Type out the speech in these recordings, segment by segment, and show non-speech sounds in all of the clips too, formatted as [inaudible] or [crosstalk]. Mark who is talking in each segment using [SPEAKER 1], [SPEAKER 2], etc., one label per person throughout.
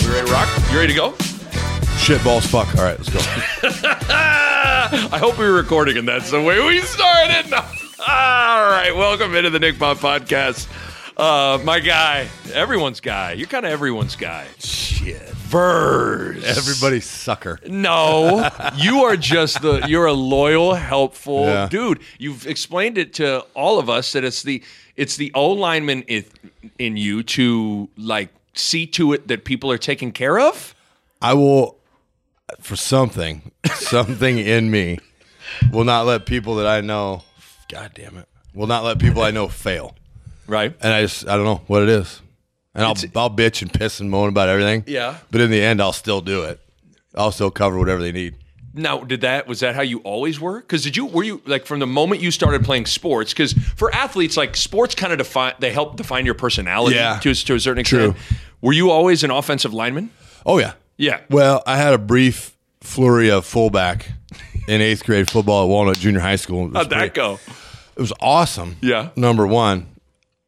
[SPEAKER 1] You ready to rock? You ready to go?
[SPEAKER 2] Shit balls fuck. All right, let's go.
[SPEAKER 1] Ah, I hope we were recording, and that's the way we started. [laughs] All right, welcome into the Nick Bob Podcast. Uh, my guy, everyone's guy. You're kind of everyone's guy.
[SPEAKER 2] Shit.
[SPEAKER 1] Verse.
[SPEAKER 2] Everybody sucker.
[SPEAKER 1] No, you are just the. You're a loyal, helpful
[SPEAKER 2] Yeah.
[SPEAKER 1] dude. You've explained it to all of us that it's the it's the O lineman in, in you to like see to it that people are taken care of.
[SPEAKER 2] I will for something, something in me will not let people that I know God damn it. Will not let people I know fail.
[SPEAKER 1] Right.
[SPEAKER 2] And I just I don't know what it is. And I'll I'll bitch and piss and moan about everything.
[SPEAKER 1] Yeah.
[SPEAKER 2] But in the end I'll still do it. I'll still cover whatever they need.
[SPEAKER 1] Now, did that was that how you always were? Because did you were you like from the moment you started playing sports? Because for athletes, like sports, kind of define they help define your personality
[SPEAKER 2] Yeah.
[SPEAKER 1] to to a certain extent.
[SPEAKER 2] True.
[SPEAKER 1] Were you always an offensive lineman?
[SPEAKER 2] Oh yeah.
[SPEAKER 1] Yeah.
[SPEAKER 2] Well, I had a brief flurry of fullback in eighth grade football at Walnut Junior High School. It was
[SPEAKER 1] How'd that
[SPEAKER 2] pretty-
[SPEAKER 1] go?
[SPEAKER 2] It was awesome.
[SPEAKER 1] Yeah.
[SPEAKER 2] Number one,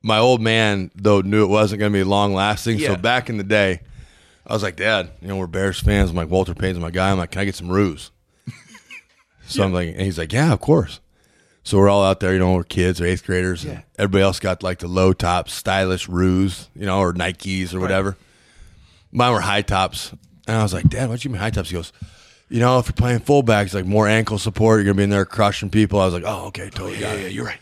[SPEAKER 2] my old man though knew it wasn't going to be long lasting.
[SPEAKER 1] Yeah.
[SPEAKER 2] So back in the day, I was like, Dad, you know we're Bears fans. I'm like Walter Payne's my guy. I'm like, can I get
[SPEAKER 1] [laughs]
[SPEAKER 2] some ruse? So I'm like, and he's like, Yeah, of course. So we're all out there, you know, we're kids, or eighth graders. and Everybody else got like the low top, stylish ruse, you know, or Nikes or whatever. Mine were high tops, and I was like, Dad, what do you mean high tops? He goes. You know, if you're playing fullback, it's like more ankle support. You're gonna be in there crushing people. I was like, oh, okay, totally. got
[SPEAKER 1] Yeah,
[SPEAKER 2] it.
[SPEAKER 1] yeah, you're right.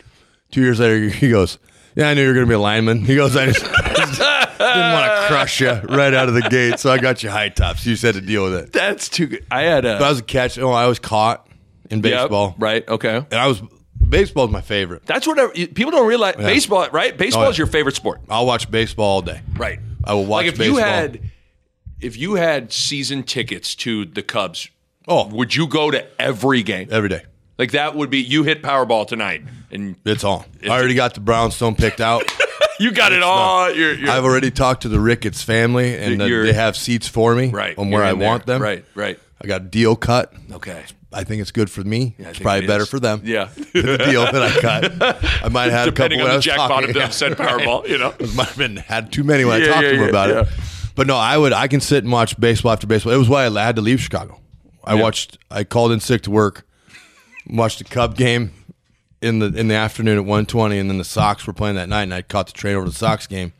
[SPEAKER 2] Two years later, [laughs] he goes, "Yeah, I knew you were going to be a lineman." He goes, "I just, [laughs] didn't want to crush you right out of the gate, so I got you high tops. You just had to deal with it."
[SPEAKER 1] That's too good. I had a
[SPEAKER 2] But I was a catch. Oh, I was caught in
[SPEAKER 1] yeah,
[SPEAKER 2] baseball,
[SPEAKER 1] right? Okay.
[SPEAKER 2] and I was baseball's my favorite.
[SPEAKER 1] That's what I- people don't realize. Baseball, right? Baseball
[SPEAKER 2] Oh, yeah.
[SPEAKER 1] is your favorite sport,
[SPEAKER 2] I'll watch baseball all day.
[SPEAKER 1] right?
[SPEAKER 2] I will watch
[SPEAKER 1] Like if
[SPEAKER 2] baseball.
[SPEAKER 1] you had if you had season tickets to the Cubs,
[SPEAKER 2] Oh.
[SPEAKER 1] would you go to every game?
[SPEAKER 2] every day.
[SPEAKER 1] Like that would be you hit Powerball tonight, and
[SPEAKER 2] It's on. I already got the brownstone picked out.
[SPEAKER 1] you got it all. You're, [laughs] you're
[SPEAKER 2] I've already talked to the Ricketts family, and
[SPEAKER 1] You're-
[SPEAKER 2] they have seats for me
[SPEAKER 1] right
[SPEAKER 2] on where
[SPEAKER 1] you're
[SPEAKER 2] I
[SPEAKER 1] in there.
[SPEAKER 2] want them.
[SPEAKER 1] Right, right.
[SPEAKER 2] I got a deal cut.
[SPEAKER 1] Okay,
[SPEAKER 2] I think it's good for me.
[SPEAKER 1] I
[SPEAKER 2] it's
[SPEAKER 1] think
[SPEAKER 2] probably
[SPEAKER 1] it
[SPEAKER 2] better
[SPEAKER 1] is.
[SPEAKER 2] for them.
[SPEAKER 1] Yeah.
[SPEAKER 2] the deal that I cut. I might have had a couple
[SPEAKER 1] depending
[SPEAKER 2] when
[SPEAKER 1] on
[SPEAKER 2] I
[SPEAKER 1] the
[SPEAKER 2] was
[SPEAKER 1] jackpot
[SPEAKER 2] talking.
[SPEAKER 1] of
[SPEAKER 2] [laughs]
[SPEAKER 1] them said Powerball, you know.
[SPEAKER 2] might have been had too many when
[SPEAKER 1] Yeah,
[SPEAKER 2] I talked
[SPEAKER 1] yeah,
[SPEAKER 2] to him
[SPEAKER 1] yeah,
[SPEAKER 2] about it.
[SPEAKER 1] yeah.
[SPEAKER 2] But no, I would I can sit and watch baseball after baseball. It was why I had to leave Chicago. I watched I called in sick to work, watched the Cub game in the in the afternoon at one twenty and then the Sox were playing that night and I caught the train over to the Sox game.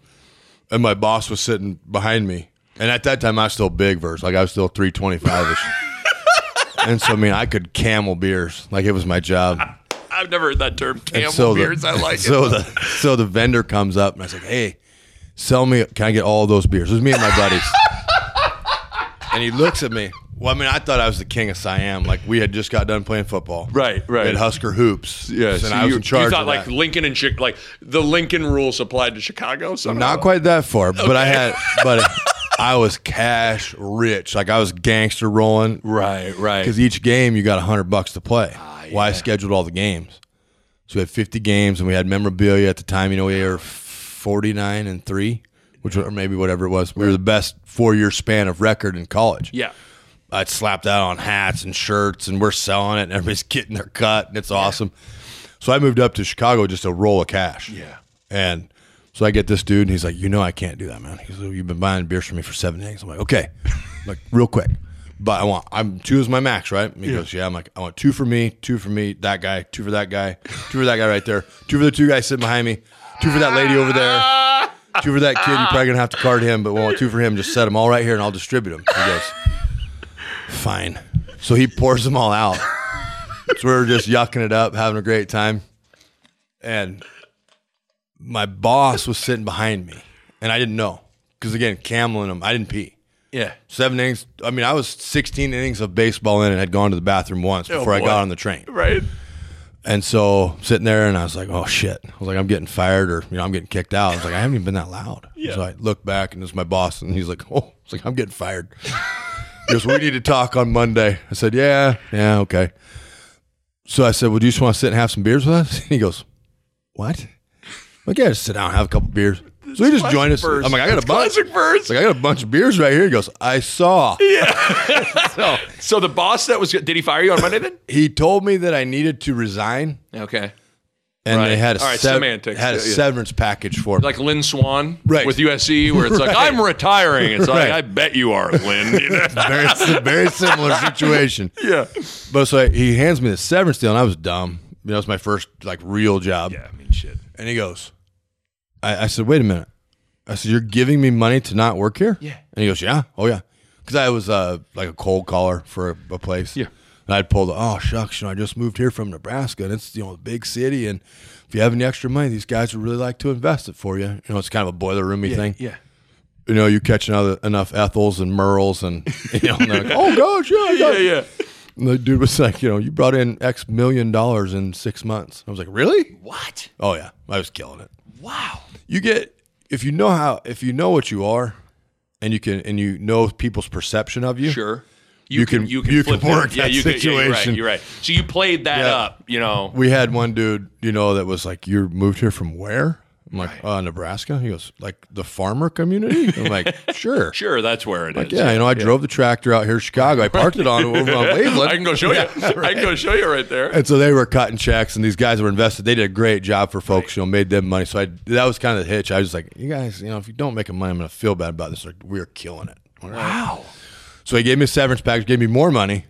[SPEAKER 2] And my boss was sitting behind me. And at that time I was still big verse. Like I was still three twenty
[SPEAKER 1] [laughs]
[SPEAKER 2] five ish. And so I mean I could camel beers. Like it was my job.
[SPEAKER 1] I've never heard that term. Camel
[SPEAKER 2] And so the-
[SPEAKER 1] beards, I
[SPEAKER 2] [laughs]
[SPEAKER 1] like
[SPEAKER 2] so
[SPEAKER 1] it.
[SPEAKER 2] the so the vendor comes up and I was like, "Hey, sell me. Can I get all those beers?" It was me and my
[SPEAKER 1] [laughs]
[SPEAKER 2] buddies. and he looks at me. Well, I mean, I thought I was the king of Siam. Like we had just got done playing football,
[SPEAKER 1] Right, right.
[SPEAKER 2] At Husker hoops,
[SPEAKER 1] yeah,
[SPEAKER 2] And
[SPEAKER 1] so
[SPEAKER 2] I was
[SPEAKER 1] you,
[SPEAKER 2] in charge.
[SPEAKER 1] you thought
[SPEAKER 2] of
[SPEAKER 1] like
[SPEAKER 2] that.
[SPEAKER 1] Lincoln and Chick, like the Lincoln rules applied to Chicago. So
[SPEAKER 2] not quite that far, but I had, but I was cash rich. Like I was gangster rolling,
[SPEAKER 1] Right, right. Ah,
[SPEAKER 2] Because each game you got hundred bucks to play. Well, I scheduled all the games, so we had fifty games, and we had memorabilia at the time. You know, we were forty nine and three, which or maybe whatever it was. We were the best four year span of record in college.
[SPEAKER 1] Yeah,
[SPEAKER 2] I'd slap that on hats and shirts, and we're selling it, and everybody's [laughs] getting their cut, and it's awesome. So I moved up to Chicago just a roll of cash.
[SPEAKER 1] Yeah.
[SPEAKER 2] And so I get this dude, and he's like, "You know, I can't do that, man." He's like, "You've been buying beers for me for seven days." I'm like, "Okay, like real quick." But I want I'm two is my max, right? And he goes, "Yeah." I'm like, "I want two for me, two for me, that guy, two for that guy, two for that guy right there, two for the two guys sitting behind me, two for that lady over there." Two for that kid, you're probably gonna have to card him, but we want two for him. Just set them all right here, and I'll distribute them. He goes, fine. So he pours them all out. so we were just yucking it up, having a great time. And my boss was sitting behind me, and I didn't know because again, cameling him, I didn't pee.
[SPEAKER 1] yeah.
[SPEAKER 2] Seven innings. I mean, I was 16 innings of baseball in, and had gone to the bathroom once before I
[SPEAKER 1] boy.
[SPEAKER 2] got on the train.
[SPEAKER 1] Right.
[SPEAKER 2] And so sitting there, and I was like, "Oh shit!" I was like, "I'm getting fired, or you know, I'm getting kicked out." I was like, "I haven't even been that loud." So I look back, and it's my boss, and he's like, "Oh," it's like, "I'm getting fired." he goes, "We need to talk on Monday." I said, "Yeah, yeah, okay." So I said, "Well, do you just want to sit and have some beers with us?" [laughs] he goes, "What?" I'm like, yeah, just sit down, have a couple beers. So he just joined us.
[SPEAKER 1] verse.
[SPEAKER 2] I'm like, I got
[SPEAKER 1] That's
[SPEAKER 2] a bunch.
[SPEAKER 1] classic verse.
[SPEAKER 2] It's like I got a bunch of beers right here. He goes, I saw.
[SPEAKER 1] So, so the boss that was did he fire you on Monday then?
[SPEAKER 2] He told me that I needed to resign,
[SPEAKER 1] Okay,
[SPEAKER 2] and
[SPEAKER 1] Right.
[SPEAKER 2] they had a,
[SPEAKER 1] All right,
[SPEAKER 2] sev-
[SPEAKER 1] semantics.
[SPEAKER 2] had a
[SPEAKER 1] Yeah, yeah.
[SPEAKER 2] severance package for me.
[SPEAKER 1] like Lynn Swan
[SPEAKER 2] Right.
[SPEAKER 1] with USC, where it's like
[SPEAKER 2] [laughs] Right.
[SPEAKER 1] I'm retiring. It's like
[SPEAKER 2] Right.
[SPEAKER 1] I bet you are, Lynn. [laughs] You know?
[SPEAKER 2] very, si- very similar situation.
[SPEAKER 1] yeah,
[SPEAKER 2] But so he hands me the severance deal, and I was dumb. You know, it's my first like real job.
[SPEAKER 1] yeah. I mean, shit.
[SPEAKER 2] And he goes, I, I said, wait a minute. I said, you're giving me money to not work here?
[SPEAKER 1] Yeah.
[SPEAKER 2] And he goes, yeah. Oh, yeah. Because I was uh, like a cold caller for a, a place.
[SPEAKER 1] Yeah.
[SPEAKER 2] And I'd pull the, oh, shucks, you know, I just moved here from Nebraska and it's, you know, a big city. And if you have any extra money, these guys would really like to invest it for you. You know, it's kind of a boiler roomy thing.
[SPEAKER 1] Yeah.
[SPEAKER 2] You know, you catch another, enough Ethels and Merles and, [laughs] you know, and they're like, oh, gosh, yeah, yeah.
[SPEAKER 1] Yeah, yeah.
[SPEAKER 2] And the dude was like, you know, you brought in X million dollars in six months. I was like, really?
[SPEAKER 1] What?
[SPEAKER 2] Oh, yeah. I was killing it
[SPEAKER 1] Wow.
[SPEAKER 2] you get if you know how if you know what you are and you can and you know people's perception of you
[SPEAKER 1] [laughs] Sure.
[SPEAKER 2] You can- you can
[SPEAKER 1] that.
[SPEAKER 2] work that
[SPEAKER 1] you're right.
[SPEAKER 2] situation.
[SPEAKER 1] You're right. So you played that
[SPEAKER 2] Yeah.
[SPEAKER 1] up. You know.
[SPEAKER 2] we had one dude you know that was like you moved here from where i'm like uh, nebraska he goes like the farmer community i'm like [laughs] sure
[SPEAKER 1] Sure, that's where it is.
[SPEAKER 2] yeah you know i drove the tractor out here to chicago [laughs] i parked it on over on
[SPEAKER 1] I can
[SPEAKER 2] waveland
[SPEAKER 1] go show you. I can go show you right there.
[SPEAKER 2] and so they were cutting checks and these guys were invested they did a great job for folks you know made them money so i that was kind of the hitch i was like you guys you know if you don't make a money i'm gonna feel bad about this like we're killing it
[SPEAKER 1] Wow.
[SPEAKER 2] So he gave me a severance package, gave me more money.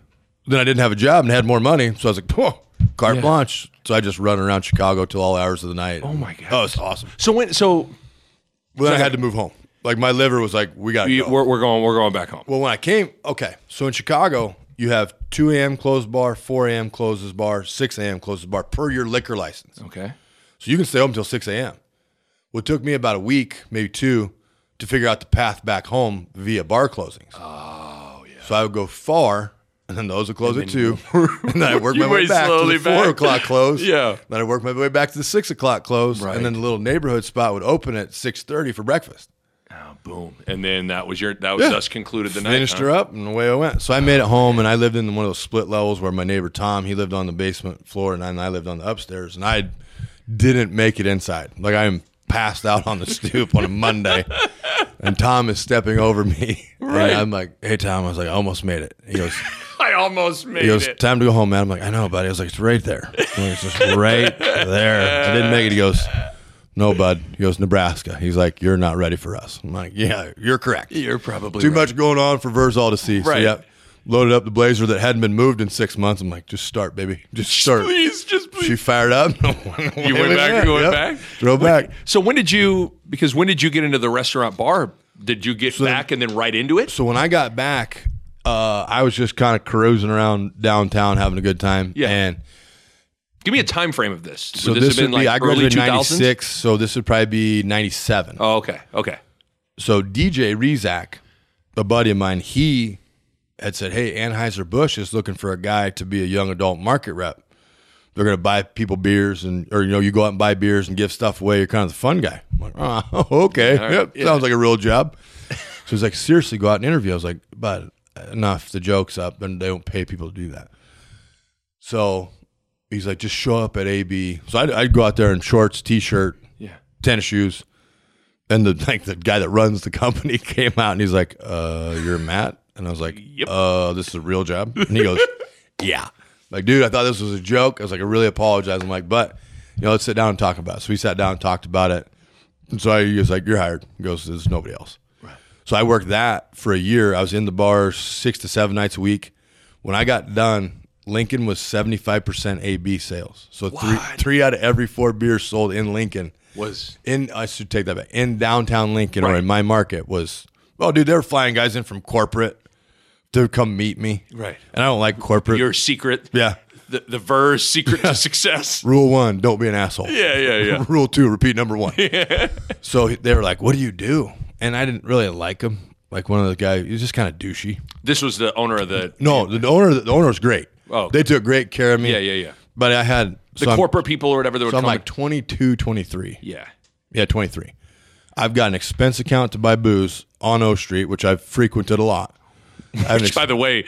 [SPEAKER 2] Then I didn't have a job and had more money. So I was like, whoa, carte blanche. So I just run around Chicago till all hours of the night. Oh
[SPEAKER 1] my God.
[SPEAKER 2] That was awesome.
[SPEAKER 1] So when so
[SPEAKER 2] But then I had to move home. Like my liver was like, we got to
[SPEAKER 1] we,
[SPEAKER 2] go.
[SPEAKER 1] we're, we're going we're going back home.
[SPEAKER 2] Well, when I came, okay. So in Chicago, you have 2 a.m. closed bar, 4 a.m. closes bar, 6 a.m. closes bar per your liquor license.
[SPEAKER 1] Okay.
[SPEAKER 2] So you can stay open till 6 a.m. Well, it took me about a week, maybe two, to figure out the path back home via bar closings. Oh, yeah. So I would go far, and then those would close at two. [laughs] and then I
[SPEAKER 1] [laughs]
[SPEAKER 2] work
[SPEAKER 1] You
[SPEAKER 2] my way
[SPEAKER 1] went
[SPEAKER 2] back to
[SPEAKER 1] slowly
[SPEAKER 2] the
[SPEAKER 1] back.
[SPEAKER 2] four o'clock
[SPEAKER 1] [laughs]
[SPEAKER 2] close.
[SPEAKER 1] Yeah.
[SPEAKER 2] Then I work my way back to the six o'clock close.
[SPEAKER 1] Right.
[SPEAKER 2] And then the little neighborhood spot would open at 6.30 for breakfast.
[SPEAKER 1] Oh, boom. And then that was your that was
[SPEAKER 2] Yeah.
[SPEAKER 1] us concluded the night.
[SPEAKER 2] Finished
[SPEAKER 1] huh?
[SPEAKER 2] her up, and away I went. So I made it home, and I lived in one of those split levels where my neighbor Tom, he lived on the basement floor, and I, and I lived on the upstairs, and I didn't make it inside. Like I'm passed out on the [laughs] stoop on a Monday, and Tom is stepping over me, [laughs]
[SPEAKER 1] Right.
[SPEAKER 2] and I'm like, "Hey Tom," I was like, "I almost made it." He
[SPEAKER 1] [laughs]
[SPEAKER 2] goes,
[SPEAKER 1] I almost made
[SPEAKER 2] "He goes,
[SPEAKER 1] it.
[SPEAKER 2] time to go home, man." I'm like, "I know, buddy." I was like, "It's right there." I'm like, it's just right there. I didn't make it. He goes. No, bud. He goes Nebraska. He's like, you're not ready for us. I'm like, yeah, you're correct.
[SPEAKER 1] You're probably
[SPEAKER 2] Too
[SPEAKER 1] right.
[SPEAKER 2] much going on for Verzal to see. So,
[SPEAKER 1] Right.
[SPEAKER 2] yeah, loaded up the Blazer that hadn't been moved in six months. I'm like, just start, baby. Just start.
[SPEAKER 1] Please, just please.
[SPEAKER 2] She fired up. [laughs] you
[SPEAKER 1] you went back. You went back.
[SPEAKER 2] Throw back.
[SPEAKER 1] So when did you? Because when did you get into the restaurant bar? Did you get
[SPEAKER 2] then-
[SPEAKER 1] back and then right into it?
[SPEAKER 2] So when I got back, uh, I was just kind of cruising around downtown, having a good time.
[SPEAKER 1] Yeah.
[SPEAKER 2] And
[SPEAKER 1] Give me a time frame of this.
[SPEAKER 2] so
[SPEAKER 1] would
[SPEAKER 2] this,
[SPEAKER 1] this, have
[SPEAKER 2] would
[SPEAKER 1] been like
[SPEAKER 2] be, I
[SPEAKER 1] early
[SPEAKER 2] graduated
[SPEAKER 1] two
[SPEAKER 2] in
[SPEAKER 1] thousands?
[SPEAKER 2] 96, so this would probably be 97.
[SPEAKER 1] Oh, okay, okay.
[SPEAKER 2] so DJ Rezak, a buddy of mine, he had said, "Hey, Anheuser Busch is looking for a guy to be a young adult market rep. They're going to buy people beers, and or you know, you go out and buy beers and give stuff away. You're kind of the fun guy." I'm like, "Oh, [laughs] okay, yep, sounds like a real job." So he's like, "Seriously, go out and interview." I was like, "But enough. The joke's up, and they don't pay people to do that." So he's like, "Just show up at AB." So I'd, I'd go out there in shorts, t-shirt,
[SPEAKER 1] Yeah.
[SPEAKER 2] tennis shoes. And the [laughs] like the guy that runs the company [laughs] came out and he's like, "Uh, you're Matt," and I was like, "Uh, this is a real job." And he goes, [laughs] "Yeah." Like, dude, I thought this was a joke. I was like, I really apologize. I'm like, but you know, let's sit down and talk about it. So we sat down and talked about it. And so I, he was like, "You're hired." He goes, "There's nobody else." So I worked that for a year. I was in the bar six to seven nights a week. When I got done, Lincoln was 75% AB sales. So three, three out of every four beers sold in Lincoln
[SPEAKER 1] Was
[SPEAKER 2] in I should take that back in downtown Lincoln or in my market was oh dude they were flying guys in from corporate to come meet me
[SPEAKER 1] Right.
[SPEAKER 2] and I don't like corporate
[SPEAKER 1] your secret?
[SPEAKER 2] yeah
[SPEAKER 1] The the verse secret to success.
[SPEAKER 2] rule one don't be an asshole
[SPEAKER 1] Yeah, yeah, yeah.
[SPEAKER 2] [laughs] rule two repeat
[SPEAKER 1] [laughs]
[SPEAKER 2] number one so they were like what do you do and I didn't really like him like one of the guys he was just kind of douchey
[SPEAKER 1] This was the owner of the.
[SPEAKER 2] no the owner the owner was great
[SPEAKER 1] Oh.
[SPEAKER 2] they took great care of me
[SPEAKER 1] Yeah, yeah, yeah.
[SPEAKER 2] but I had
[SPEAKER 1] the
[SPEAKER 2] So I'm-
[SPEAKER 1] corporate people or whatever that would
[SPEAKER 2] So I'm
[SPEAKER 1] come.
[SPEAKER 2] like
[SPEAKER 1] to-
[SPEAKER 2] 22, 23.
[SPEAKER 1] yeah,
[SPEAKER 2] Yeah, 23. I've got an expense account to buy booze on O Street, which I've frequented a lot.
[SPEAKER 1] [laughs]
[SPEAKER 2] I have an
[SPEAKER 1] which
[SPEAKER 2] ex-
[SPEAKER 1] by the way,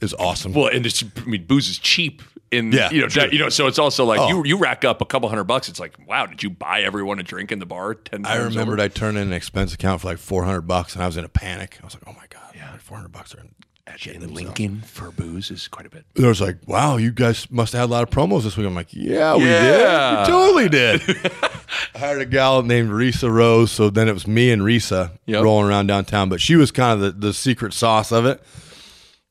[SPEAKER 2] is awesome.
[SPEAKER 1] well, and it's I mean, booze is cheap. In
[SPEAKER 2] Yeah,
[SPEAKER 1] you know
[SPEAKER 2] true.
[SPEAKER 1] that- you know, so it's also like you you rack up a couple hundred bucks. It's like wow, did you buy everyone a drink in the bar? Ten.
[SPEAKER 2] I
[SPEAKER 1] times
[SPEAKER 2] remembered
[SPEAKER 1] over?
[SPEAKER 2] I turned in an expense account for like 400 bucks and I was in a panic. I was like, oh my God, like 400 bucks are in.
[SPEAKER 1] Actually, in Lincoln for booze is quite a bit.
[SPEAKER 2] And I was like, wow, you guys must have had a lot of promos this week. I'm like, yeah, we
[SPEAKER 1] Yeah.
[SPEAKER 2] did. We totally did. I hired a gal named Risa Rose. So then it was me and Risa
[SPEAKER 1] Yep.
[SPEAKER 2] rolling around downtown, but she was kind of the, the secret sauce of it.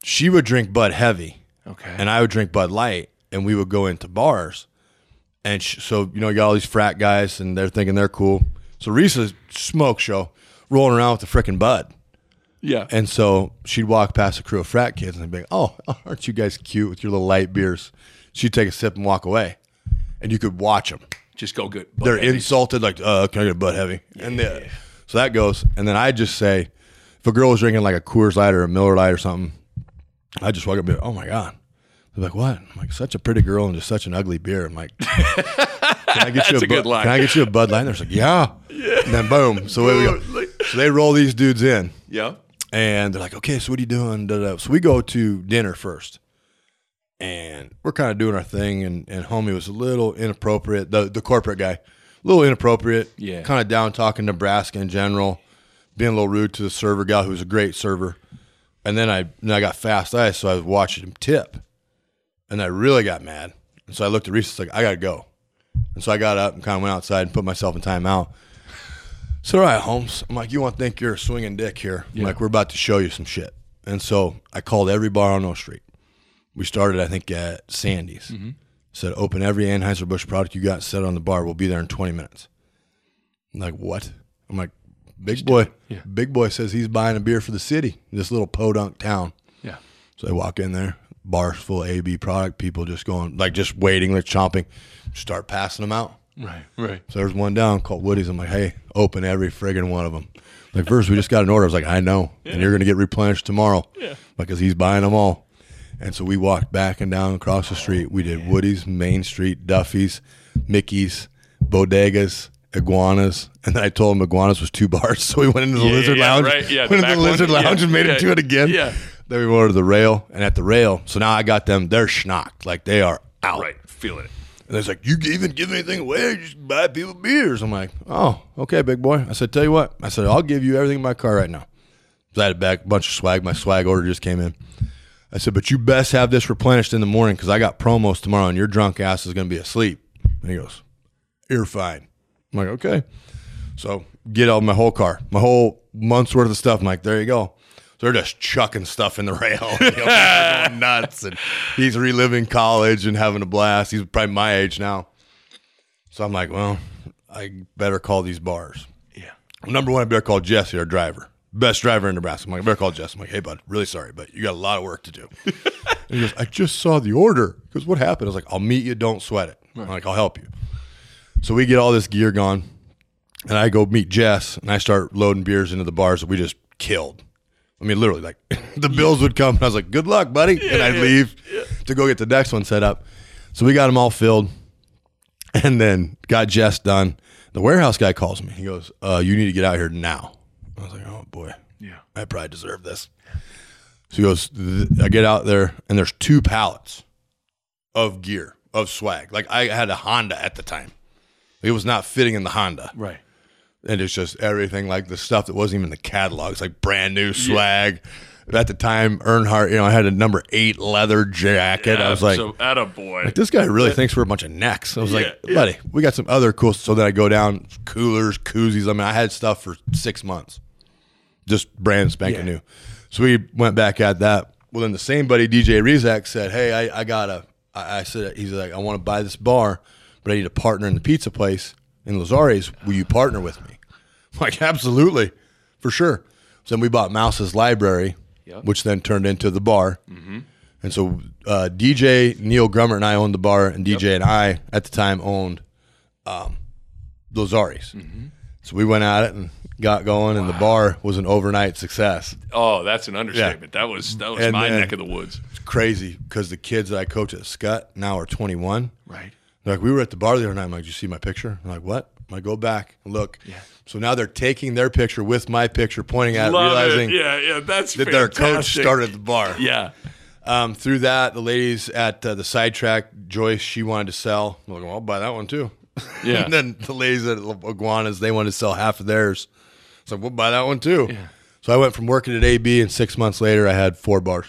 [SPEAKER 2] She would drink Bud Heavy.
[SPEAKER 1] Okay.
[SPEAKER 2] and I would drink Bud Light, and we would go into bars. And sh- so, you know, you got all these frat guys, and they're thinking they're cool. So, Risa's smoke show rolling around with the freaking Bud.
[SPEAKER 1] yeah.
[SPEAKER 2] And so she'd walk past a crew of frat kids, and they'd be like, Oh, [laughs] aren't you guys cute with your little light beers? She'd take a sip and walk away. And you could watch them.
[SPEAKER 1] just go good.
[SPEAKER 2] They're insulted, like, uh, Can I get a Bud Heavy? And then, so that goes. And then I'd just say, if a girl was drinking like a Coors Light or a Miller Light or something, I just walk up and be like, oh my God. They're like, what? I'm like, such a pretty girl and just such an ugly beer.
[SPEAKER 1] [laughs]
[SPEAKER 2] I'm like, can I
[SPEAKER 1] That's
[SPEAKER 2] get you
[SPEAKER 1] a
[SPEAKER 2] Bud-
[SPEAKER 1] good line.
[SPEAKER 2] Can I get you a Bud Light? And they're like, yeah. And then boom. So away
[SPEAKER 1] [laughs]
[SPEAKER 2] we go. So they roll these dudes in
[SPEAKER 1] yeah.
[SPEAKER 2] and they're like, okay, so what are you doing? Da, da, da. So we go to dinner first. And we're kind of doing our thing. And, and homie was a little inappropriate, the, the corporate guy, a little inappropriate.
[SPEAKER 1] Yeah.
[SPEAKER 2] Kind of down talking Nebraska in general, being a little rude to the server guy who was a great server. And then I, then I got fast ice, so I was watching him tip. And I really got mad. And so I looked at Reese, it's like, I got to go. And so I got up and kind of went outside and put myself in timeout. So, all right, Holmes. I'm like, you want to think you're a swinging dick here? I'm like, we're about to show you some shit. And so I called every bar on O Street. We started, I think, at Sandy's. Said, open every Anheuser-Busch product you got set on the bar. We'll be there in 20 minutes. I'm like, what? I'm like, big boy. Big boy says he's buying a beer for the city, this little podunk town.
[SPEAKER 1] Yeah.
[SPEAKER 2] So I walk in there, bars full of AB product, people just going, like, just waiting, like chomping. Start passing them out.
[SPEAKER 1] Right. Right.
[SPEAKER 2] So there's one down called Woody's. I'm like, hey, open every friggin' one of them. Like, first, we just got an order. I was like, I know. And you're going to get replenished tomorrow. Yeah. Because he's buying them all. And so we walked back and down across the street. We did Woody's, Main Street, Duffy's, Mickey's, Bodegas, Iguanas. And then I told him Iguanas was two bars. [laughs] So we went into the
[SPEAKER 1] Yeah,
[SPEAKER 2] Lizard
[SPEAKER 1] yeah,
[SPEAKER 2] Lounge.
[SPEAKER 1] right. Yeah, the
[SPEAKER 2] Went into
[SPEAKER 1] back
[SPEAKER 2] the Lizard
[SPEAKER 1] one. Yeah,
[SPEAKER 2] Lounge and made
[SPEAKER 1] yeah,
[SPEAKER 2] him do it again.
[SPEAKER 1] yeah.
[SPEAKER 2] Then we ordered the rail. And at the rail, so now I got them, they're schnocked. Like, they are out.
[SPEAKER 1] Right. Feeling it.
[SPEAKER 2] And it's like, you even give anything away? You just buy people beers. I'm like, oh, okay, big boy. I said, tell you what. I said, I'll give you everything in my car right now. So I had a back, bunch of swag. My swag order just came in. I said, but you best have this replenished in the morning because I got promos tomorrow and your drunk ass is going to be asleep. And he goes, you're fine. I'm like, okay. So get out my whole car, my whole month's worth of stuff. I'm like, there you go. So they're just chucking stuff in the [laughs] rail, you know, they're going nuts, and he's reliving college and having a blast. He's probably my age now, so I'm like, well, I better call these bars.
[SPEAKER 1] Yeah.
[SPEAKER 2] Number one, I better call Jesse, our driver, best driver in Nebraska. I'm like, I better call Jess. I'm like, hey, bud, really sorry, but you got a lot of work to do. and he goes, I just saw the order. Because what happened? I was like, I'll meet you. Don't sweat it. I'm like, I'll help you. So we get all this gear gone, and I go meet Jess, and I start loading beers into the bars that we just killed. I mean, literally, like [laughs] the bills would come, and I was like, "Good luck, buddy," and I'd leave to go get the next one set up. So we got them all filled, [laughs] and then got Jess done. The warehouse guy calls me. He goes, uh, "You need to get out here now." I was like, "Oh boy,
[SPEAKER 1] Yeah.
[SPEAKER 2] I probably deserve this." So he goes, th- I get out there, and there's two pallets of gear, of swag. Like I had a Honda at the time. It was not fitting in the Honda.
[SPEAKER 1] Right.
[SPEAKER 2] And it's just everything, like the stuff that wasn't even in the catalog. It's like brand new swag. At the time, Earnhardt, you know, I had a number eight leather jacket. I was like,
[SPEAKER 1] so at a boy.
[SPEAKER 2] like, this guy really thinks we're a bunch of necks. I was like,
[SPEAKER 1] Yeah, yeah.
[SPEAKER 2] buddy, we got some other cool. So then I go down coolers, koozies. I mean, I had stuff for six months, just brand spanking
[SPEAKER 1] Yeah.
[SPEAKER 2] new. So we went back at that. Well, then the same buddy DJ Rizak said, "Hey, I, I got a." I I said, "He's like, I want to buy this bar, but I need a partner in the pizza place in Lazare's. Will you partner with me?" I'm like, absolutely, for sure. So then we bought Mouse's Library,
[SPEAKER 1] Yep.
[SPEAKER 2] which then turned into the bar. And so uh, DJ Neil Grummer and I owned the
[SPEAKER 1] Mm-hmm.
[SPEAKER 2] bar, and DJ and I at the time owned um, Lozari's. So we went at it and got going, and the bar was an overnight success.
[SPEAKER 1] Oh, that's an understatement. That was that was
[SPEAKER 2] And
[SPEAKER 1] my
[SPEAKER 2] then-
[SPEAKER 1] neck of the woods.
[SPEAKER 2] It's crazy because the kids that I coach at Scut now are 21.
[SPEAKER 1] Right.
[SPEAKER 2] They're like, we were at the bar the other night. I'm like, did you see my picture? I'm like, what? I'm like, go back and look. So now they're taking their picture with my picture, pointing at it,
[SPEAKER 1] Love
[SPEAKER 2] realizing
[SPEAKER 1] it. Yeah, yeah. That's
[SPEAKER 2] that their coach
[SPEAKER 1] fantastic.
[SPEAKER 2] started at the bar.
[SPEAKER 1] Yeah.
[SPEAKER 2] Um, through that, the ladies at uh, the sidetrack, Joyce, she wanted to sell. I'm like, well, I'll buy that one too. [laughs]
[SPEAKER 1] Yeah.
[SPEAKER 2] and then the ladies at Iguanas, they wanted to sell half of theirs. So we'll buy that one too. So I went from working at AB, and six months later, I had four bars.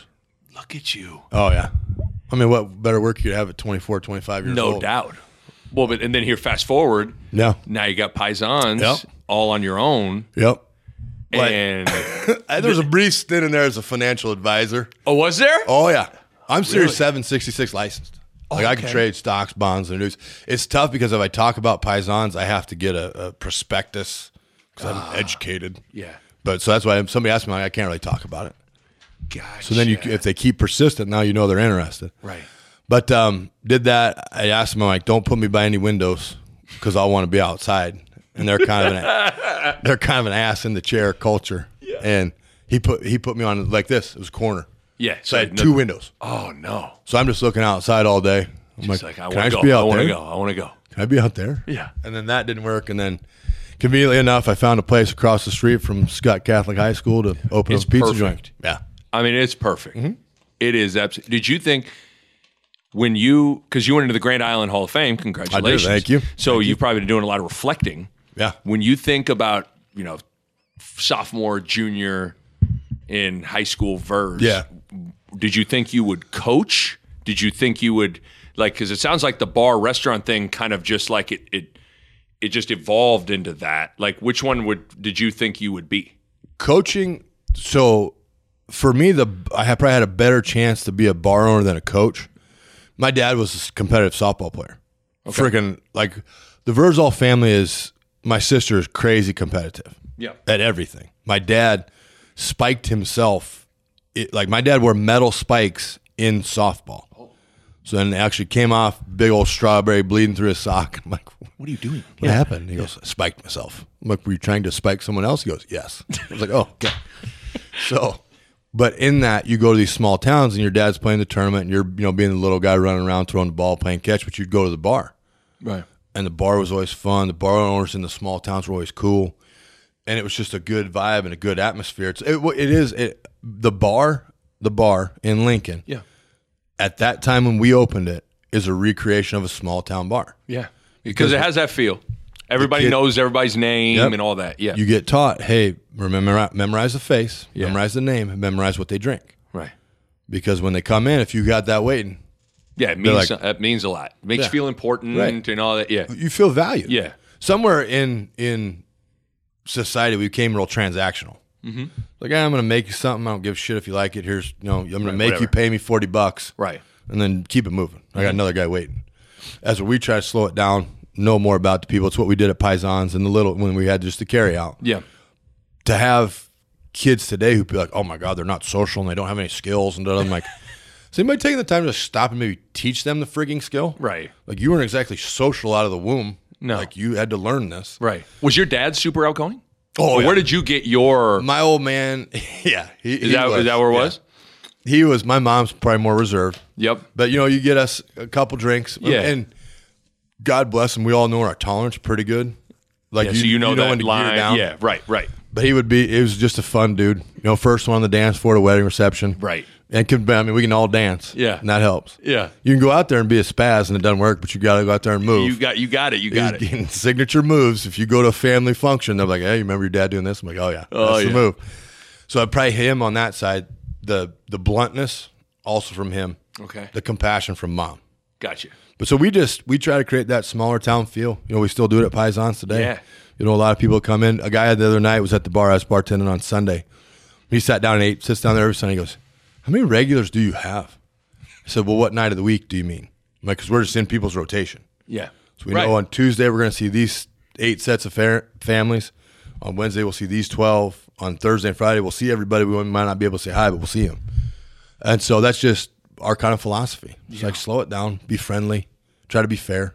[SPEAKER 1] Look at you.
[SPEAKER 2] Oh, yeah. I mean, what better work you have at 24, 25 years
[SPEAKER 1] No
[SPEAKER 2] old?
[SPEAKER 1] doubt. Well, but and then here, fast forward.
[SPEAKER 2] Yeah.
[SPEAKER 1] Now you got Paisans
[SPEAKER 2] Yep.
[SPEAKER 1] all on your own,
[SPEAKER 2] Yep. Like-
[SPEAKER 1] and
[SPEAKER 2] I, there was a brief stint in there as a financial advisor.
[SPEAKER 1] oh, was there?
[SPEAKER 2] Oh yeah, I'm Series Seven Sixty Six licensed. Like I can trade stocks, bonds, and news. It's tough because if I talk about Pisons, I have to get a, a prospectus because I'm educated.
[SPEAKER 1] Ah. yeah.
[SPEAKER 2] But so that's why if somebody asked me, like, I can't really talk about it.
[SPEAKER 1] Gotcha.
[SPEAKER 2] So then you, if they keep persistent, now you know they're interested.
[SPEAKER 1] right.
[SPEAKER 2] But um, did that? I asked them, I'm like, don't put me by any windows because I want to be outside. And they're kind of an,
[SPEAKER 1] [laughs]
[SPEAKER 2] they're kind of an ass in the chair culture. And he put he put me on like this. It was a corner.
[SPEAKER 1] Yeah.
[SPEAKER 2] So I had
[SPEAKER 1] no-
[SPEAKER 2] two windows.
[SPEAKER 1] Oh no.
[SPEAKER 2] So I'm just looking outside all day. I'm
[SPEAKER 1] It's like
[SPEAKER 2] like,
[SPEAKER 1] I
[SPEAKER 2] can
[SPEAKER 1] want
[SPEAKER 2] I
[SPEAKER 1] to
[SPEAKER 2] just
[SPEAKER 1] go.
[SPEAKER 2] be
[SPEAKER 1] I
[SPEAKER 2] out
[SPEAKER 1] want to
[SPEAKER 2] there?
[SPEAKER 1] go. I want to go.
[SPEAKER 2] Can I be out there?
[SPEAKER 1] Yeah.
[SPEAKER 2] And then that didn't work. And then conveniently enough, I found a place across the street from Scott Catholic High School to open
[SPEAKER 1] It's
[SPEAKER 2] up a pizza
[SPEAKER 1] perfect.
[SPEAKER 2] joint. Yeah.
[SPEAKER 1] I mean, it's perfect.
[SPEAKER 2] Mm-hmm.
[SPEAKER 1] It is absolutely. Did you think when you because you went into the Grand Island Hall of Fame? Congratulations.
[SPEAKER 2] Thank you.
[SPEAKER 1] So you've probably been doing a lot of reflecting.
[SPEAKER 2] Yeah.
[SPEAKER 1] When you think about you know sophomore, junior in high school, verse.
[SPEAKER 2] Yeah.
[SPEAKER 1] Did you think you would coach? Did you think you would like? Because it sounds like the bar restaurant thing kind of just like it it it just evolved into that. Like, which one would did you think you would be?
[SPEAKER 2] Coaching. So for me, the I had- probably had a better chance to be a bar owner than a coach. My dad was a competitive softball player. Freaking like the Verzal family is. My sister is crazy competitive.
[SPEAKER 1] Yeah.
[SPEAKER 2] at everything. My dad spiked himself. It, like my dad wore metal spikes in softball. So then it actually came off big old strawberry bleeding through his sock. I'm like, what
[SPEAKER 1] What are you doing?
[SPEAKER 2] happened? He goes, I spiked myself. I'm like, were you trying to spike someone else? He goes, yes. I was like, oh,
[SPEAKER 1] [laughs]
[SPEAKER 2] okay. So, but in that, you go to these small towns and your dad's playing the tournament and you're, you know, being the little guy running around, throwing the ball, playing catch, but you'd go to the bar
[SPEAKER 1] Right.
[SPEAKER 2] and the bar was always fun. The bar owners in the small towns were always cool, and it was just a good vibe and a good atmosphere. It's, it, it is it, the bar, the bar in Lincoln
[SPEAKER 1] Yeah.
[SPEAKER 2] at that time when we opened it is a recreation of a small town bar.
[SPEAKER 1] Yeah. Because it has that feel. Everybody
[SPEAKER 2] kid-
[SPEAKER 1] knows everybody's name
[SPEAKER 2] Yep.
[SPEAKER 1] and all that. Yeah.
[SPEAKER 2] You get taught, hey, remember memorize the face,
[SPEAKER 1] Yeah.
[SPEAKER 2] memorize the name, memorize what they drink,
[SPEAKER 1] right.
[SPEAKER 2] because when they come in, if you got that waiting,
[SPEAKER 1] Yeah, it means
[SPEAKER 2] like-
[SPEAKER 1] that means a lot. Makes you
[SPEAKER 2] Yeah.
[SPEAKER 1] feel important
[SPEAKER 2] Right.
[SPEAKER 1] and all that. Yeah.
[SPEAKER 2] you feel valued.
[SPEAKER 1] Yeah.
[SPEAKER 2] somewhere in in society we became real transactional.
[SPEAKER 1] Mm-hmm.
[SPEAKER 2] Like "Ah, I'm gonna make you something. I don't give a shit if you like it. Here's you know I'm gonna make you
[SPEAKER 1] whatever.
[SPEAKER 2] pay me forty bucks,
[SPEAKER 1] Right. Mm-hmm.
[SPEAKER 2] And then keep it moving. I got another guy waiting. As we try to slow it down, know more about the people. It's what we did at Pisons and the little when we had just the carry out
[SPEAKER 1] Yeah.
[SPEAKER 2] to have kids today who be like, oh my God, they're not social and they don't have any skills. And I'm
[SPEAKER 1] [laughs]
[SPEAKER 2] like, is anybody taking the time to stop and maybe teach them the frigging skill?
[SPEAKER 1] Right.
[SPEAKER 2] Like you weren't exactly social out of the womb.
[SPEAKER 1] No.
[SPEAKER 2] Like you had to learn this.
[SPEAKER 1] Right. Was your dad super outgoing?
[SPEAKER 2] Oh,
[SPEAKER 1] Or
[SPEAKER 2] yeah.
[SPEAKER 1] Where did you get your
[SPEAKER 2] My old
[SPEAKER 1] [laughs]
[SPEAKER 2] man, yeah. He,
[SPEAKER 1] Is that is that where it was?
[SPEAKER 2] He was, my mom's probably more reserved.
[SPEAKER 1] Yep.
[SPEAKER 2] But you know, you get us a couple drinks. um,
[SPEAKER 1] Yeah.
[SPEAKER 2] And God bless him. We all know our tolerance pretty good. Like
[SPEAKER 1] Yeah, so you know that
[SPEAKER 2] when to gear
[SPEAKER 1] line.
[SPEAKER 2] down.
[SPEAKER 1] Yeah, right, right.
[SPEAKER 2] But he would be. It was just a fun dude. You know, first one on the dance floor at a wedding reception.
[SPEAKER 1] Right.
[SPEAKER 2] And can, I mean, we can all dance.
[SPEAKER 1] Yeah.
[SPEAKER 2] And that helps.
[SPEAKER 1] Yeah.
[SPEAKER 2] You can go out there and be a spaz, and it doesn't work. But you got to go out there and move.
[SPEAKER 1] You got you got it. You got
[SPEAKER 2] He's
[SPEAKER 1] it.
[SPEAKER 2] getting [laughs] signature moves. If you go to a family function, they're like, "Hey, you remember your dad doing this?" I'm like, "Oh yeah,
[SPEAKER 1] Oh,
[SPEAKER 2] that's
[SPEAKER 1] yeah.
[SPEAKER 2] the move." So I probably him on that side. The the bluntness also from him.
[SPEAKER 1] Okay.
[SPEAKER 2] The compassion from mom.
[SPEAKER 1] Gotcha.
[SPEAKER 2] But so we just we try to create that smaller town feel. You know, we still do it at Paisans today.
[SPEAKER 1] Yeah.
[SPEAKER 2] You know, a lot of people come in. A guy the other night was at the bar. I was bartending on Sunday. He sat down and ate. Sits down there every Sunday. He goes, "How many regulars do you have?" I said, "Well, what night of the week do you mean?" I'm like, "Cause we're just in people's rotation."
[SPEAKER 1] Yeah.
[SPEAKER 2] So we
[SPEAKER 1] right.
[SPEAKER 2] know on Tuesday we're going to see these eight sets of fa- families. On Wednesday we'll see these twelve. On Thursday and Friday we'll see everybody. We might not be able to say hi, but we'll see them. And so that's just our kind of philosophy. It's like slow it down, be friendly, try to be fair.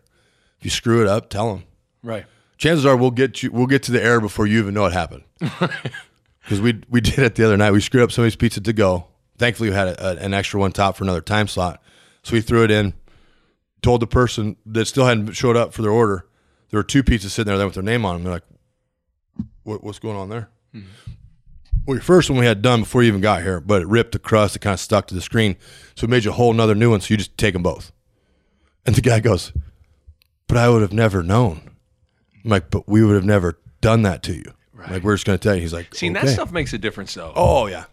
[SPEAKER 2] If you screw it up, tell them.
[SPEAKER 1] right.
[SPEAKER 2] chances are we'll get you we'll get to the error before you even know it happened. Because we we did it the other night. We screwed up somebody's pizza to go. Thankfully, we had a, a- an extra one top for another time slot, so we threw it in. Told the person that still hadn't showed up for their order, there were two pizzas sitting there with their name on them. They're like, what, "What's going on there?"
[SPEAKER 1] Hmm.
[SPEAKER 2] Well, your first one we had done before you even got here, but it ripped the crust. It kind of stuck to the screen, so it made you a whole another new one. So you just take them both. And the guy goes, "But I would have never known." I'm like, "But we would have never done that to you." I'm Like we're just going to tell you. He's like,
[SPEAKER 1] See, and that
[SPEAKER 2] "Okay."
[SPEAKER 1] stuff makes a difference, though.
[SPEAKER 2] Oh yeah,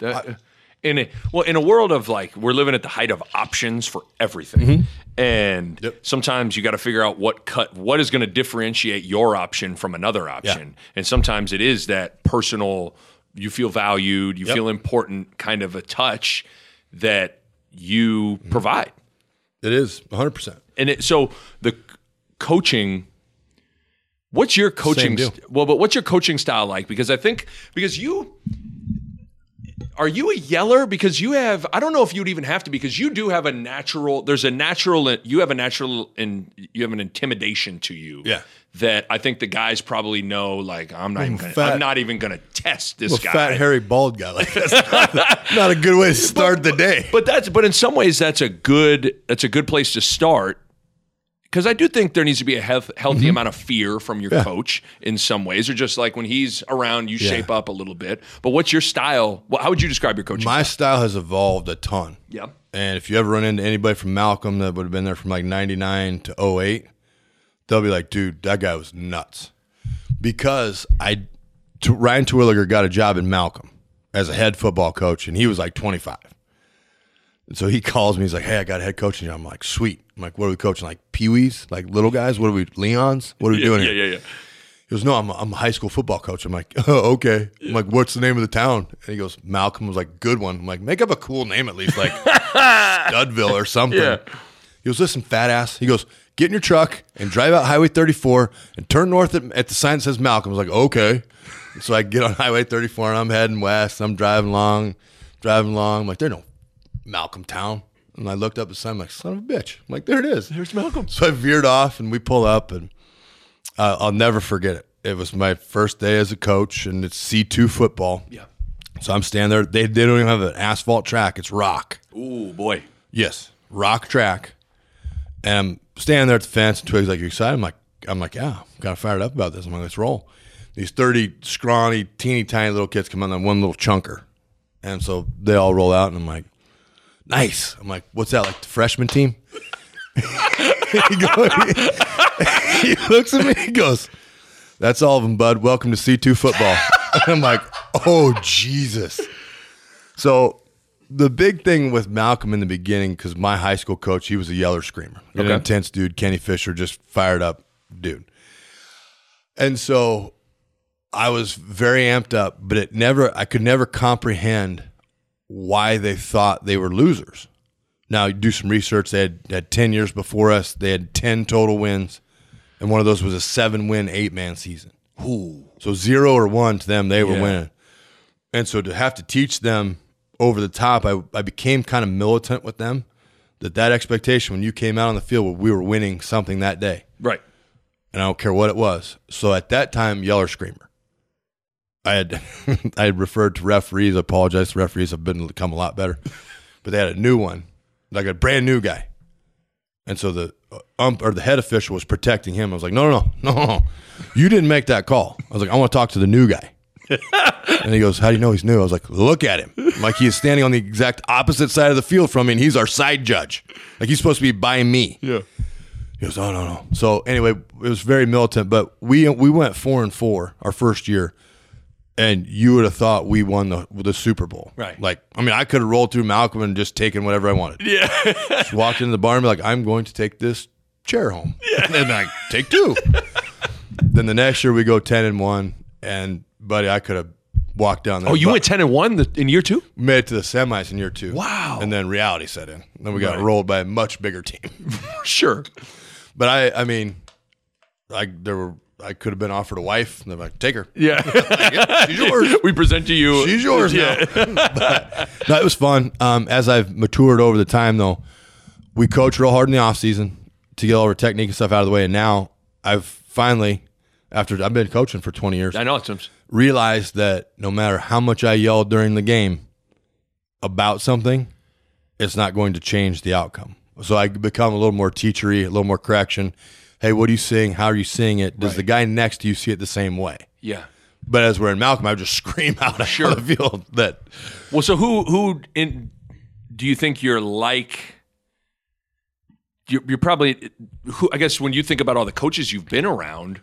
[SPEAKER 1] That- uh, in a, well, in a world of like we're living at the height of options for everything, and
[SPEAKER 2] Yep.
[SPEAKER 1] sometimes you got to figure out what cut what is going to differentiate your option from another option, and sometimes it is that personal. You feel valued, you feel important, kind of a touch that you provide,
[SPEAKER 2] it is 100. percent
[SPEAKER 1] and it, so the c- coaching. What's your coaching?
[SPEAKER 2] Same deal.
[SPEAKER 1] st- well, but what's your coaching style like? Because I think because you are you a yeller because you have i don't know if you'd even have to because you do have a natural there's a natural you have a natural and you have an intimidation to you
[SPEAKER 2] Yeah.
[SPEAKER 1] that i think the guys probably know like i'm not even gonna,
[SPEAKER 2] fat-
[SPEAKER 1] i'm not even gonna test this
[SPEAKER 2] A
[SPEAKER 1] guy
[SPEAKER 2] fat, hairy, bald guy like that's not, not a good
[SPEAKER 1] [laughs]
[SPEAKER 2] way to start the day.
[SPEAKER 1] but that's but in some ways that's a good that's a good place to start because I do think there needs to be a health, healthy
[SPEAKER 2] Mm-hmm.
[SPEAKER 1] amount of fear from your coach in some ways, or just like when he's around, you shape up a little bit. But what's your style? Well, how would you describe your coaching?
[SPEAKER 2] My style has evolved a ton.
[SPEAKER 1] yeah,
[SPEAKER 2] And if you ever run into anybody from Malcolm that would have been there from like 99 to 08, they'll be like, dude, that guy was nuts. Because I, to, Ryan Terwilliger got a job in Malcolm as a head football coach, and he was like 25. And so he calls me, he's like, hey, I got a head coaching job. I'm like, sweet. I'm like, what are we coaching? Like peewees? Like little guys? What are we, Leons? What are we
[SPEAKER 1] yeah,
[SPEAKER 2] doing
[SPEAKER 1] yeah,
[SPEAKER 2] here?
[SPEAKER 1] yeah, yeah.
[SPEAKER 2] He goes, no, I'm a, I'm a high school football coach. I'm like, [laughs] oh, okay. I'm like, what's the name of the town? And he goes, Malcolm was like, good one. I'm like, make up a cool name at least, like Studville or something.
[SPEAKER 1] Yeah.
[SPEAKER 2] He goes, listen, fat ass. He goes, get in your truck and drive out Highway 34 and turn north at, at the sign that says Malcolm. I was like, okay. And so I get on Highway 34 and I'm heading west. I'm driving along, driving along. I'm like, there's no Malcolm Town. And I looked up at the sign. I'm like, son of a bitch. I'm like, there it is.
[SPEAKER 1] There's Malcolm.
[SPEAKER 2] So I veered off and we pull up and uh, I'll never forget it. It was my first day as a coach and it's C2 football.
[SPEAKER 1] Yeah.
[SPEAKER 2] So I'm standing there. They, they don't even have an asphalt track. It's rock.
[SPEAKER 1] Ooh boy.
[SPEAKER 2] Yes. Rock track. And I'm standing there at the fence and Twig's like, You excited? I'm like, I'm like, yeah, I'm kind of fired up about this. I'm like, let's roll. These 30 scrawny, teeny tiny little kids come on that one little chunker. And so they all roll out and I'm like, nice. I'm like, what's that? Like the freshman team? [laughs] he, goes, he looks at me, he goes, That's all of them, bud. Welcome to C2 football. [laughs] and I'm like, Oh, Jesus. So the big thing with Malcolm in the beginning, because my high school coach, he was a yeller screamer, an
[SPEAKER 1] Okay.
[SPEAKER 2] intense dude. Kenny Fisher, just fired up dude. And so I was very amped up, but it never, I could never comprehend why they thought they were losers. Now, you do some research. They had, had 10 years before us, they had 10 total wins, and one of those was a seven win, eight man season. So zero or one to them, they were
[SPEAKER 1] Yeah.
[SPEAKER 2] winning. And so to have to teach them over the top, I, I became kind of militant with them that that expectation when you came out on the field, we were winning something that day
[SPEAKER 1] Right.
[SPEAKER 2] and I don't care what it was. So at that time, Yeller Screamer. I had [laughs] I had referred to referees. I apologize to referees. I've been become a lot better, but they had a new one, like a brand new guy, and so the uh, ump or the head official was protecting him. I was like, no, no, no, no, no, you didn't make that call. I was like, I want to talk to the new guy. and he goes, How do you know he's new? I was like, Look at him. I'm like he is standing on the exact opposite side of the field from me, and he's our side judge. Like he's supposed to be by me.
[SPEAKER 1] Yeah.
[SPEAKER 2] He goes, no, no, no. So anyway, it was very militant, but we we went four and four our first year, and you would have thought we won the the Super Bowl,
[SPEAKER 1] Right.
[SPEAKER 2] Like, I mean, I could have rolled through Malcolm and just taken whatever I wanted.
[SPEAKER 1] Yeah.
[SPEAKER 2] Just walked into the barn, and be like, I'm going to take this chair home, yeah. [laughs] and then like take two. then the next year we go ten and one, and buddy, I could have walked down
[SPEAKER 1] [laughs]
[SPEAKER 2] there.
[SPEAKER 1] Oh, you
[SPEAKER 2] but-
[SPEAKER 1] went ten and one the, in year two.
[SPEAKER 2] made it to the semis in year two.
[SPEAKER 1] Wow.
[SPEAKER 2] And then reality set in. Then we got rolled by a much bigger team.
[SPEAKER 1] Sure.
[SPEAKER 2] But I, I mean, I there were I could have been offered a wife, and they're like, take her.
[SPEAKER 1] [laughs] Yeah.
[SPEAKER 2] She's yours.
[SPEAKER 1] we present to you.
[SPEAKER 2] She's yours
[SPEAKER 1] Yeah.
[SPEAKER 2] now.
[SPEAKER 1] [laughs]
[SPEAKER 2] but, no, it was fun. Um, as I've matured over the time, though, we coach real hard in the off season to get all our technique and stuff out of the way, and now I've finally after I've been coaching for 20 years,
[SPEAKER 1] I know it's. it's-
[SPEAKER 2] realized that no matter how much I yell during the game about something, it's not going to change the outcome. So I become a little more teachery, a little more correction. Hey, what are you seeing? How are you seeing it? Does the guy next to you see it the same way?
[SPEAKER 1] Yeah.
[SPEAKER 2] But as we're in Malcolm, I would just [laughs] scream out on
[SPEAKER 1] Sure.
[SPEAKER 2] the field that
[SPEAKER 1] Well, so who who in do you think you're like? You're, you're probably who I guess when you think about all the coaches you've been around,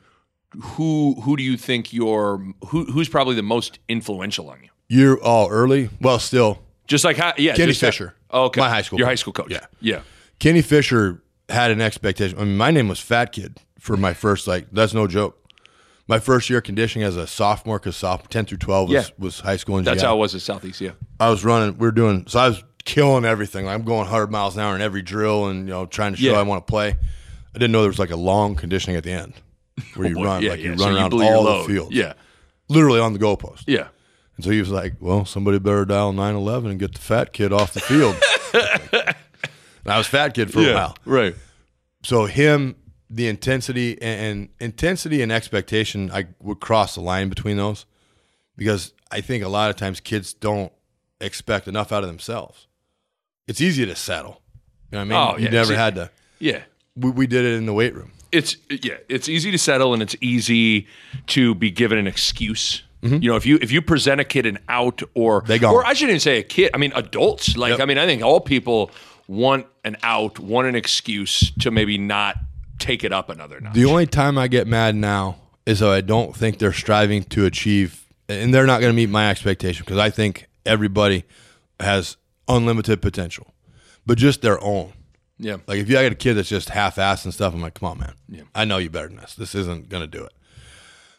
[SPEAKER 1] who who do you think you're who who's probably the most influential on you?
[SPEAKER 2] you're all early. Well, still,
[SPEAKER 1] Just like how, yeah,
[SPEAKER 2] Kenny
[SPEAKER 1] just how-
[SPEAKER 2] Fisher.
[SPEAKER 1] oh, okay,
[SPEAKER 2] My high school
[SPEAKER 1] your high
[SPEAKER 2] coach.
[SPEAKER 1] school coach.
[SPEAKER 2] Yeah.
[SPEAKER 1] yeah,
[SPEAKER 2] Kenny Fisher had an expectation. I mean, my name was Fat Kid for my first, like, that's no joke. My first year conditioning as a sophomore, because soph 10 through 12 was,
[SPEAKER 1] Yeah.
[SPEAKER 2] was high school in
[SPEAKER 1] that's
[SPEAKER 2] GI.
[SPEAKER 1] how it was at Southeast. Yeah,
[SPEAKER 2] I was running. We were doing. So I was killing everything. Like, I'm going 100 miles an hour in every drill, and you know, trying to show
[SPEAKER 1] Yeah.
[SPEAKER 2] I want to play. I didn't know there was like a long conditioning at the end
[SPEAKER 1] [laughs]
[SPEAKER 2] where you run,
[SPEAKER 1] Oh, yeah,
[SPEAKER 2] like
[SPEAKER 1] yeah.
[SPEAKER 2] you
[SPEAKER 1] So
[SPEAKER 2] run around
[SPEAKER 1] blew your
[SPEAKER 2] all the
[SPEAKER 1] load.
[SPEAKER 2] field,
[SPEAKER 1] Yeah,
[SPEAKER 2] literally on the goalpost.
[SPEAKER 1] yeah.
[SPEAKER 2] And so he was like, "Well, somebody better dial 911 and get the fat kid off
[SPEAKER 1] [laughs]
[SPEAKER 2] the field." and I was fat kid for a while.
[SPEAKER 1] right.
[SPEAKER 2] So him, the intensity and, and intensity and expectation, I would cross the line between those because I think a lot of times kids don't expect enough out of themselves. It's easy to settle. You know what I mean?
[SPEAKER 1] Oh,
[SPEAKER 2] you
[SPEAKER 1] yeah,
[SPEAKER 2] never
[SPEAKER 1] see-
[SPEAKER 2] had to.
[SPEAKER 1] Yeah,
[SPEAKER 2] We, we did it in the weight room.
[SPEAKER 1] it's yeah, it's easy to settle and it's easy to be given an excuse. You know, if you if you present a kid an out or
[SPEAKER 2] Mm-hmm. They gone.
[SPEAKER 1] or I shouldn't even say a kid. I mean adults. Like
[SPEAKER 2] Yep.
[SPEAKER 1] I mean, I think all people want an out, want an excuse to maybe not take it up another notch.
[SPEAKER 2] The only time I get mad now is that I don't think they're striving to achieve, and they're not going to meet my expectation because I think everybody has unlimited potential, but just their own.
[SPEAKER 1] yeah,
[SPEAKER 2] Like if you got a kid that's just half-assed and stuff, I'm like, come on, man. I know you better than this. This isn't gonna do it.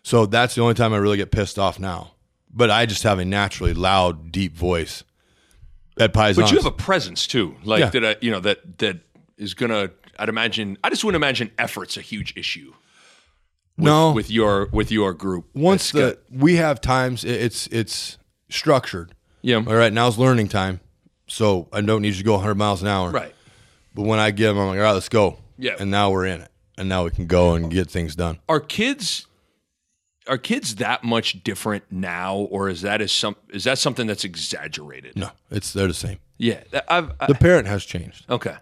[SPEAKER 2] So that's the only time I really get pissed off now. But I just have a naturally loud, deep voice that pies
[SPEAKER 1] but
[SPEAKER 2] on.
[SPEAKER 1] you have a presence too, like
[SPEAKER 2] Yeah.
[SPEAKER 1] that. I, you know that that is gonna. I'd imagine. I just wouldn't imagine effort's a huge issue
[SPEAKER 2] no
[SPEAKER 1] with your with your group.
[SPEAKER 2] Oh. once
[SPEAKER 1] It's
[SPEAKER 2] the
[SPEAKER 1] got-
[SPEAKER 2] we have times i- it's it's structured.
[SPEAKER 1] yeah
[SPEAKER 2] All right, now's learning time, so I don't need you to go 100 miles an hour.
[SPEAKER 1] right.
[SPEAKER 2] But when I give them, I'm like, all right, let's go.
[SPEAKER 1] Yeah.
[SPEAKER 2] And now we're in it, and now we can go and get things done.
[SPEAKER 1] are kids are kids that much different now or is that is some is that something that's exaggerated
[SPEAKER 2] No, it's they're the same.
[SPEAKER 1] yeah that- i've I,
[SPEAKER 2] The parent has changed.
[SPEAKER 1] okay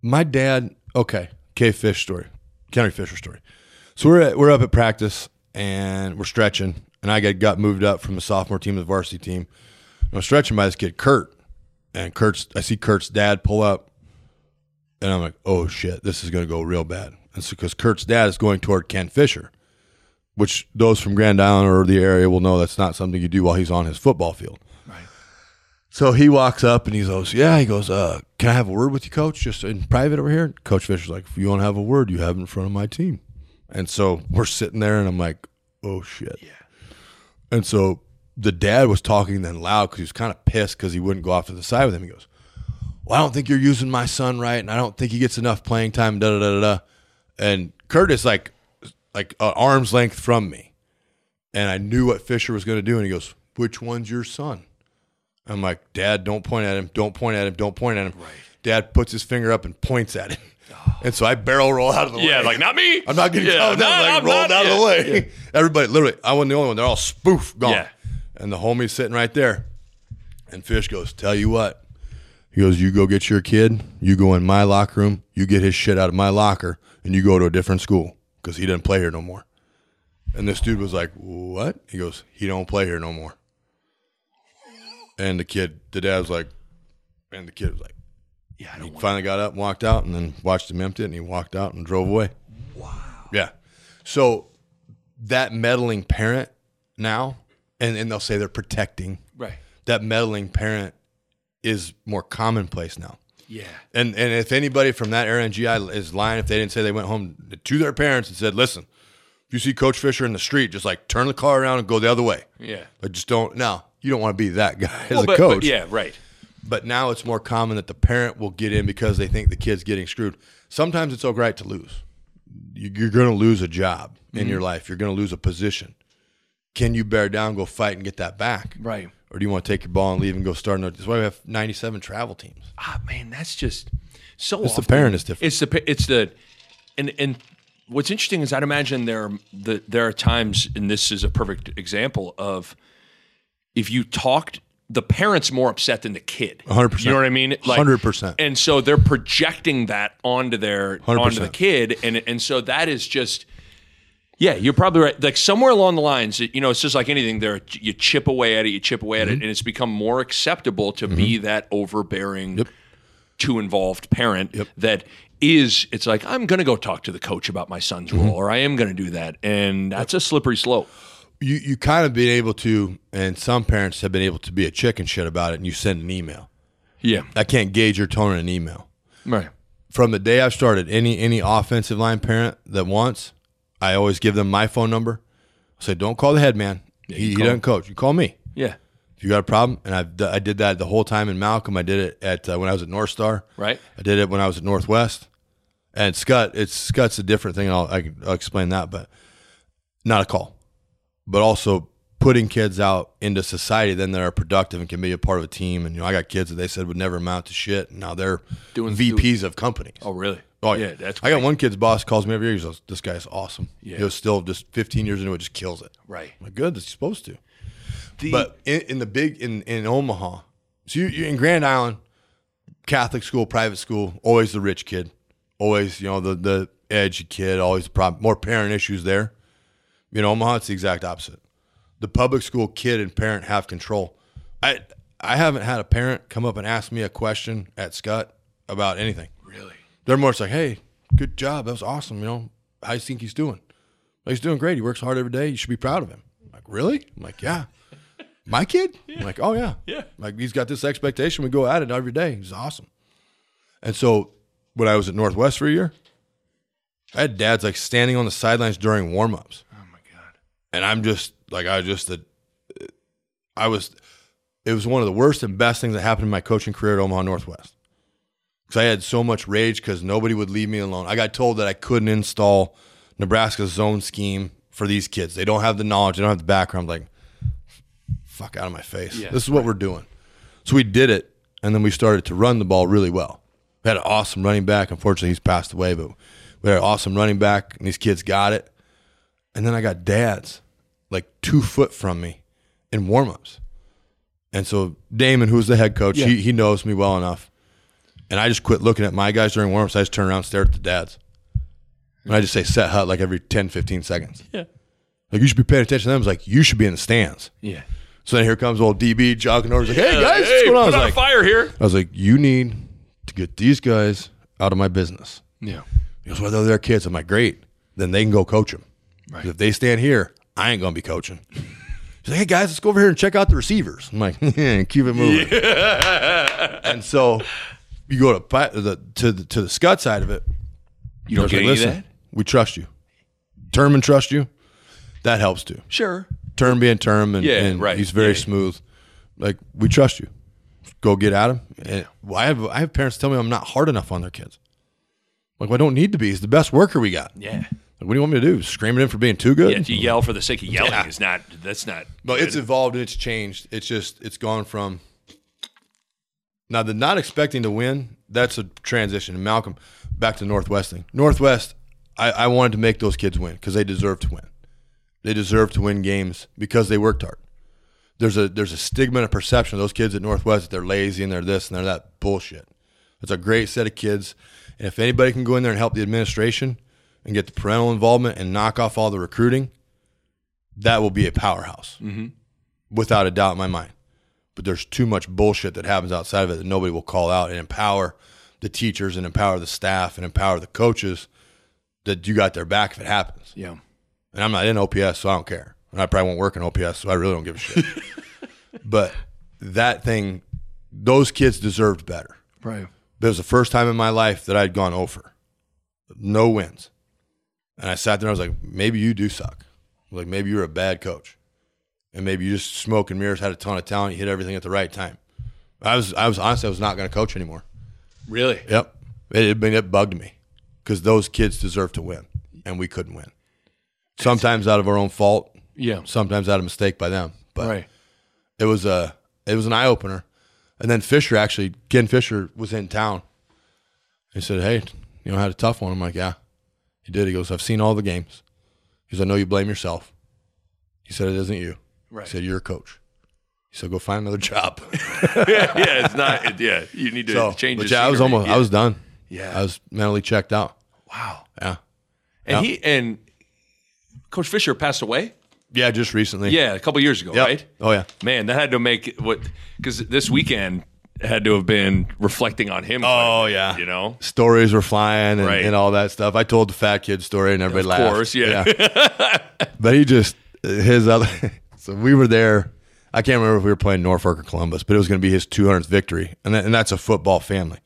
[SPEAKER 2] my dad okay k fish story county fisher story so we're at, we're up at practice and we're stretching and i got, got moved up from the sophomore team to the varsity team and i'm stretching by this kid kurt and kurt's i see kurt's dad pull up and i'm like oh shit this is going to go real bad it's because kurt's dad is going toward ken fisher which those from grand island or the area will know that's not something you do while he's on his football field so he walks up and he goes, "Yeah." He goes, "Uh, can I have a word with you, Coach? Just in private over here." Coach Fisher's like, "If you want to have a word, you have it in front of my team." And so we're sitting there, and I'm like, "Oh shit!" Yeah. And so the dad was talking then loud because he was kind of pissed because he wouldn't go off to the side with him. He goes, "Well, I don't think you're using my son right, and I don't think he gets enough playing time." Da da da da. da." And Curtis like like uh, arm's length from me, and I knew what Fisher was going to do, and he goes, "Which one's your son?" I'm like, Dad, don't point at him. Don't point at him. Don't point at him. Right. Oh. Dad puts his finger up and points at him. And so I barrel roll out of the way.
[SPEAKER 1] yeah like not me
[SPEAKER 2] I'm not getting
[SPEAKER 1] yeah,
[SPEAKER 2] called out. Like,
[SPEAKER 1] I'm
[SPEAKER 2] rolled
[SPEAKER 1] not-
[SPEAKER 2] out of
[SPEAKER 1] yeah.
[SPEAKER 2] the way. Everybody, literally, I wasn't the only one. They're all spoof gone.
[SPEAKER 1] Yeah.
[SPEAKER 2] And the homie's sitting right there. And Fish goes, Tell you what. He goes, You go get your kid. You go in my locker room. You get his shit out of my locker. And you go to a different school because he doesn't play here no more. And this dude was like, What? He goes, He don't play here no more. And the kid, the dad was like, And the kid was like,
[SPEAKER 1] yeah I
[SPEAKER 2] he
[SPEAKER 1] don't want
[SPEAKER 2] finally got up and walked out and then watched him empty it and he walked out and drove away. Wow. Yeah. So that meddling parent now, and, and they'll say they're protecting,
[SPEAKER 1] right
[SPEAKER 2] that meddling parent is more commonplace now.
[SPEAKER 1] yeah
[SPEAKER 2] And and if anybody from that era in GI is lying, if they didn't say they went home to their parents and said, listen, if you see Coach Fisher in the street, just like turn the car around and go the other way.
[SPEAKER 1] yeah
[SPEAKER 2] But just don't, no, you don't want to be that guy as
[SPEAKER 1] Well,
[SPEAKER 2] a
[SPEAKER 1] but,
[SPEAKER 2] coach.
[SPEAKER 1] but yeah right
[SPEAKER 2] But now it's more common that the parent will get in because they think the kid's getting screwed. Sometimes it's all right to lose. You- You're going to lose a job in your life. You're going to lose a position. Can you bear down, go fight, and get that back?
[SPEAKER 1] right
[SPEAKER 2] Or do you want to take your ball and leave and go start another? That's why we have 97 travel teams.
[SPEAKER 1] ah man that's just so
[SPEAKER 2] It's the
[SPEAKER 1] often-
[SPEAKER 2] parent is different.
[SPEAKER 1] It's the pa- it's the and and what's interesting is I'd imagine there are, that there are times, and this is a perfect example of if you talked, the parent's more upset than the kid.
[SPEAKER 2] 100%.
[SPEAKER 1] You know what I mean?
[SPEAKER 2] 100%.
[SPEAKER 1] And so they're projecting that onto their onto
[SPEAKER 2] 100%.
[SPEAKER 1] the kid, and and so that is just. Yeah, you're probably right. Like somewhere along the lines, you know, it's just like anything. There, you chip away at it, you chip away
[SPEAKER 2] Mm-hmm.
[SPEAKER 1] at it, and it's become more acceptable to be that overbearing, too involved parent that is. It's like I'm going to go talk to the coach about my son's
[SPEAKER 2] Mm-hmm.
[SPEAKER 1] role, or I am going to do that, and that's a slippery slope.
[SPEAKER 2] you you kind of been able to, and some parents have been able to be a chicken shit about it, and you send an email.
[SPEAKER 1] Yeah,
[SPEAKER 2] I can't gauge your tone in an email.
[SPEAKER 1] right.
[SPEAKER 2] From the day I've started, any any offensive line parent that wants, I always give them my phone number. I say, don't call the head man. he, he doesn't coach. You call me
[SPEAKER 1] Yeah,
[SPEAKER 2] if you got a problem. And I've d- I did that the whole time in Malcolm. I did it at uh, when I was at North Star.
[SPEAKER 1] right.
[SPEAKER 2] I did it when I was at Northwest. And Scott, it's Scott's a different thing. I'll, I can, I'll explain that, but not a call, but also putting kids out into society, then that are productive and can be a part of a team. And you know, I got kids that they said would never amount to shit, and now they're
[SPEAKER 1] Doing-
[SPEAKER 2] doing VPs of companies.
[SPEAKER 1] Oh, really?
[SPEAKER 2] Oh,
[SPEAKER 1] yeah. That's
[SPEAKER 2] I got one kid's boss calls me every year. He goes, "This guy's awesome.
[SPEAKER 1] Yeah.
[SPEAKER 2] He was still just 15 years into it, just kills it."
[SPEAKER 1] right.
[SPEAKER 2] I'm like, good. That's supposed to.
[SPEAKER 1] The-
[SPEAKER 2] But in, in the big in in Omaha, so you, you're in Grand Island, Catholic school, private school, always the rich kid, always you know the the edgy kid, always the problem, more parent issues there. In Omaha, it's the exact opposite. The public school kid and parent have control. I I haven't had a parent come up and ask me a question at Scott about anything.
[SPEAKER 1] really.
[SPEAKER 2] They're more just like, hey, good job, that was awesome. You know, how do you think he's doing? Like, he's doing great. He works hard every day. You should be proud of him. I'm like, really? I'm like,
[SPEAKER 1] [laughs]
[SPEAKER 2] yeah. My kid? I'm like, oh yeah.
[SPEAKER 1] Yeah.
[SPEAKER 2] Like he's got this expectation. We go at it every day. He's awesome. And so when I was at Northwest for a year, I had dads like standing on the sidelines during warm-ups.
[SPEAKER 1] Oh my god.
[SPEAKER 2] And I'm just like I was just the I was it was one of the worst and best things that happened in my coaching career at Omaha Northwest. Cuz I had so much rage cuz nobody would leave me alone. I got told that I couldn't install Nebraska's zone scheme for these kids. They don't have the knowledge, they don't have the background like fuck out of my face.
[SPEAKER 1] Yeah,
[SPEAKER 2] this is what we're doing. So we did it and then we started to run the ball really well. We had an awesome running back. Unfortunately, he's passed away, but we had an awesome running back and these kids got it. And then I got dads like two foot from me in warm ups. And so Damon, who's the head coach, he, he knows me well enough. And I just quit looking at my guys during warm ups. I just turn around and stare at the dads. And I just say set hut like every 10, 15 seconds.
[SPEAKER 1] Yeah.
[SPEAKER 2] Like you should be paying attention to them. It's like you should be in the stands.
[SPEAKER 1] Yeah.
[SPEAKER 2] So then here comes old DB jogging over. He's like, hey guys,
[SPEAKER 1] Uh, hey,
[SPEAKER 2] what's going on? I
[SPEAKER 1] put
[SPEAKER 2] was
[SPEAKER 1] out a
[SPEAKER 2] like,
[SPEAKER 1] fire here.
[SPEAKER 2] I was like, you need to get these guys out of my business.
[SPEAKER 1] Yeah.
[SPEAKER 2] He goes, well, they're their kids. I'm like, great. Then they can go coach them.
[SPEAKER 1] Right.
[SPEAKER 2] If they stand here, I ain't going to be coaching. He's like, hey, guys, let's go over here and check out the receivers. I'm like, [laughs] keep it moving. and so you go to pi- the, to, the, to the Scott side of it.
[SPEAKER 1] You don't
[SPEAKER 2] Like,
[SPEAKER 1] get any of
[SPEAKER 2] listen,
[SPEAKER 1] that.
[SPEAKER 2] we trust you. Term and trust you. That helps too.
[SPEAKER 1] Sure.
[SPEAKER 2] Term being term, and,
[SPEAKER 1] Yeah,
[SPEAKER 2] and
[SPEAKER 1] right.
[SPEAKER 2] he's very
[SPEAKER 1] Yeah.
[SPEAKER 2] smooth. Like, we trust you. Go get at him. And well, I, have, I have parents tell me I'm not hard enough on their kids. Like, well, I don't need to be. He's the best worker we got.
[SPEAKER 1] Yeah.
[SPEAKER 2] Like, what do you want me to do? Scream at him for being too good?
[SPEAKER 1] Yeah, to yell for the sake of yelling is not. That's not.
[SPEAKER 2] No, it's evolved and it's changed. It's just it's gone from now the not expecting to win. That's a transition. And Malcolm back to Northwest thing. Northwest, I, I wanted to make those kids win because they deserve to win. They deserve to win games because they worked hard. There's a there's a stigma and a perception of those kids at Northwest that they're lazy and they're this and they're that bullshit. It's a great set of kids, and if anybody can go in there and help the administration and get the parental involvement and knock off all the recruiting, that will be a powerhouse without a doubt in my mind. But there's too much bullshit that happens outside of it that nobody will call out and empower the teachers and empower the staff and empower the coaches that you got their back if it happens.
[SPEAKER 1] yeah.
[SPEAKER 2] And I'm not in OPS, so I don't care. And I probably won't work in OPS, so I really don't give
[SPEAKER 1] [laughs]
[SPEAKER 2] a shit. but that thing, those kids deserved better.
[SPEAKER 1] Right.
[SPEAKER 2] It was the first time in my life that I'd gone over. No wins. And I sat there and I was like, maybe you do suck. Like, maybe you're a bad coach. And maybe you just smoke and mirrors, had a ton of talent, you hit everything at the right time. I was, I was honestly, I was not going to coach anymore.
[SPEAKER 1] Really.
[SPEAKER 2] Yep. It, it, it bugged me because those kids deserve to win and we couldn't win. Sometimes out of our own fault,
[SPEAKER 1] Yeah.
[SPEAKER 2] sometimes out of mistake by them. But
[SPEAKER 1] Right.
[SPEAKER 2] it was a it was an eye opener. And then Fisher actually, Ken Fisher was in town. He said, "Hey, you know, I had a tough one." I'm like, "Yeah." He did. He goes, I've seen all the games. He said, I know you blame yourself. He said, it isn't you.
[SPEAKER 1] Right.
[SPEAKER 2] He said, you're a coach. He said, go find
[SPEAKER 1] [laughs]
[SPEAKER 2] another [laughs] job.
[SPEAKER 1] [laughs] yeah, it's not. It, yeah, you need to
[SPEAKER 2] so,
[SPEAKER 1] change.
[SPEAKER 2] but
[SPEAKER 1] the
[SPEAKER 2] yeah, I was
[SPEAKER 1] scenery.
[SPEAKER 2] almost,
[SPEAKER 1] Yeah.
[SPEAKER 2] I was done.
[SPEAKER 1] Yeah.
[SPEAKER 2] I was mentally checked out.
[SPEAKER 1] wow.
[SPEAKER 2] Yeah.
[SPEAKER 1] And
[SPEAKER 2] Yeah.
[SPEAKER 1] he and Coach Fisher passed away.
[SPEAKER 2] Yeah, just recently.
[SPEAKER 1] Yeah, a couple years ago,
[SPEAKER 2] Yep.
[SPEAKER 1] right?
[SPEAKER 2] Oh, yeah.
[SPEAKER 1] Man, that had to make what because this weekend had to have been reflecting on him.
[SPEAKER 2] Oh,
[SPEAKER 1] quite a bit,
[SPEAKER 2] yeah.
[SPEAKER 1] you know,
[SPEAKER 2] Stories were flying and,
[SPEAKER 1] Right.
[SPEAKER 2] and all that stuff. I told the fat kid story and everybody laughed.
[SPEAKER 1] course, yeah.
[SPEAKER 2] Yeah. but he just, his other, [laughs] so we were there. I can't remember if we were playing Norfolk or Columbus, but it was going to be his 200th victory. And, that, and that's a football family.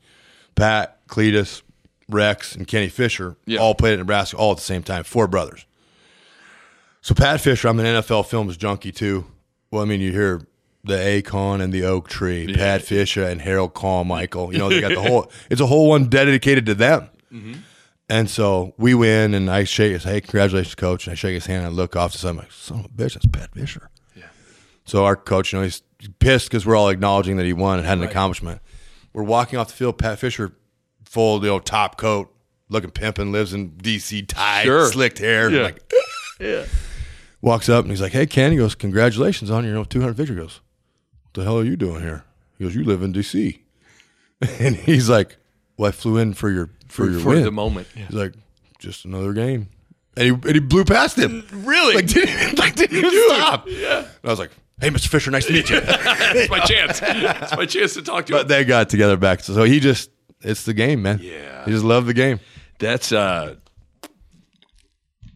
[SPEAKER 2] Pat, Cletus, Rex, and Kenny Fisher
[SPEAKER 1] Yeah.
[SPEAKER 2] all played at Nebraska all at the same time, four brothers. So Pat Fisher, I'm an NFL films junkie too. Well, I mean, you hear the Akon and the Oak Tree, Pat Fisher and Harold Carmichael. You know, they got the whole. It's a whole one dedicated to them. And so we win, and I shake his hey, congratulations, coach. And I shake his hand, and I look off to side, I'm like, son of a bitch, that's Pat Fisher. Yeah. So our coach, you know, he's pissed because we're all acknowledging that he won and had an accomplishment. We're walking off the field, Pat Fisher, full, you know, top coat, looking pimping, lives in D.C., tied,
[SPEAKER 1] Sure.
[SPEAKER 2] slicked hair.
[SPEAKER 1] [laughs] Yeah.
[SPEAKER 2] Like, walks up and he's like, "Hey, Ken." He goes, "Congratulations on your you know, 200 victory." He goes, "What the hell are you doing here?" He goes, "You live in D.C." [laughs] And he's like, "Well, I flew in for your for,
[SPEAKER 1] [laughs]
[SPEAKER 2] your
[SPEAKER 1] for
[SPEAKER 2] win."
[SPEAKER 1] the moment. Yeah.
[SPEAKER 2] He's like, "Just another game," and he and he blew past him.
[SPEAKER 1] Really?
[SPEAKER 2] Like [laughs] didn't even, like didn't even stop. Yeah. And I was like, "Hey, Mr. Fisher, nice to meet you."
[SPEAKER 1] It's my chance. It's my chance to talk to him.
[SPEAKER 2] [laughs] but they got together back. So, so he just it's the game, man.
[SPEAKER 1] Yeah.
[SPEAKER 2] He just loved the game.
[SPEAKER 1] That's uh,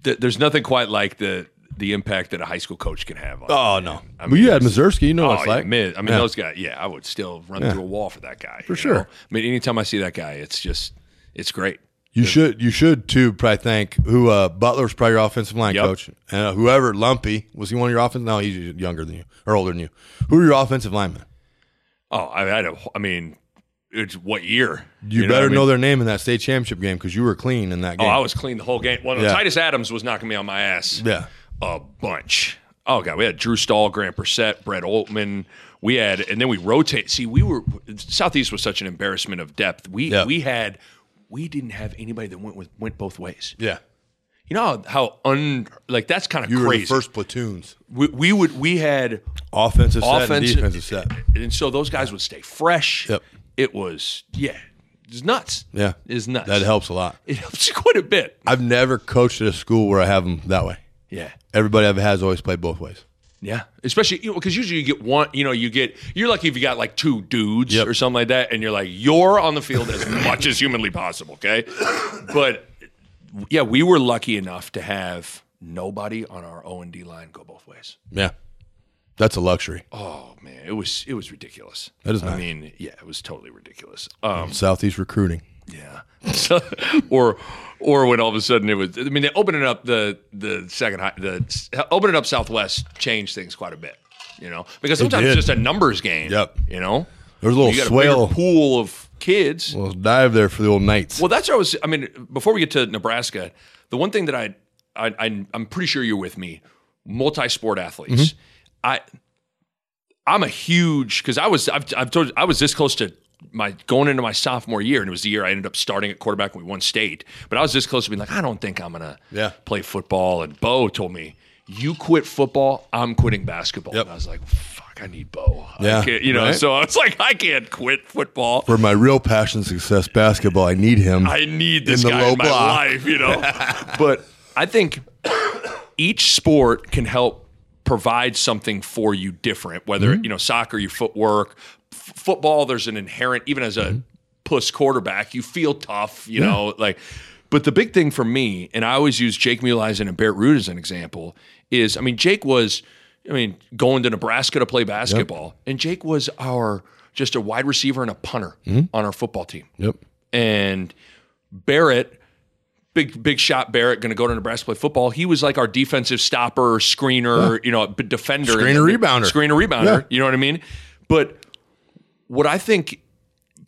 [SPEAKER 1] th- there's nothing quite like the the impact that a high school coach can have. on
[SPEAKER 2] Oh no. I mean, you had Mazursky, you know what it's
[SPEAKER 1] yeah,
[SPEAKER 2] like.
[SPEAKER 1] man. I mean,
[SPEAKER 2] Yeah.
[SPEAKER 1] those guys. Yeah, I would still run through a wall for that guy. For
[SPEAKER 2] sure.
[SPEAKER 1] I mean, anytime I see that guy, it's just it's great.
[SPEAKER 2] You should you should too probably thank who uh, Butler was probably your offensive line
[SPEAKER 1] Yep.
[SPEAKER 2] coach and uh, whoever Lumpy was he one of your offensive? No, he's younger than you or older than you. Who are your offensive linemen?
[SPEAKER 1] Oh, I I, don't- I mean, it's what year?
[SPEAKER 2] You,
[SPEAKER 1] what
[SPEAKER 2] better
[SPEAKER 1] I mean?
[SPEAKER 2] know their name in that state championship game because you were clean in that
[SPEAKER 1] Oh,
[SPEAKER 2] game.
[SPEAKER 1] I was clean the whole game. Well, no,
[SPEAKER 2] Yeah.
[SPEAKER 1] Titus Adams was knocking me on my ass.
[SPEAKER 2] yeah,
[SPEAKER 1] a bunch. Oh god, we had Drew Stahl, Grant Brissett, Brett Altman. We had, and then we rotate. See, we were Southeast was such an embarrassment of depth. We
[SPEAKER 2] Yeah.
[SPEAKER 1] we had, we didn't have anybody that went with went both ways.
[SPEAKER 2] yeah.
[SPEAKER 1] You know how, how un like that's kind of
[SPEAKER 2] You were
[SPEAKER 1] crazy.
[SPEAKER 2] the first platoons,
[SPEAKER 1] we, we would we had
[SPEAKER 2] offensive set, and
[SPEAKER 1] offensive,
[SPEAKER 2] defensive set.
[SPEAKER 1] and so those guys would stay fresh.
[SPEAKER 2] Yep.
[SPEAKER 1] It was yeah, it's nuts.
[SPEAKER 2] Yeah,
[SPEAKER 1] it's nuts.
[SPEAKER 2] That helps a lot.
[SPEAKER 1] It helps quite a bit.
[SPEAKER 2] I've never coached at a school where I have them that way.
[SPEAKER 1] Yeah.
[SPEAKER 2] Everybody I've had has always played both ways.
[SPEAKER 1] Yeah, especially you know because usually you get one. You know, you get you're lucky if you got like two dudes
[SPEAKER 2] Yep.
[SPEAKER 1] or something like that, and you're like you're on the field
[SPEAKER 2] [laughs]
[SPEAKER 1] as much as humanly possible. Okay, but yeah, we were lucky enough to have nobody on our O and D line go both ways.
[SPEAKER 2] Yeah, that's a luxury.
[SPEAKER 1] Oh man, it was it was ridiculous.
[SPEAKER 2] That is
[SPEAKER 1] I
[SPEAKER 2] nice.
[SPEAKER 1] mean, yeah, it was totally ridiculous. Um,
[SPEAKER 2] Southeast recruiting.
[SPEAKER 1] yeah. [laughs] So, or or when all of a sudden it was. I mean, they opened it up the the second high, the opening up Southwest changed things quite a bit. You know, because sometimes it's
[SPEAKER 2] did.
[SPEAKER 1] just a numbers game.
[SPEAKER 2] Yep.
[SPEAKER 1] You know,
[SPEAKER 2] There's a little
[SPEAKER 1] you got a
[SPEAKER 2] swale.
[SPEAKER 1] bigger pool of kids.
[SPEAKER 2] Well, dive there for the old knights.
[SPEAKER 1] Well, that's what I was. I mean, before we get to Nebraska, the one thing that I, I, I I'm pretty sure you're with me. Multi-sport athletes.
[SPEAKER 2] Mm-hmm.
[SPEAKER 1] I, I'm a huge because I was I've, I've told you, I was this close to my going into my sophomore year, and it was the year I ended up starting at quarterback when we won state. But I was this close to being like, I don't think I'm gonna
[SPEAKER 2] Yeah.
[SPEAKER 1] play football. And Bo told me. You quit football, I'm quitting basketball.
[SPEAKER 2] Yep.
[SPEAKER 1] And I was like, fuck, I need Bo. I
[SPEAKER 2] Yeah,
[SPEAKER 1] can't- you know,
[SPEAKER 2] right?
[SPEAKER 1] so I was like, I can't quit football.
[SPEAKER 2] for my real passion, success, basketball, I need him.
[SPEAKER 1] I need this
[SPEAKER 2] In the
[SPEAKER 1] guy
[SPEAKER 2] low
[SPEAKER 1] in my
[SPEAKER 2] block.
[SPEAKER 1] life, you
[SPEAKER 2] [laughs]
[SPEAKER 1] know. but I think each sport can help provide something for you different. Whether
[SPEAKER 2] Mm-hmm.
[SPEAKER 1] you know soccer, your footwork, f- football, there's an inherent even as a
[SPEAKER 2] Mm-hmm.
[SPEAKER 1] puss quarterback, you feel tough, you know, like. But the big thing for me, and I always use Jake Muleisen and Barrett Root as an example, is I mean Jake was, I mean going to Nebraska to play basketball, and Jake was our just a wide receiver and a punter
[SPEAKER 2] Mm-hmm.
[SPEAKER 1] on our football team
[SPEAKER 2] yep.
[SPEAKER 1] and Barrett, big big shot Barrett, going to go to Nebraska to play football. He was like our defensive stopper, screener, you know, b- defender,
[SPEAKER 2] Screener, rebounder.
[SPEAKER 1] screener, rebounder.
[SPEAKER 2] Yeah.
[SPEAKER 1] You know what I mean? But what I think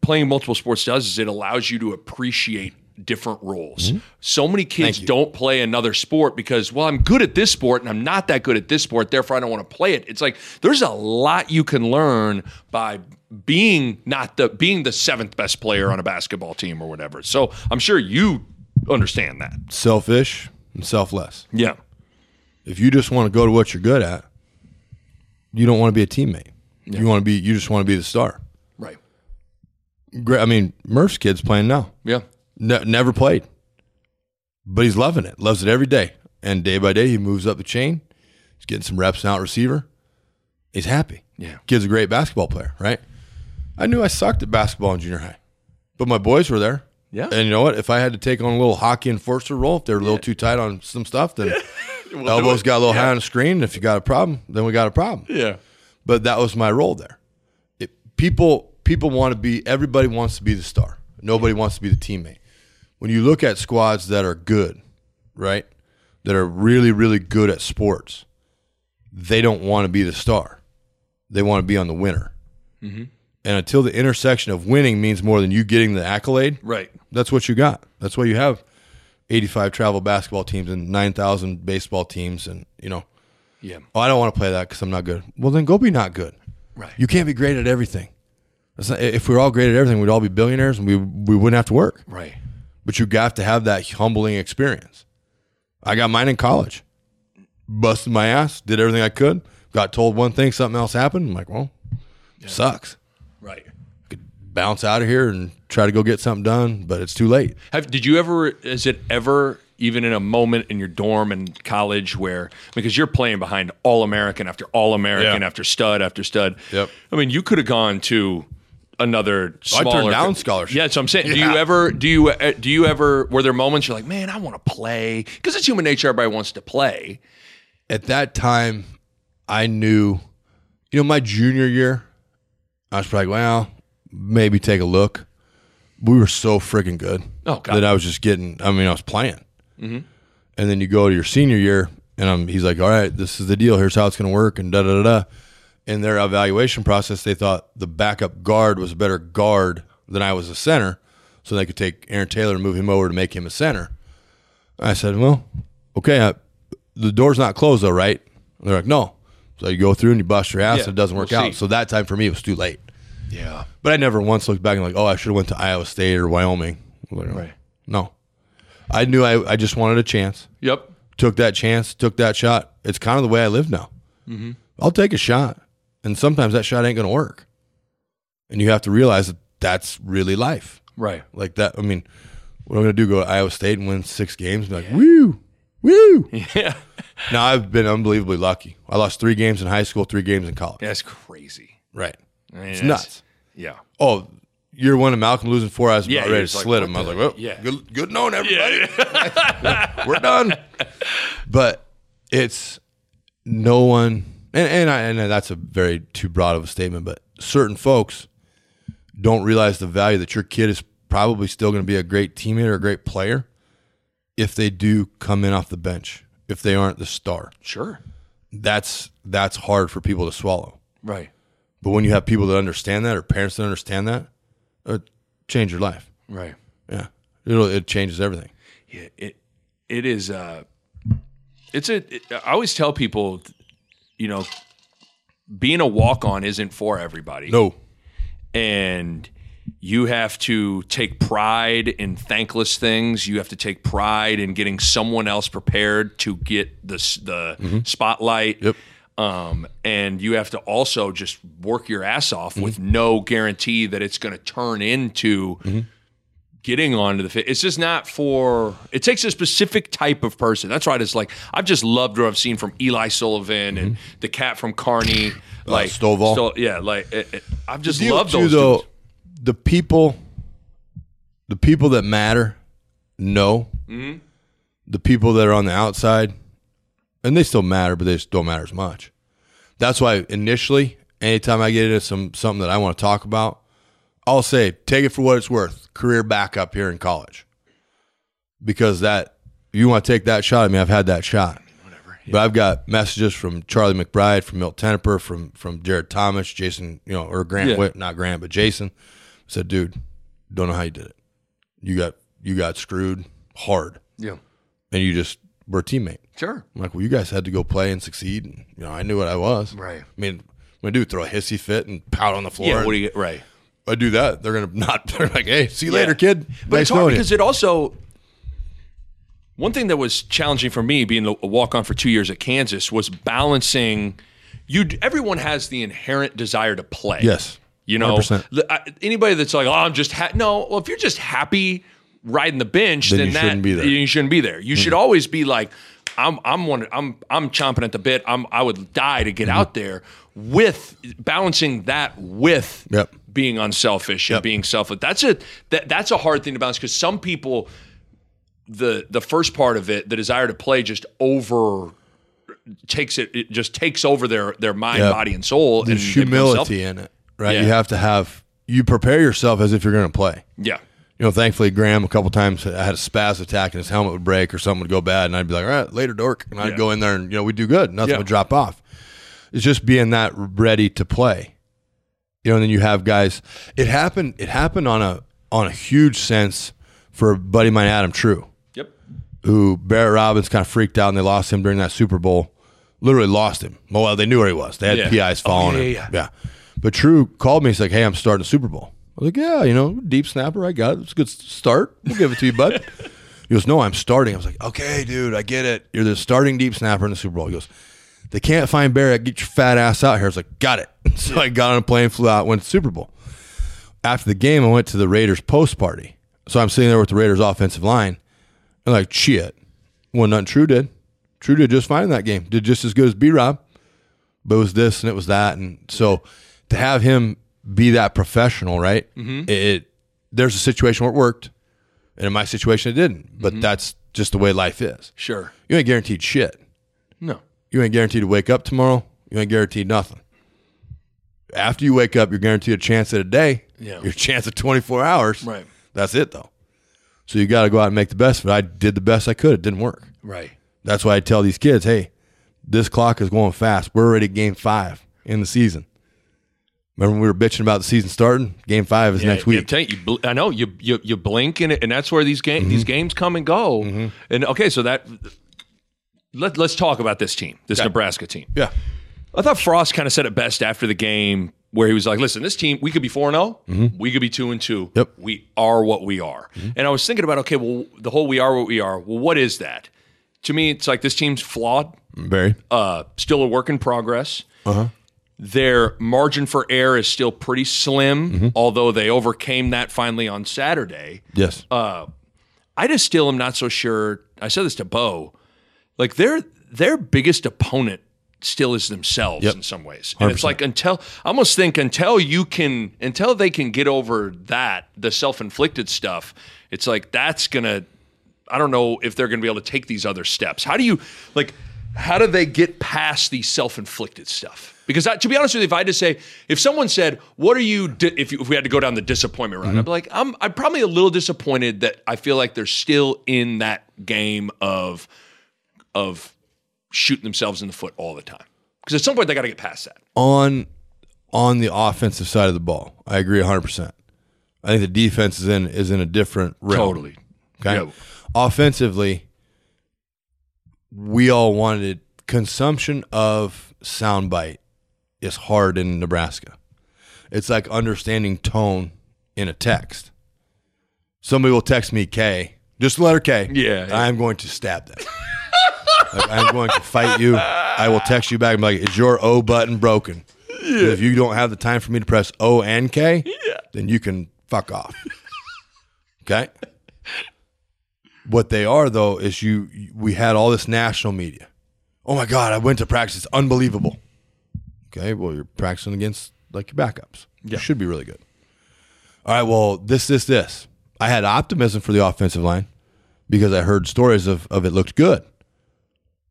[SPEAKER 1] playing multiple sports does is it allows you to appreciate different roles.
[SPEAKER 2] Mm-hmm.
[SPEAKER 1] So many kids don't play another sport because, well, I'm good at this sport and I'm not that good at this sport, therefore I don't want to play it. It's like there's a lot you can learn by being not the being the seventh best player on a basketball team or whatever. So I'm sure you understand that.
[SPEAKER 2] selfish and selfless.
[SPEAKER 1] Yeah.
[SPEAKER 2] If you just want to go to what you're good at, you don't want to be a teammate. You want to be. You just want to be the star.
[SPEAKER 1] Right.
[SPEAKER 2] Great. I mean, Murph's kid's playing now.
[SPEAKER 1] Yeah.
[SPEAKER 2] Ne- never played, but he's loving it. Loves it every day, and day by day he moves up the chain. He's getting some reps now at receiver. He's happy.
[SPEAKER 1] Yeah.
[SPEAKER 2] Kid's a great basketball player, right? I knew I sucked at basketball in junior high, but my boys were there.
[SPEAKER 1] Yeah.
[SPEAKER 2] And you know what? If I had to take on a little hockey enforcer role, if they're a little too tight on some
[SPEAKER 1] [laughs]
[SPEAKER 2] stuff, then elbows got a little high on the screen. If you got a problem, then we got a problem.
[SPEAKER 1] Yeah.
[SPEAKER 2] But that was my role there. It, people people want to be everybody wants to be the star. Nobody wants to be the teammate. When you look at squads that are good, right? That are really really good at sports, they don't want to be the star. They want to be on the winner. And until the intersection of winning means more than you getting the accolade,
[SPEAKER 1] Right.
[SPEAKER 2] that's what you got. That's why you have 85 travel basketball teams and 9,000 baseball teams. And, you know,
[SPEAKER 1] Yeah.
[SPEAKER 2] oh, I don't want to play that because I'm not good. Well, then go be not good.
[SPEAKER 1] Right.
[SPEAKER 2] You can't be great at everything. That's not, if we were all great at everything, we'd all be billionaires and we, we wouldn't have to work.
[SPEAKER 1] Right.
[SPEAKER 2] But you got to have that humbling experience. I got mine in college. Busted my ass, did everything I could, got told one thing, something else happened. I'm like, well, sucks.
[SPEAKER 1] Right.
[SPEAKER 2] Bounce out of here and try to go get something done, but it's too late.
[SPEAKER 1] Have did you ever? Is it ever even in a moment in your dorm in college where because you're playing behind all American after all American
[SPEAKER 2] Yeah.
[SPEAKER 1] after stud after stud?
[SPEAKER 2] Yep.
[SPEAKER 1] I mean, you could have gone to another
[SPEAKER 2] I turned
[SPEAKER 1] smaller
[SPEAKER 2] down scholarship.
[SPEAKER 1] Yeah, so I'm saying, do you ever? Do you? uh, Do you ever? Were there moments you're like, man, I want to play because it's human nature. Everybody wants to play.
[SPEAKER 2] at that time, I knew, you know, my junior year, I was probably like, well, maybe take a look. We were so freaking good
[SPEAKER 1] Oh, God. Mm-hmm.
[SPEAKER 2] that I was just getting. I mean, I was playing. And then you go to your senior year, and I'm, he's like, all right, this is the deal. Here's how it's going to work, and da da da da. In their evaluation process, they thought the backup guard was a better guard than I was a center, so they could take Aaron Taylor and move him over to make him a center. I said, well, okay, I, the door's not closed though, right? And they're like, no. So you go through and you bust your ass
[SPEAKER 1] Yeah,
[SPEAKER 2] and it doesn't work
[SPEAKER 1] we'll
[SPEAKER 2] out.
[SPEAKER 1] see.
[SPEAKER 2] So that time for me, it was too late.
[SPEAKER 1] Yeah.
[SPEAKER 2] But I never once looked back and like, oh, I should have went to Iowa State or Wyoming. Like,
[SPEAKER 1] Right.
[SPEAKER 2] No. I knew I, I just wanted a chance.
[SPEAKER 1] Yep.
[SPEAKER 2] Took that chance, took that shot. It's kind of the way I live now.
[SPEAKER 1] Mm-hmm.
[SPEAKER 2] I'll take a shot. And sometimes that shot ain't going to work. And you have to realize that that's really life.
[SPEAKER 1] Right.
[SPEAKER 2] Like that, I mean, what I'm going to do, go to Iowa State and win six games? Be like, woo, woo.
[SPEAKER 1] [laughs] Yeah.
[SPEAKER 2] Now I've been unbelievably lucky. I lost three games in high school, three games in college.
[SPEAKER 1] That's crazy.
[SPEAKER 2] Right.
[SPEAKER 1] I mean,
[SPEAKER 2] It's
[SPEAKER 1] that's-
[SPEAKER 2] nuts.
[SPEAKER 1] Yeah.
[SPEAKER 2] Oh, year one of Malcolm losing four, I was
[SPEAKER 1] Yeah,
[SPEAKER 2] about
[SPEAKER 1] he
[SPEAKER 2] ready to
[SPEAKER 1] was like,
[SPEAKER 2] slit
[SPEAKER 1] what
[SPEAKER 2] him. I was like,
[SPEAKER 1] the-
[SPEAKER 2] well,
[SPEAKER 1] yeah.
[SPEAKER 2] good, good knowing everybody. We're done. But it's no one, and, and, I, and that's a very too broad of a statement, but certain folks don't realize the value that your kid is probably still going to be a great teammate or a great player if they do come in off the bench, if they aren't the star.
[SPEAKER 1] [laughs] Sure.
[SPEAKER 2] that's that's hard for people to swallow.
[SPEAKER 1] Right.
[SPEAKER 2] But when you have people that understand that, or parents that understand that, it change your life.
[SPEAKER 1] Right.
[SPEAKER 2] Yeah, It'll, it changes everything.
[SPEAKER 1] Yeah, it it is uh it's a it, I always tell people you know being a walk on isn't for everybody
[SPEAKER 2] No,
[SPEAKER 1] and you have to take pride in thankless things you have to take pride in getting someone else prepared to get the s- the spotlight
[SPEAKER 2] Yep.
[SPEAKER 1] um, and you have to also just work your ass off with
[SPEAKER 2] Mm-hmm.
[SPEAKER 1] no guarantee that it's going to turn into getting onto the fit. It's just not for. It takes a specific type of person. That's right. It's like I've just loved what I've seen from Eli Sullivan and the cat from Carney, like
[SPEAKER 2] Mm-hmm. Uh, Stovall.
[SPEAKER 1] yeah, like it, it- I've just
[SPEAKER 2] deal
[SPEAKER 1] loved
[SPEAKER 2] too,
[SPEAKER 1] those.
[SPEAKER 2] though,
[SPEAKER 1] dudes.
[SPEAKER 2] the people, the people that matter, no.
[SPEAKER 1] Mm-hmm.
[SPEAKER 2] The people that are on the outside, and they still matter, but they just don't matter as much. That's why initially, anytime I get into some something that I want to talk about, I'll say take it for what it's worth. Career backup here in college, because that you want to take that shot. I mean, I've had that shot. But I've got messages from Charlie McBride, from Milt Teneper, from from Jared Thomas, Jason, you know, or Grant
[SPEAKER 1] Yeah.
[SPEAKER 2] Whit, not Grant, but Jason. Said, dude, don't know how you did it. You got you got screwed hard,
[SPEAKER 1] Yeah,
[SPEAKER 2] and you just were a teammate.
[SPEAKER 1] sure.
[SPEAKER 2] I'm like, well, you guys had to go play and succeed. And, you know, I knew what I was.
[SPEAKER 1] Right.
[SPEAKER 2] I mean, when I do throw a hissy fit and pout on the floor,
[SPEAKER 1] Yeah,
[SPEAKER 2] and
[SPEAKER 1] what do you get? Right.
[SPEAKER 2] [laughs] I do that, they're gonna not. They're like, hey, see you later,
[SPEAKER 1] Yeah.
[SPEAKER 2] kid.
[SPEAKER 1] But it's
[SPEAKER 2] Nice knowing
[SPEAKER 1] hard
[SPEAKER 2] you.
[SPEAKER 1] because it also One thing that was challenging for me being a walk on for two years at Kansas was balancing. You, everyone has the inherent desire to play.
[SPEAKER 2] Yes.
[SPEAKER 1] you know,
[SPEAKER 2] 100%.
[SPEAKER 1] the- I- anybody that's like, "Oh, I'm just ha-. no." Well, if you're just happy riding the bench, then,
[SPEAKER 2] you
[SPEAKER 1] that
[SPEAKER 2] shouldn't be there.
[SPEAKER 1] you shouldn't be there. You should
[SPEAKER 2] Mm-hmm.
[SPEAKER 1] always be like, "I'm, I'm one, I'm, I'm chomping at the bit. I'm, I would die to
[SPEAKER 2] Mm-hmm.
[SPEAKER 1] get out there." With balancing that with
[SPEAKER 2] Yep.
[SPEAKER 1] being unselfish and being selfless. That's a that, that's a hard thing to balance because some people the the first part of it, the desire to play, just over takes it. It just takes over their their mind,
[SPEAKER 2] Yeah.
[SPEAKER 1] body, and soul. and
[SPEAKER 2] There's
[SPEAKER 1] it becomes
[SPEAKER 2] humility in it, right?
[SPEAKER 1] Yeah.
[SPEAKER 2] You have to have you prepare yourself as if you're going to play.
[SPEAKER 1] self- yeah.
[SPEAKER 2] You know, thankfully, Graham a couple times had- had a spaz attack and his helmet would break or something would go bad, and I'd be like, "All right, later, dork," and I'd
[SPEAKER 1] Yeah.
[SPEAKER 2] go in there and you know we'd do good, nothing
[SPEAKER 1] Yeah.
[SPEAKER 2] would drop off. It's just being that ready to play, you know. And then you have guys. It happened. It happened on a on a huge sense for a buddy of mine, Adam True
[SPEAKER 1] Yep.
[SPEAKER 2] who Barrett Robbins kind of freaked out and they lost him during that Super Bowl. Literally lost him. Well, they knew where he was. They had
[SPEAKER 1] Yeah.
[SPEAKER 2] PIs following
[SPEAKER 1] Oh, yeah,
[SPEAKER 2] him.
[SPEAKER 1] yeah,
[SPEAKER 2] But True called me. He's like, "Hey, I'm starting the Super Bowl." I was like, "Yeah, you know, deep snapper. I got it. It's a good s- start. We'll give it to you, bud." [laughs] he goes, "No, I'm starting." I was like, "Okay, dude, I get it. You're the starting deep snapper in the Super Bowl." He goes, "They can't find Barrett. Get your fat ass out here." I was like, "Got it." [laughs] So I got on a plane, flew out, went to the Super Bowl after the game, I went to the Raiders post party. So I'm sitting there with the Raiders offensive line, and like shit. Well, nothing True did. True did just fine in that game. Did just as good as B Rob, but it was this and it was that, and so to have him be that professional, right?
[SPEAKER 1] Mm-hmm.
[SPEAKER 2] It, it there's a situation where it worked, and in my situation it didn't.
[SPEAKER 1] Mm-hmm.
[SPEAKER 2] But that's just the way life is.
[SPEAKER 1] Sure.
[SPEAKER 2] You ain't guaranteed shit.
[SPEAKER 1] No.
[SPEAKER 2] You ain't guaranteed to wake up tomorrow. You ain't guaranteed nothing. After you wake up, you're guaranteed a chance at a day.
[SPEAKER 1] Yeah.
[SPEAKER 2] Your chance at 24 hours.
[SPEAKER 1] Right.
[SPEAKER 2] That's it though. So you got to go out and make the best of it. I did the best I could. It didn't work.
[SPEAKER 1] Right.
[SPEAKER 2] That's why I tell these kids, hey, this clock is going fast. We're already at game five in the season. Remember when we were bitching about the season starting? Game five is next
[SPEAKER 1] I'm
[SPEAKER 2] week.
[SPEAKER 1] telling you, you bl- I know you you you blink and it, and that's where these game these
[SPEAKER 2] Mm-hmm.
[SPEAKER 1] games come and go. And okay, so that let let's talk about this team, this Nebraska team.
[SPEAKER 2] yeah.
[SPEAKER 1] I thought Frost kind of said it best after the game where he was like, listen, this team, we could be 4 0, we could be 2 and 2.
[SPEAKER 2] Mm-hmm. Yep. Mm-hmm.
[SPEAKER 1] We are what we are. And I was thinking about, okay, well, the whole we are what we are, well, what is that? To me, it's like this team's flawed,
[SPEAKER 2] Barry.
[SPEAKER 1] uh, still a work in progress. Their margin for error is still pretty slim, although they overcame that finally on Saturday.
[SPEAKER 2] yes.
[SPEAKER 1] uh, I just still am not so sure. I said this to Bo. Like their their biggest opponent still is themselves in some ways. And it's like until I almost think until you can until they can get over that, the self-inflicted stuff, it's like that's going to I don't know if they're going to be able to take these other steps. How do you like how do they get past the self-inflicted stuff? Because I, to be honest with you, if I had to say, if someone said, "What are you?" Di- if, you, if we had to go down the disappointment route,
[SPEAKER 2] Mm-hmm.
[SPEAKER 1] I'd be like, "I'm I'm probably a little disappointed that I feel like they're still in that game of of shooting themselves in the foot all the time." Because at some point they got to get past that.
[SPEAKER 2] on on the offensive side of the ball. I agree 100%. I think the defense is in is in a different realm.
[SPEAKER 1] Totally.
[SPEAKER 2] Okay.
[SPEAKER 1] Yeah.
[SPEAKER 2] Offensively, we all wanted consumption of soundbite is hard in Nebraska. It's like understanding tone in a text. Somebody will text me K, just the letter K.
[SPEAKER 1] Yeah, yeah.
[SPEAKER 2] I'm going to stab them. Like, I'm going to fight you. I will text you back and be like, is your O button broken? 'Cause If you don't have the time for me to press O and K, then you can fuck off. Okay. What they are though is you we had all this national media. Oh my god, I went to practice. It's unbelievable. Okay, well you're practicing against like your backups. You should be really good. All right, well, this, this, this. I had optimism for the offensive line because I heard stories of, of it looked good.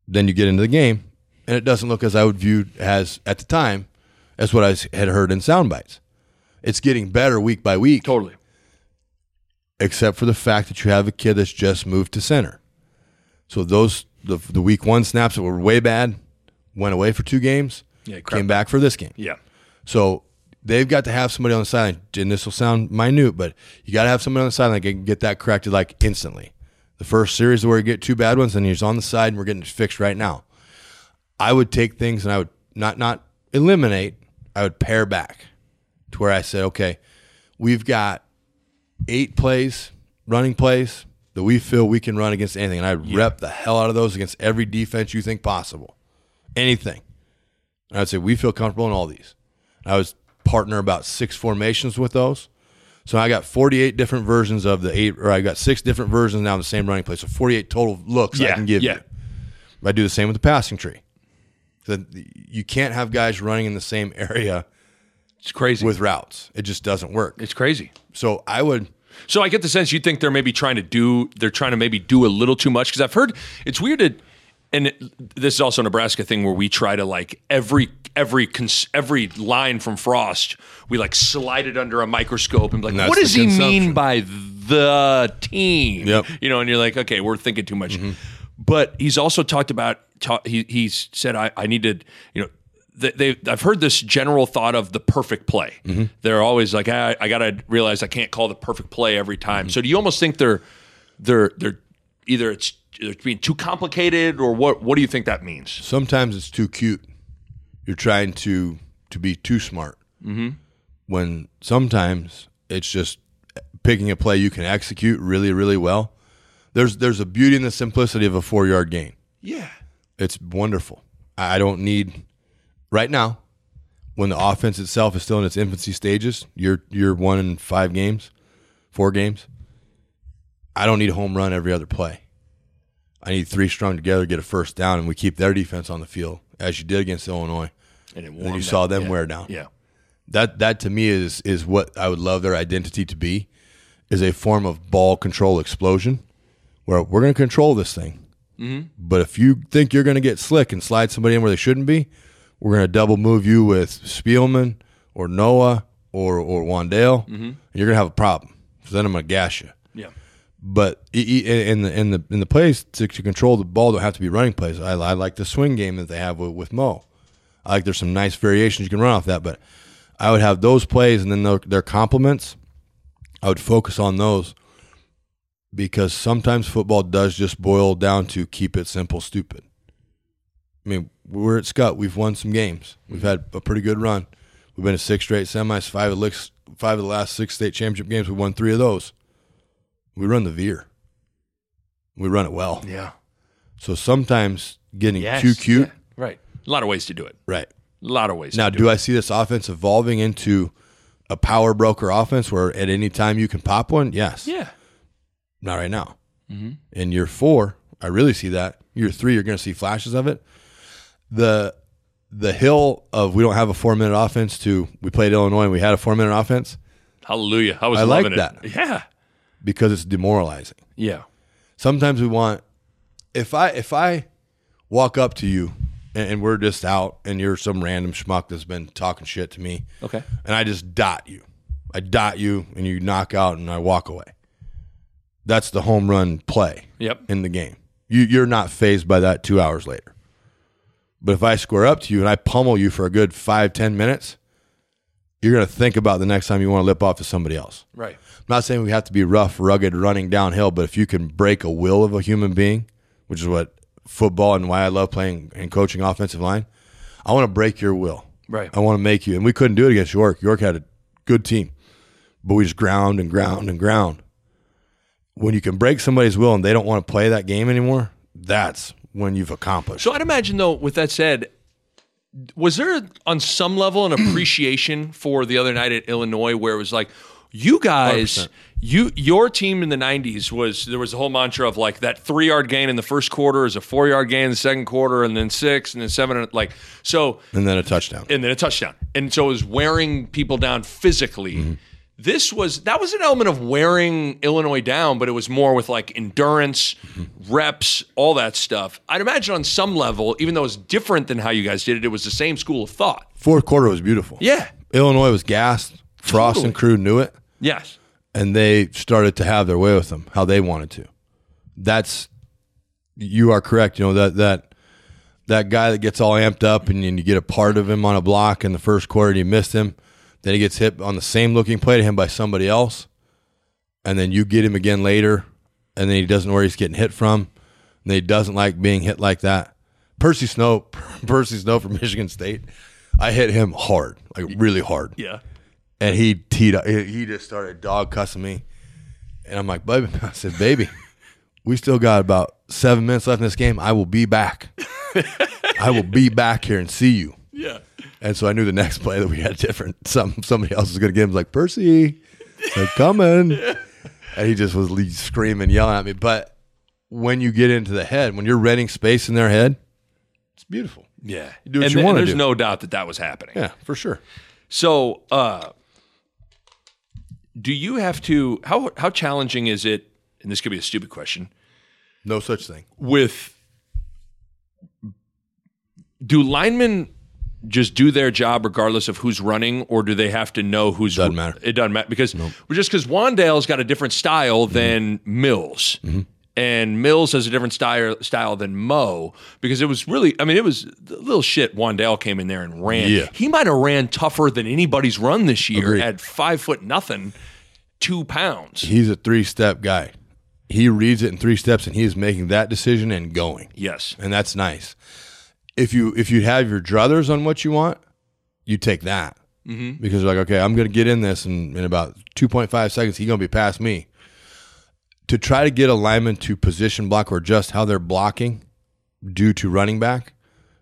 [SPEAKER 2] Then you get into the game, and it doesn't look as I would view as at the time as what I s- had heard in sound bites. It's getting better week by week
[SPEAKER 1] Totally.
[SPEAKER 2] except for the fact that you have a kid that's just moved to center. So those the, the week one snaps that were way bad went away for two games,
[SPEAKER 1] Yeah, crap.
[SPEAKER 2] came back for this game.
[SPEAKER 1] Yeah.
[SPEAKER 2] So they've got to have somebody on the sideline. And this will sound minute, but you got to have somebody on the sideline that can get that corrected like instantly. The first series where you get two bad ones, and he's on the side, and we're getting it fixed right now. I would take things and I would not not eliminate. I would pare back to where I said, okay, we've got eight plays, running plays, that we feel we can run against anything. And I rep the hell out of those against every defense you think possible, anything. And I'd say we feel comfortable in all these. And I was partner about six formations with those. So I got 48 different versions of the eight, or I got six different versions now of the same running play. So 48 total looks I
[SPEAKER 1] Yeah,
[SPEAKER 2] can give
[SPEAKER 1] yeah.
[SPEAKER 2] you. I do the same with the passing tree. So you can't have guys running in the same area
[SPEAKER 1] It's crazy.
[SPEAKER 2] with routes. It just doesn't work.
[SPEAKER 1] it's crazy.
[SPEAKER 2] So I would
[SPEAKER 1] So I get the sense you think they're maybe trying to do they're trying to maybe do a little too much because I've heard it's weird to, and it, this is also a Nebraska thing where we try to like every every cons, every line from Frost we like slide it under a microscope and be like
[SPEAKER 2] that's
[SPEAKER 1] what
[SPEAKER 2] the
[SPEAKER 1] does he mean
[SPEAKER 2] consumption.
[SPEAKER 1] by the team
[SPEAKER 2] Yep. Mm-hmm.
[SPEAKER 1] you know and you're like okay we're thinking too much but he's also talked about ta- he he's said I I need to you know they, they I've heard this general thought of the perfect play.
[SPEAKER 2] Mm-hmm.
[SPEAKER 1] They're always like, ah, I gotta realize I can't call the perfect play every
[SPEAKER 2] Mm-hmm.
[SPEAKER 1] time. So do you almost think they're they're they're either it's, it's being too complicated or what? What do you think that means?
[SPEAKER 2] sometimes it's too cute. You're trying to to be too smart. Mm-hmm. When sometimes it's just picking a play you can execute really really well. There's there's a beauty in the simplicity of a four yard gain.
[SPEAKER 1] Yeah,
[SPEAKER 2] It's wonderful. I I don't need right now when the offense itself is still in its infancy stages. You're you're one in five games, four games. I don't need a home run every other play. I need three strung together, get a first down, and we keep their defense on the field as you did against Illinois.
[SPEAKER 1] and it
[SPEAKER 2] And you
[SPEAKER 1] warmed
[SPEAKER 2] saw
[SPEAKER 1] up.
[SPEAKER 2] them
[SPEAKER 1] yeah.
[SPEAKER 2] wear down.
[SPEAKER 1] Yeah,
[SPEAKER 2] That that to me is is what I would love their identity to be, is a form of ball control explosion, where we're going to control this thing. But if you think you're going to get slick and slide somebody in where they shouldn't be, we're going to double move you with Spielman or Noah or or Wandale, and you're going to have a problem. So then I'm going to gas you.
[SPEAKER 1] yeah.
[SPEAKER 2] But i- i- in the in the in the plays to, to control the ball don't have to be running plays. I, I like the swing game that they have with, with Mo. I like there's some nice variations you can run off that, but I would have those plays and then their, their complements. I would focus on those because sometimes football does just boil down to keep it simple, stupid. I mean, we're at Scott. We've won some games. We've had a pretty good run. We've been to six straight semis, five of the licks- five of the last six state championship games. We won three of those. We run the veer. We run it well.
[SPEAKER 1] Yeah.
[SPEAKER 2] So sometimes getting
[SPEAKER 1] Yes.
[SPEAKER 2] too cute,
[SPEAKER 1] Yeah. Right. A lot of ways to do it.
[SPEAKER 2] right?
[SPEAKER 1] A lot of ways.
[SPEAKER 2] Now,
[SPEAKER 1] to
[SPEAKER 2] do I see this offense evolving into a power broker offense where at any time you can pop one? Yes.
[SPEAKER 1] do it. Yeah. Mm-hmm.
[SPEAKER 2] Not right now. In year four, I really see that. Year three, you're going to see flashes of it. The the hill of we don't have a four minute offense to we played Illinois and we had a four minute offense
[SPEAKER 1] Hallelujah. I was
[SPEAKER 2] I like
[SPEAKER 1] loving it. Yeah.
[SPEAKER 2] because it's demoralizing.
[SPEAKER 1] Yeah.
[SPEAKER 2] sometimes we want if i if i walk up to you and, and we're just out and you're some random schmuck that's been talking shit to me
[SPEAKER 1] Okay.
[SPEAKER 2] and i just dot you i dot you and you knock out and i walk away that's the home run play
[SPEAKER 1] Yep.
[SPEAKER 2] in the game you, you're not phased by that two hours later but if i square up to you and i pummel you for a good five ten minutes you're going to think about the next time you want to lip off to somebody else
[SPEAKER 1] Right.
[SPEAKER 2] I'm not saying we have to be rough, rugged, running downhill, but if you can break a will of a human being, which is what football and why I love playing and coaching offensive line, I want to break your will.
[SPEAKER 1] Right.
[SPEAKER 2] I want to make you. And we couldn't do it against York. York had a good team, but we just ground and ground and ground. When you can break somebody's will and they don't want to play that game anymore, that's when you've accomplished.
[SPEAKER 1] So I'd imagine, though, with that said, was there on some level an appreciation for the other night at Illinois where it was like, you guys, you your team in the '90s was there was a whole mantra of like that three yard gain in the first quarter is a four yard gain in the second quarter, and then six, and then seven, and like so
[SPEAKER 2] And then a touchdown.
[SPEAKER 1] and then a touchdown. And so it was wearing people down physically.
[SPEAKER 2] Mm-hmm.
[SPEAKER 1] This was that was an element of wearing Illinois down, but it was more with like endurance,
[SPEAKER 2] Mm-hmm.
[SPEAKER 1] reps, all that stuff. I'd imagine on some level, even though it's different than how you guys did it, it was the same school of thought.
[SPEAKER 2] Fourth quarter was beautiful.
[SPEAKER 1] Yeah.
[SPEAKER 2] Illinois was gassed. Frost and crew knew it.
[SPEAKER 1] Yes.
[SPEAKER 2] and they started to have their way with them how they wanted to. That's you are correct. You know that that that guy that gets all amped up and, and you get a part of him on a block in the first quarter and you missed him, then he gets hit on the same looking play to him by somebody else, and then you get him again later, and then he doesn't know where he's getting hit from, and he doesn't like being hit like that. Percy Snow, [laughs] Percy Snow from Michigan State, I hit him hard, like really hard
[SPEAKER 1] Yeah.
[SPEAKER 2] and [laughs] he teed up. He he just started dog cussing me, and I'm like, "Baby," I said, "Baby," we still got about seven minutes left in this game. I will be back. I will be back here and see you.
[SPEAKER 1] Yeah.
[SPEAKER 2] And so I knew the next play that we had different. Some somebody else was going to get him like Percy, they're coming, and he just was le- screaming, yelling at me. But when you get into the head, when you're renting space in their head, it's beautiful.
[SPEAKER 1] Yeah.
[SPEAKER 2] You do what
[SPEAKER 1] and,
[SPEAKER 2] you
[SPEAKER 1] th-
[SPEAKER 2] wanna
[SPEAKER 1] and there's
[SPEAKER 2] do.
[SPEAKER 1] no doubt that that was happening.
[SPEAKER 2] Yeah, for sure.
[SPEAKER 1] So, uh, do you have to how how challenging is it? And this could be a stupid question.
[SPEAKER 2] No such thing.
[SPEAKER 1] With do linemen just do their job regardless of who's running, or do they have to know who's
[SPEAKER 2] Doesn't matter.
[SPEAKER 1] It doesn't matter because well, just because Wandale's got a different
[SPEAKER 2] Mm-hmm.
[SPEAKER 1] style than Mills. And Mills has a different style style than Mo because it was really, I mean, it was the little shit. Wandale came in there and ran.
[SPEAKER 2] Yeah.
[SPEAKER 1] He might have ran tougher than anybody's run this year
[SPEAKER 2] Agreed.
[SPEAKER 1] at five foot nothing, two pounds.
[SPEAKER 2] He's a three step guy. He reads it in three steps, and he is making that decision and going.
[SPEAKER 1] Yes.
[SPEAKER 2] and that's nice. If you if you have your druthers on what you want, you take that mm-hmm. because you're like, okay, I'm going to get in this, and in about 2.5 seconds, he's going to be past me. To try to get a lineman to position block or adjust how they're blocking due to running back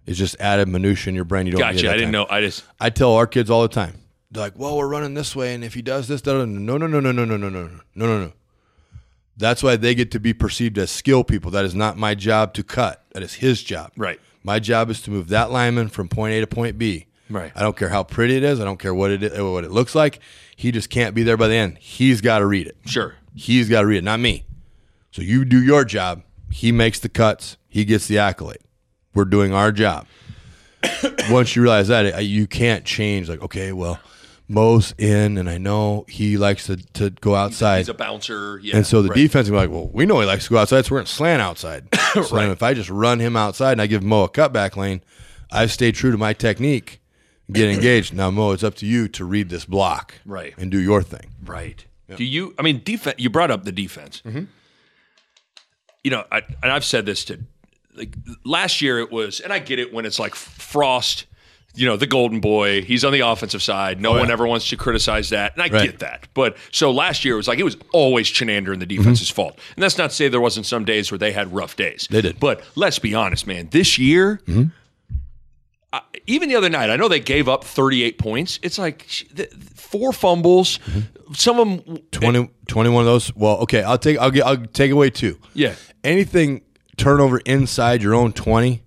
[SPEAKER 2] is just added minutia in your brain. You don't need
[SPEAKER 1] Gotcha. I
[SPEAKER 2] at that
[SPEAKER 1] didn't know.
[SPEAKER 2] time.
[SPEAKER 1] I just,
[SPEAKER 2] I tell our kids all the time, they're like, "Well, we're running this way, and if he does this, da, da, da." no, no, no, no, no, no, no, no, no, no, no." That's why they get to be perceived as skill people. That is not my job to cut. That is his job.
[SPEAKER 1] Right.
[SPEAKER 2] My job is to move that lineman from point A to point B.
[SPEAKER 1] Right.
[SPEAKER 2] I don't care how pretty it is. I don't care what it is, what it looks like. He just can't be there by the end. He's got to read it.
[SPEAKER 1] sure.
[SPEAKER 2] He's got to read it, not me. So you do your job. He makes the cuts. He gets the accolade. We're doing our job. [coughs] Once you realize that, uh, you can't change. Like, okay, well, Mo's in, and I know he likes to, to go outside.
[SPEAKER 1] He's a bouncer. Yeah.
[SPEAKER 2] and so the
[SPEAKER 1] right.
[SPEAKER 2] defense will be like, well, we know he likes to go outside, so we're going to
[SPEAKER 1] [coughs]
[SPEAKER 2] slant outside. So then if I just run him outside and I give Mo a cutback lane, I've stayed true to my technique, get engaged. Now, Mo, it's up to you to read this block
[SPEAKER 1] Right.
[SPEAKER 2] and do your thing.
[SPEAKER 1] Right. Do you? I mean, defense. You brought up the defense.
[SPEAKER 2] Mm-hmm.
[SPEAKER 1] You know, I, and I've said this to like last year. It was, and I get it when it's like Frost. You know, the Golden Boy. He's on the offensive side. No one ever wants to criticize that, and I
[SPEAKER 2] Oh, Right.
[SPEAKER 1] get that. But so last year it was like it was always Chenander and
[SPEAKER 2] Mm-hmm.
[SPEAKER 1] the defense's fault. And that's not to say there wasn't some days where they had rough days.
[SPEAKER 2] They did. Mm-hmm.
[SPEAKER 1] But let's be honest, man. This year even the other night, I know they gave up 38 points. It's like sh- th- th- four fumbles.
[SPEAKER 2] Mm-hmm.
[SPEAKER 1] Some of them,
[SPEAKER 2] 20, 21 of those. Well, okay, I'll take I'll get I'll take away two.
[SPEAKER 1] yeah,
[SPEAKER 2] Anything turnover inside your own twenty,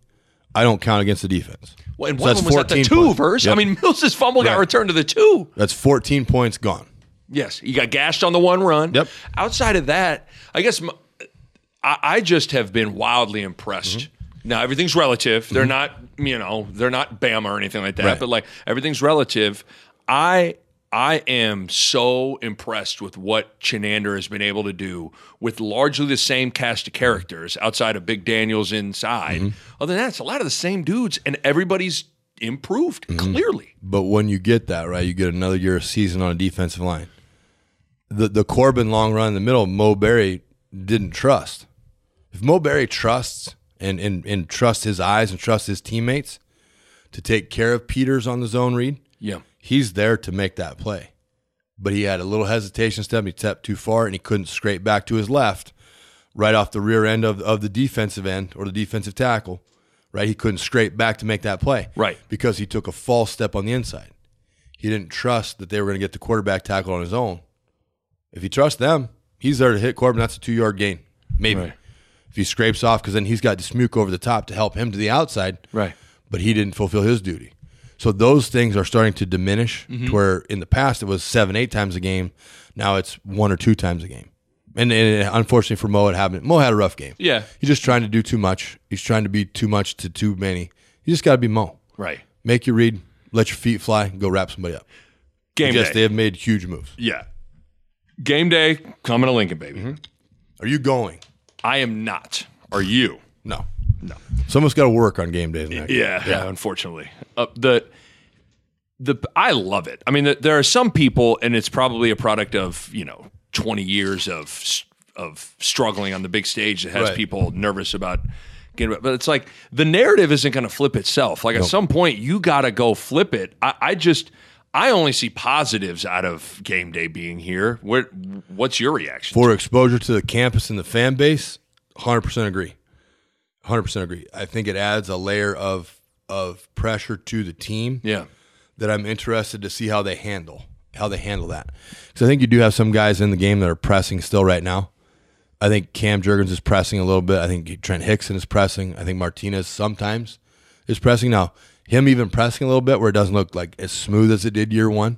[SPEAKER 2] I don't count against the defense.
[SPEAKER 1] well, and
[SPEAKER 2] So
[SPEAKER 1] one
[SPEAKER 2] that's
[SPEAKER 1] of them was at the
[SPEAKER 2] 14
[SPEAKER 1] two
[SPEAKER 2] points.
[SPEAKER 1] verse.
[SPEAKER 2] Yep.
[SPEAKER 1] I mean, [laughs] Mills's fumble got
[SPEAKER 2] Right.
[SPEAKER 1] returned to the two.
[SPEAKER 2] That's fourteen points gone.
[SPEAKER 1] Yes, you got gashed on the one run.
[SPEAKER 2] Yep.
[SPEAKER 1] Outside of that, I guess m I I I just have been wildly impressed.
[SPEAKER 2] Mm-hmm.
[SPEAKER 1] Now everything's relative. They're not, you know, they're not Bama or anything like that.
[SPEAKER 2] Right.
[SPEAKER 1] But like everything's relative. I I am so impressed with what Chenander has been able to do with largely the same cast of characters outside of Big Daniels inside.
[SPEAKER 2] Mm-hmm.
[SPEAKER 1] Other than that, it's a lot of the same dudes, and everybody's improved
[SPEAKER 2] Mm-hmm.
[SPEAKER 1] clearly.
[SPEAKER 2] But when you get that right, you get another year of season on a defensive line. The the Corbin long run in the middle, Mo Berry didn't trust. If Mo Berry trusts and and, and trusts his eyes and trusts his teammates to take care of Peters on the zone read,
[SPEAKER 1] Yeah.
[SPEAKER 2] he's there to make that play. But he had a little hesitation step. He stepped too far and he couldn't scrape back to his left right off the rear end of, of the defensive end or the defensive tackle. Right. He couldn't scrape back to make that play.
[SPEAKER 1] Right.
[SPEAKER 2] Because he took a false step on the inside. He didn't trust that they were going to get the quarterback tackle on his own. If he trusts them, he's there to hit Corbin. That's a two yard gain. Maybe.
[SPEAKER 1] Right.
[SPEAKER 2] If he scrapes off, because then he's got Smook over the top to help him to the outside
[SPEAKER 1] Right.
[SPEAKER 2] but he didn't fulfill his duty. So those things are starting to diminish
[SPEAKER 1] Mm-hmm.
[SPEAKER 2] to where in the past it was seven, eight times a game. Now it's one or two times a game. And, and unfortunately for Mo, it happened. Mo had a rough game.
[SPEAKER 1] Yeah.
[SPEAKER 2] He's just trying to do too much. He's trying to be too much to too many. You just got to be Mo.
[SPEAKER 1] Right.
[SPEAKER 2] Make your read, let your feet fly, and go wrap somebody up.
[SPEAKER 1] Game
[SPEAKER 2] yes, they
[SPEAKER 1] day.
[SPEAKER 2] have made huge moves.
[SPEAKER 1] Yeah. Game day coming to Lincoln, baby.
[SPEAKER 2] Are you going?
[SPEAKER 1] I am not. Are you?
[SPEAKER 2] No. No. Someone's got to work on game days. Yeah.
[SPEAKER 1] Yeah. Yeah. unfortunately, uh, the the I love it. I mean, th there are some people, and it's probably a product of you know twenty years of s- of struggling on the big stage that has
[SPEAKER 2] Right.
[SPEAKER 1] people nervous about. getting But it's like the narrative isn't going to flip itself. Like at some point, you got to go flip it. I, I just, I only see positives out of game day being here. What, what's your reaction?
[SPEAKER 2] For exposure to the campus and the fan base, hundred percent agree. Hundred percent agree. I think it adds a layer of of pressure to the team
[SPEAKER 1] Yeah.
[SPEAKER 2] that I'm interested to see how they handle how they handle that. Because I think you do have some guys in the game that are pressing still right now. I think Cam Jurgens is pressing a little bit. I think Trent Hickson is pressing. I think Martinez sometimes is pressing. Now him even pressing a little bit where it doesn't look like as smooth as it did year one.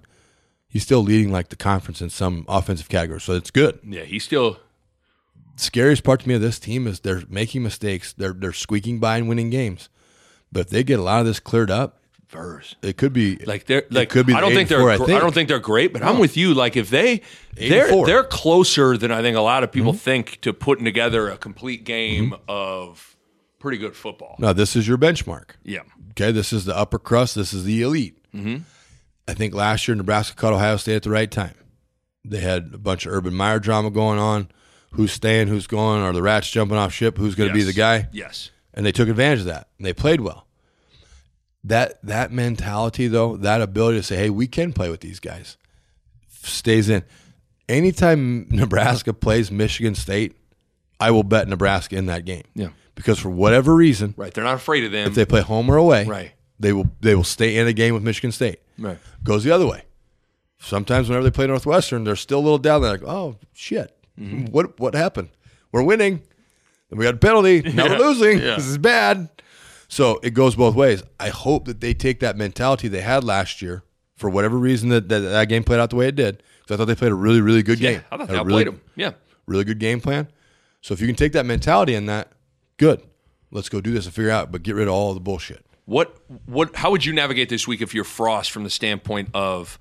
[SPEAKER 2] He's still leading like the conference in some offensive categories, so it's good
[SPEAKER 1] Yeah. He still.
[SPEAKER 2] scariest part to me of this team is they're making mistakes. They're they're squeaking by and winning games. But if they get a lot of this cleared up,
[SPEAKER 1] Verse.
[SPEAKER 2] it could be
[SPEAKER 1] Like they're
[SPEAKER 2] it
[SPEAKER 1] like I
[SPEAKER 2] the
[SPEAKER 1] don't
[SPEAKER 2] eight
[SPEAKER 1] think
[SPEAKER 2] and
[SPEAKER 1] they're
[SPEAKER 2] four,
[SPEAKER 1] gr- I, don't think they're great, but I'm with you. Like if they
[SPEAKER 2] and
[SPEAKER 1] they're
[SPEAKER 2] four.
[SPEAKER 1] they're closer than I think a lot of people think to putting together a complete game of pretty good football.
[SPEAKER 2] no. This is your benchmark.
[SPEAKER 1] Yeah.
[SPEAKER 2] Okay, this is the upper crust. This is the elite.
[SPEAKER 1] Mm-hmm.
[SPEAKER 2] I think last year Nebraska caught Ohio State at the right time. They had a bunch of Urban Meyer drama going on. Who's staying? Who's going? Are the rats jumping off ship? Who's going to be
[SPEAKER 1] Yes.
[SPEAKER 2] the guy?
[SPEAKER 1] Yes.
[SPEAKER 2] and they took advantage of that and they played well that that mentality though that ability to say hey we can play with these guys stays in anytime nebraska plays michigan state i will bet nebraska in that game
[SPEAKER 1] Yeah.
[SPEAKER 2] because for whatever reason
[SPEAKER 1] Right. They're not afraid of them.
[SPEAKER 2] if they play home or away
[SPEAKER 1] Right.
[SPEAKER 2] they will they will stay in a game with michigan state
[SPEAKER 1] right.
[SPEAKER 2] goes the other way. Sometimes whenever they play Northwestern, they're still a little down. They're like, "Oh shit,
[SPEAKER 1] Mm-hmm.
[SPEAKER 2] what what happened? We're winning, and we got
[SPEAKER 1] [laughs]
[SPEAKER 2] a penalty. Now
[SPEAKER 1] Yeah.
[SPEAKER 2] we're losing.
[SPEAKER 1] Yeah.
[SPEAKER 2] This is bad." So it goes both ways. I hope that they take that mentality they had last year for whatever reason that that, that game played out the way it did. Because I thought they played a really really good
[SPEAKER 1] Yeah.
[SPEAKER 2] game.
[SPEAKER 1] I thought
[SPEAKER 2] Had
[SPEAKER 1] they
[SPEAKER 2] a
[SPEAKER 1] outplayed
[SPEAKER 2] really,
[SPEAKER 1] them. Yeah.
[SPEAKER 2] Really good game plan. So if you can take that mentality in that, good. Let's go do this and figure out. But get rid of all the bullshit.
[SPEAKER 1] What what how would you navigate this week if you're Frost from the standpoint of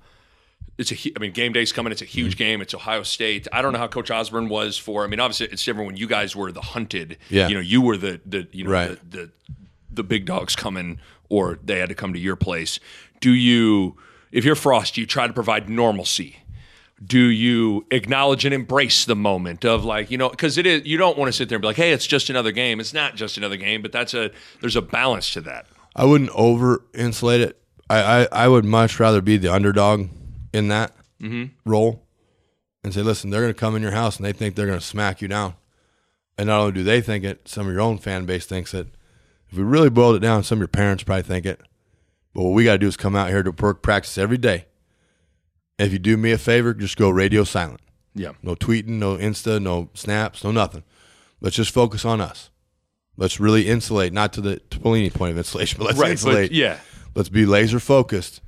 [SPEAKER 1] it's a hu- I mean game day's coming it's a huge
[SPEAKER 2] Mm-hmm.
[SPEAKER 1] game it's Ohio State I don't know how Coach Osborne was for I mean obviously it's different when you guys were the hunted
[SPEAKER 2] Yeah.
[SPEAKER 1] you know you were the the you know
[SPEAKER 2] Right.
[SPEAKER 1] the, the the big dogs coming or they had to come to your place do you if you're Frost do you try to provide normalcy do you acknowledge and embrace the moment of like you know because it is you don't want to sit there and be like hey it's just another game it's not just another game but that's a there's a balance to that
[SPEAKER 2] I wouldn't over insulate it. I, I, I would much rather be the underdog in that role and say, listen, they're going to come in your house and they think they're going to smack you down. And not only do they think it, some of your own fan base thinks it. If we really boiled it down, some of your parents probably think it. But what we got to do is come out here to work practice every day. If you do me a favor, just go radio silent.
[SPEAKER 1] Yeah.
[SPEAKER 2] No tweeting, no Insta, no snaps, no nothing. Let's just focus on us. Let's really insulate, not to the to Pelini point of insulation, [laughs] but let's
[SPEAKER 1] Right.
[SPEAKER 2] insulate.
[SPEAKER 1] But yeah.
[SPEAKER 2] Let's be laser focused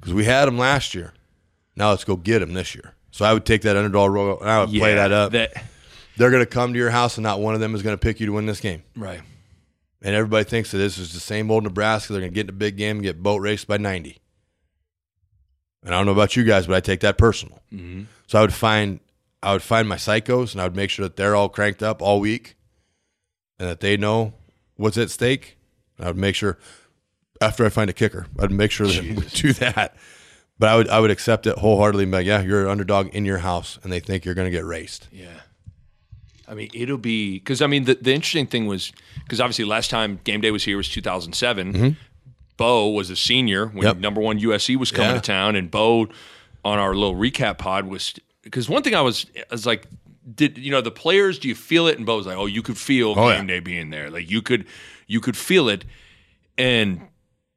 [SPEAKER 2] because we had them last year. Now let's go get them this year. So I would take that underdog role and I would play
[SPEAKER 1] Yeah,
[SPEAKER 2] that up.
[SPEAKER 1] That,
[SPEAKER 2] They're going to come to your house and not one of them is going to pick you to win this game.
[SPEAKER 1] right.
[SPEAKER 2] And everybody thinks that this is the same old Nebraska. They're going to get in a big game and get boat raced by 90. And I don't know about you guys, but I take that personal. So I would find I would find my psychos and I would make sure that they're all cranked up all week and that they know what's at stake. And I would make sure after I find a kicker, I'd make sure that we do that. But I would I would accept it wholeheartedly and be like, yeah, you're an underdog in your house and they think you're going to get raced.
[SPEAKER 1] Yeah. I mean, it'll be because I mean the, the interesting thing was because obviously last time game day was here was 2007. Bo was a senior when
[SPEAKER 2] Mm-hmm. Yep.
[SPEAKER 1] number one USC was coming
[SPEAKER 2] Yeah.
[SPEAKER 1] to town, and Bo on our little recap pod was because one thing I was I was like, did you know the players? Do you feel it? And Bo was like, oh, you could feel
[SPEAKER 2] Oh, yeah.
[SPEAKER 1] game day being there. Like you could you could feel it, and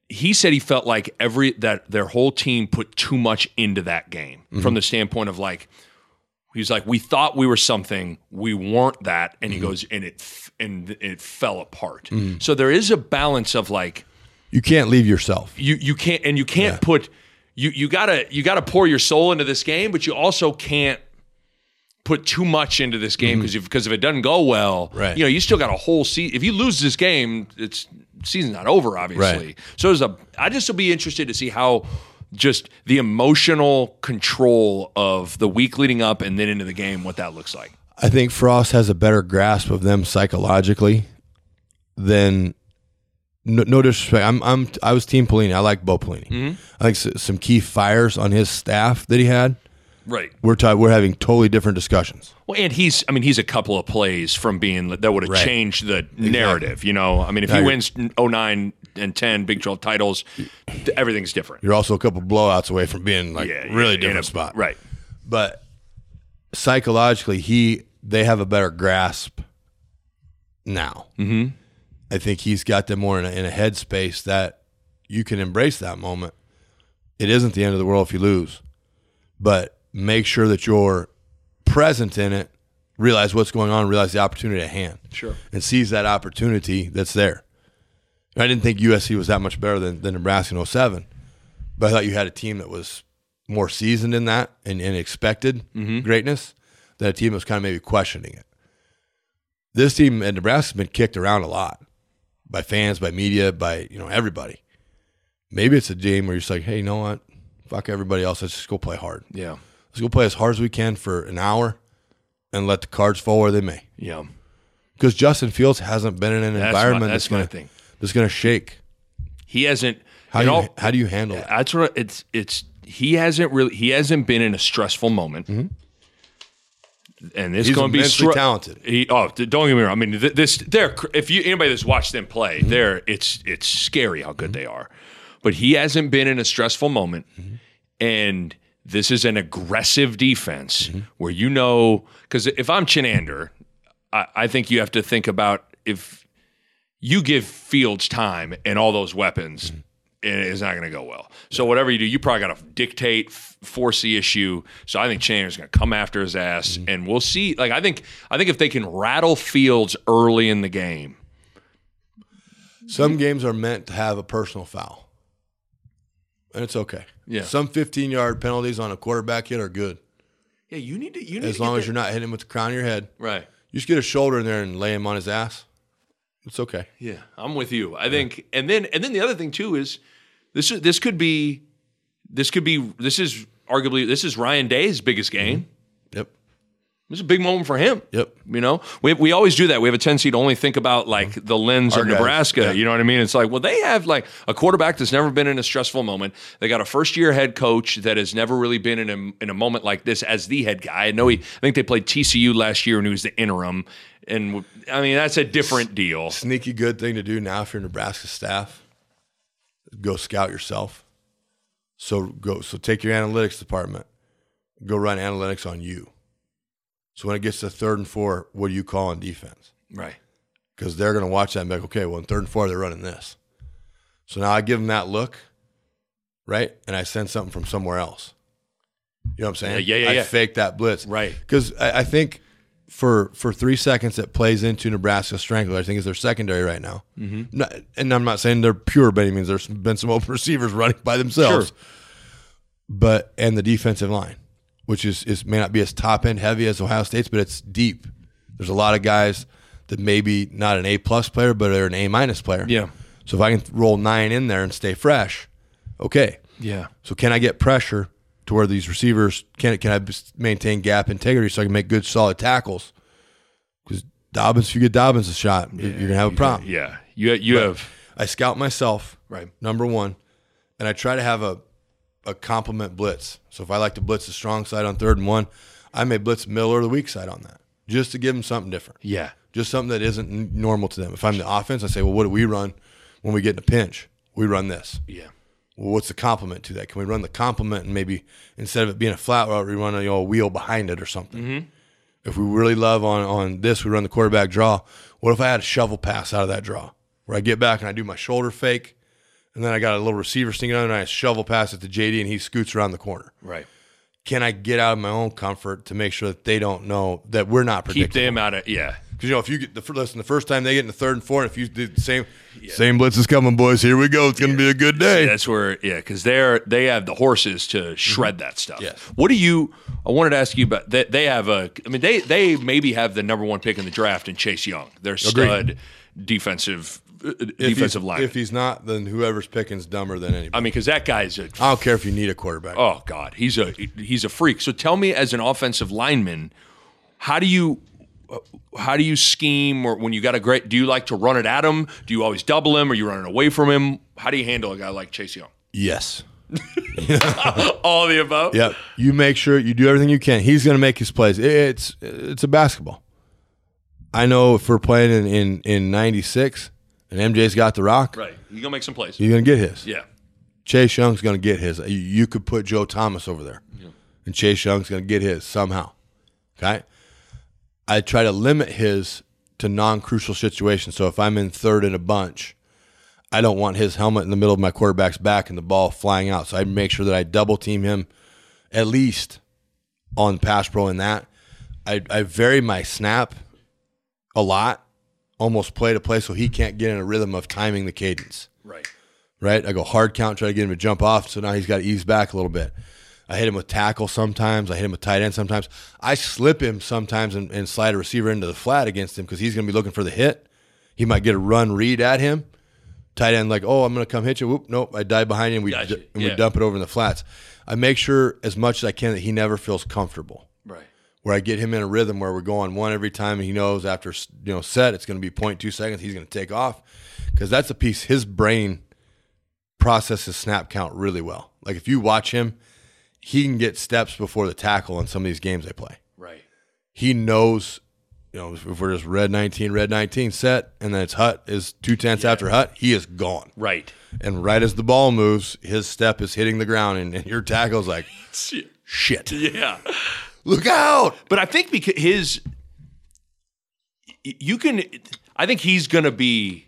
[SPEAKER 1] he said he felt like every that their whole team put too much into that game
[SPEAKER 2] Mm-hmm.
[SPEAKER 1] from the standpoint of like he was like we thought we were something we weren't that and
[SPEAKER 2] Mm-hmm.
[SPEAKER 1] he goes and it f- and it fell apart so there is a balance of like
[SPEAKER 2] You can't leave yourself.
[SPEAKER 1] you you can't and you can't put you you gotta you gotta pour your soul into this game but you also can't put too much into this game because because if it doesn't go well
[SPEAKER 2] Mm-hmm. Right.
[SPEAKER 1] you know you still got a whole season if you lose this game it's season's not over obviously
[SPEAKER 2] Right.
[SPEAKER 1] so there's a i just will be interested to see how just the emotional control of the week leading up and then into the game what that looks like
[SPEAKER 2] I think Frost has a better grasp of them psychologically than. No, no disrespect. I'm, I'm. I was Team Pelini. I like Bo Pelini.
[SPEAKER 1] Mm-hmm.
[SPEAKER 2] I think s- some key fires on his staff that he had.
[SPEAKER 1] right
[SPEAKER 2] We're ta- We're having totally different discussions.
[SPEAKER 1] Well, and he's, I mean, he's a couple of plays from being, that would have
[SPEAKER 2] Right.
[SPEAKER 1] changed the narrative, you know? I mean, if he
[SPEAKER 2] you're-
[SPEAKER 1] wins 09 and 10 Big 12 titles, th- everything's different.
[SPEAKER 2] You're also a couple blowouts away from being like
[SPEAKER 1] Yeah,
[SPEAKER 2] really
[SPEAKER 1] yeah, in
[SPEAKER 2] different
[SPEAKER 1] a-
[SPEAKER 2] spot.
[SPEAKER 1] Right.
[SPEAKER 2] but psychologically he they have a better grasp now. Mm-hmm. I think he's got them more in a, in a headspace that you can embrace that moment. It isn't the end of the world if you lose, but make sure that you're present in it, realize what's going on, realize the opportunity at hand,
[SPEAKER 1] Sure.
[SPEAKER 2] and seize that opportunity that's there. I didn't think USC was that much better than, than Nebraska in 07, but I thought you had a team that was more seasoned in that and, and expected greatness than a team that was kind of maybe questioning it. This team at Nebraska has been kicked around a lot by fans, by media, by you know everybody. Maybe it's a game where you're just like, hey, you know what? Fuck everybody else. Let's just go play hard.
[SPEAKER 1] Yeah.
[SPEAKER 2] Let's go play as hard as we can for an hour and let the cards fall where they may.
[SPEAKER 1] Yeah.
[SPEAKER 2] Because Justin Fields hasn't been in an
[SPEAKER 1] my-
[SPEAKER 2] environment
[SPEAKER 1] that's
[SPEAKER 2] that's going
[SPEAKER 1] my
[SPEAKER 2] to
[SPEAKER 1] thing.
[SPEAKER 2] that's going to shake.
[SPEAKER 1] He hasn't.
[SPEAKER 2] How
[SPEAKER 1] in
[SPEAKER 2] do you,
[SPEAKER 1] all-
[SPEAKER 2] how do you handle that?
[SPEAKER 1] that's what it's it's he hasn't really he hasn't been in a stressful moment. And this
[SPEAKER 2] Mm-hmm. He's
[SPEAKER 1] going to be
[SPEAKER 2] immensely
[SPEAKER 1] stra-
[SPEAKER 2] talented.
[SPEAKER 1] He, oh, th- don't get me wrong. I mean, th- this they're cr- if you anybody that's watched them play,
[SPEAKER 2] Mm-hmm.
[SPEAKER 1] they're it's it's scary how good they are. But he hasn't been in a stressful moment,
[SPEAKER 2] Mm-hmm.
[SPEAKER 1] and this is an aggressive defense
[SPEAKER 2] Mm-hmm.
[SPEAKER 1] where you know because if I'm Chinander, I, I think you have to think about if you give Fields time and all those
[SPEAKER 2] Mm-hmm.
[SPEAKER 1] weapons, and it's not going to go well. So whatever you do, you probably got to dictate, f- force the issue. So I think Chandler's going to come after his ass,
[SPEAKER 2] Mm-hmm.
[SPEAKER 1] and we'll see. Like I think, I think if they can rattle Fields early in the game,
[SPEAKER 2] Some games are meant to have a personal foul, and it's okay.
[SPEAKER 1] Yeah.
[SPEAKER 2] Some 15 yard penalties on a quarterback hit are good
[SPEAKER 1] yeah, you need to, you need
[SPEAKER 2] as long as you're not hitting him with the crown of your head.
[SPEAKER 1] right.
[SPEAKER 2] You just get a shoulder in there and lay him on his ass. It's okay.
[SPEAKER 1] Yeah, I'm with you. I think, and then and then the other thing too is this is this could be this could be this is arguably this is Ryan Day's biggest game.
[SPEAKER 2] Mm-hmm. Yep.
[SPEAKER 1] This is a big moment for him.
[SPEAKER 2] Yep.
[SPEAKER 1] You know, we, we always do that. We have a tendency to only think about like the lens
[SPEAKER 2] Our
[SPEAKER 1] of
[SPEAKER 2] guys,
[SPEAKER 1] Nebraska.
[SPEAKER 2] yeah.
[SPEAKER 1] You know what I mean? It's like, well, they have like a quarterback that's never been in a stressful moment. They got a first year head coach that has never really been in a, in a moment like this as the head guy. I know he, I think they played TCU last year and he was the interim. And I mean, that's a different deal.
[SPEAKER 2] Sneaky good thing to do now if you're Nebraska staff. Go scout yourself. So go so take your analytics department. Go run analytics on you. So when it gets to third and four, what do you call on defense?
[SPEAKER 1] Right.
[SPEAKER 2] Because they're gonna watch that and be like, okay, well in third and four they're running this. So now I give them that look, right? And I send something from somewhere else. You know what I'm saying?
[SPEAKER 1] Yeah, yeah, yeah,
[SPEAKER 2] I
[SPEAKER 1] yeah.
[SPEAKER 2] fake that blitz.
[SPEAKER 1] Right.
[SPEAKER 2] Because I, I think for for three seconds it plays into Nebraska's strength. I think is their secondary right now. Mm-hmm. and I'm not saying they're pure by any means. There's been some open receivers running by themselves.
[SPEAKER 1] Sure.
[SPEAKER 2] But and the defensive line, which is is may not be as top end heavy as Ohio State's, but it's deep. There's a lot of guys that maybe not an A plus player, but they're an A minus player.
[SPEAKER 1] Yeah.
[SPEAKER 2] So if I can roll nine in there and stay fresh, okay.
[SPEAKER 1] Yeah.
[SPEAKER 2] So can I get pressure to where these receivers can can I s- maintain gap integrity so I can make good solid tackles? Because Dobbins, if you get Dobbins a shot, you're- you're gonna have a problem.
[SPEAKER 1] Yeah. You, you have,
[SPEAKER 2] I scout myself,
[SPEAKER 1] Right.
[SPEAKER 2] Number one, and I try to have a a complement blitz. So if I like to blitz the strong side on third and one, I may blitz the middle or the weak side on that, just to give them something different
[SPEAKER 1] yeah.
[SPEAKER 2] just something that isn't n- normal to them. If I'm the offense, I say, well, what do we run when we get in a pinch? We run this.
[SPEAKER 1] Yeah.
[SPEAKER 2] Well, what's the complement to that? Can we run the complement and maybe instead of it being a flat route, we run a you know, a wheel behind it or something?
[SPEAKER 1] Mm-hmm.
[SPEAKER 2] If we really love on on this, we run the quarterback draw. What if I had a shovel pass out of that draw where I get back and I do my shoulder fake, and then I got a little receiver sneaking on and I shovel pass it to JD and he scoots around the corner?
[SPEAKER 1] Right.
[SPEAKER 2] Can I get out of my own comfort to make sure that they don't know that we're not predicting?
[SPEAKER 1] Keep them out of, yeah.
[SPEAKER 2] Because you know, if you get the fir- listen, the first time they get in the third and four, and if you did the same, same blitz is coming, boys. Here we go. It's going to be a good day.
[SPEAKER 1] That's where, yeah, because they're they have the horses to shred that stuff.
[SPEAKER 2] Mm-hmm. Yes.
[SPEAKER 1] What do you? I wanted to ask you about that. They, have a. I mean, they they maybe have the number one pick in the draft in Chase Young. Their stud defensive uh,
[SPEAKER 2] If he's-
[SPEAKER 1] defensive line.
[SPEAKER 2] If he's not, then whoever's picking's dumber than anybody.
[SPEAKER 1] I mean, because that guy's a.
[SPEAKER 2] I don't care if you need a quarterback.
[SPEAKER 1] Oh God, he's a he's a freak. So tell me, as an offensive lineman, how do you? How do you scheme, or when you got a great? Do you like to run it at him? Do you always double him? Are you running away from him? How do you handle a guy like Chase Young?
[SPEAKER 2] Yes.
[SPEAKER 1] All the above.
[SPEAKER 2] Yep. You make sure you do everything you can. He's going to make his plays. It's it's a basketball. I know if we're playing in in, in '96 and MJ's got the rock,
[SPEAKER 1] Right. You gonna make some plays.
[SPEAKER 2] he's going to get his.
[SPEAKER 1] Yeah.
[SPEAKER 2] Chase Young's going to get his. You, you could put Joe Thomas over there, and Chase Young's going to get his somehow. Okay, I try to limit his to non-crucial situations. So if I'm in third in a bunch, I don't want his helmet in the middle of my quarterback's back and the ball flying out. So I make sure that I double team him at least on pass pro in that. I, I vary my snap a lot, almost play to play, so he can't get in a rhythm of timing the cadence
[SPEAKER 1] Right.
[SPEAKER 2] right? I go hard count, try to get him to jump off. So now he's got to ease back a little bit. I hit him with tackle sometimes. I hit him with tight end sometimes. I slip him sometimes and, and slide a receiver into the flat against him because he's going to be looking for the hit. He might get a run read at him. Tight end like, oh, I'm going to come hit you. Whoop, nope. I dive behind him. We
[SPEAKER 1] Gotcha.
[SPEAKER 2] and we
[SPEAKER 1] Yeah.
[SPEAKER 2] dump it over in the flats. I make sure as much as I can that he never feels comfortable
[SPEAKER 1] Right.
[SPEAKER 2] where I get him in a rhythm where we're going one every time, and he knows after you know set it's going to be 0.2 seconds. He's going to take off because that's a piece his brain processes snap count really well. Like if you watch him, he can get steps before the tackle on some of these games they play.
[SPEAKER 1] Right.
[SPEAKER 2] He knows. You know, if we're just red 19, red 19 set, and then it's hut is two tenths after hut, he is gone.
[SPEAKER 1] Right.
[SPEAKER 2] And right as the ball moves, his step is hitting the ground, and, and your tackle's like, shit,
[SPEAKER 1] Yeah.
[SPEAKER 2] look out.
[SPEAKER 1] But I think because his, y- you can, I think he's going to be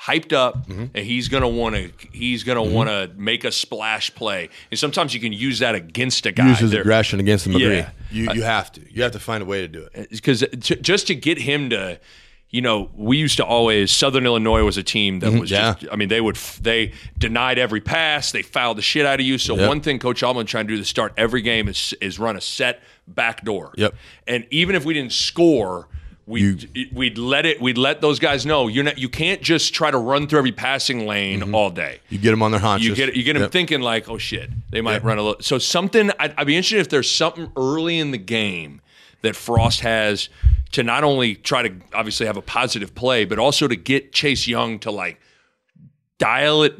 [SPEAKER 1] hyped up, and he's going to want to, he's going to want to make a splash play. And sometimes you can use that against a guy.
[SPEAKER 2] use his
[SPEAKER 1] There-
[SPEAKER 2] aggression against him. Agree.
[SPEAKER 1] Yeah.
[SPEAKER 2] You you have to. You have to find a way to do it.
[SPEAKER 1] because just to get him to you know we used to always southern illinois was a team that was
[SPEAKER 2] Mm-hmm. yeah.
[SPEAKER 1] just i mean they would f- they denied every pass they fouled the shit out of you so
[SPEAKER 2] Yep.
[SPEAKER 1] one thing coach Allman trying to do to start every game is is run a set back door
[SPEAKER 2] Yep.
[SPEAKER 1] and even if we didn't score We'd, we'd let it. We'd let those guys know you're not. You can't just try to run through every passing lane
[SPEAKER 2] Mm-hmm.
[SPEAKER 1] all day
[SPEAKER 2] You get him on their haunches.
[SPEAKER 1] you get you get them
[SPEAKER 2] Yep.
[SPEAKER 1] thinking like, oh shit, they might run a little. So something I'd, I'd be interested if there's something early in the game that Frost has to not only try to obviously have a positive play, but also to get Chase Young to like dial it.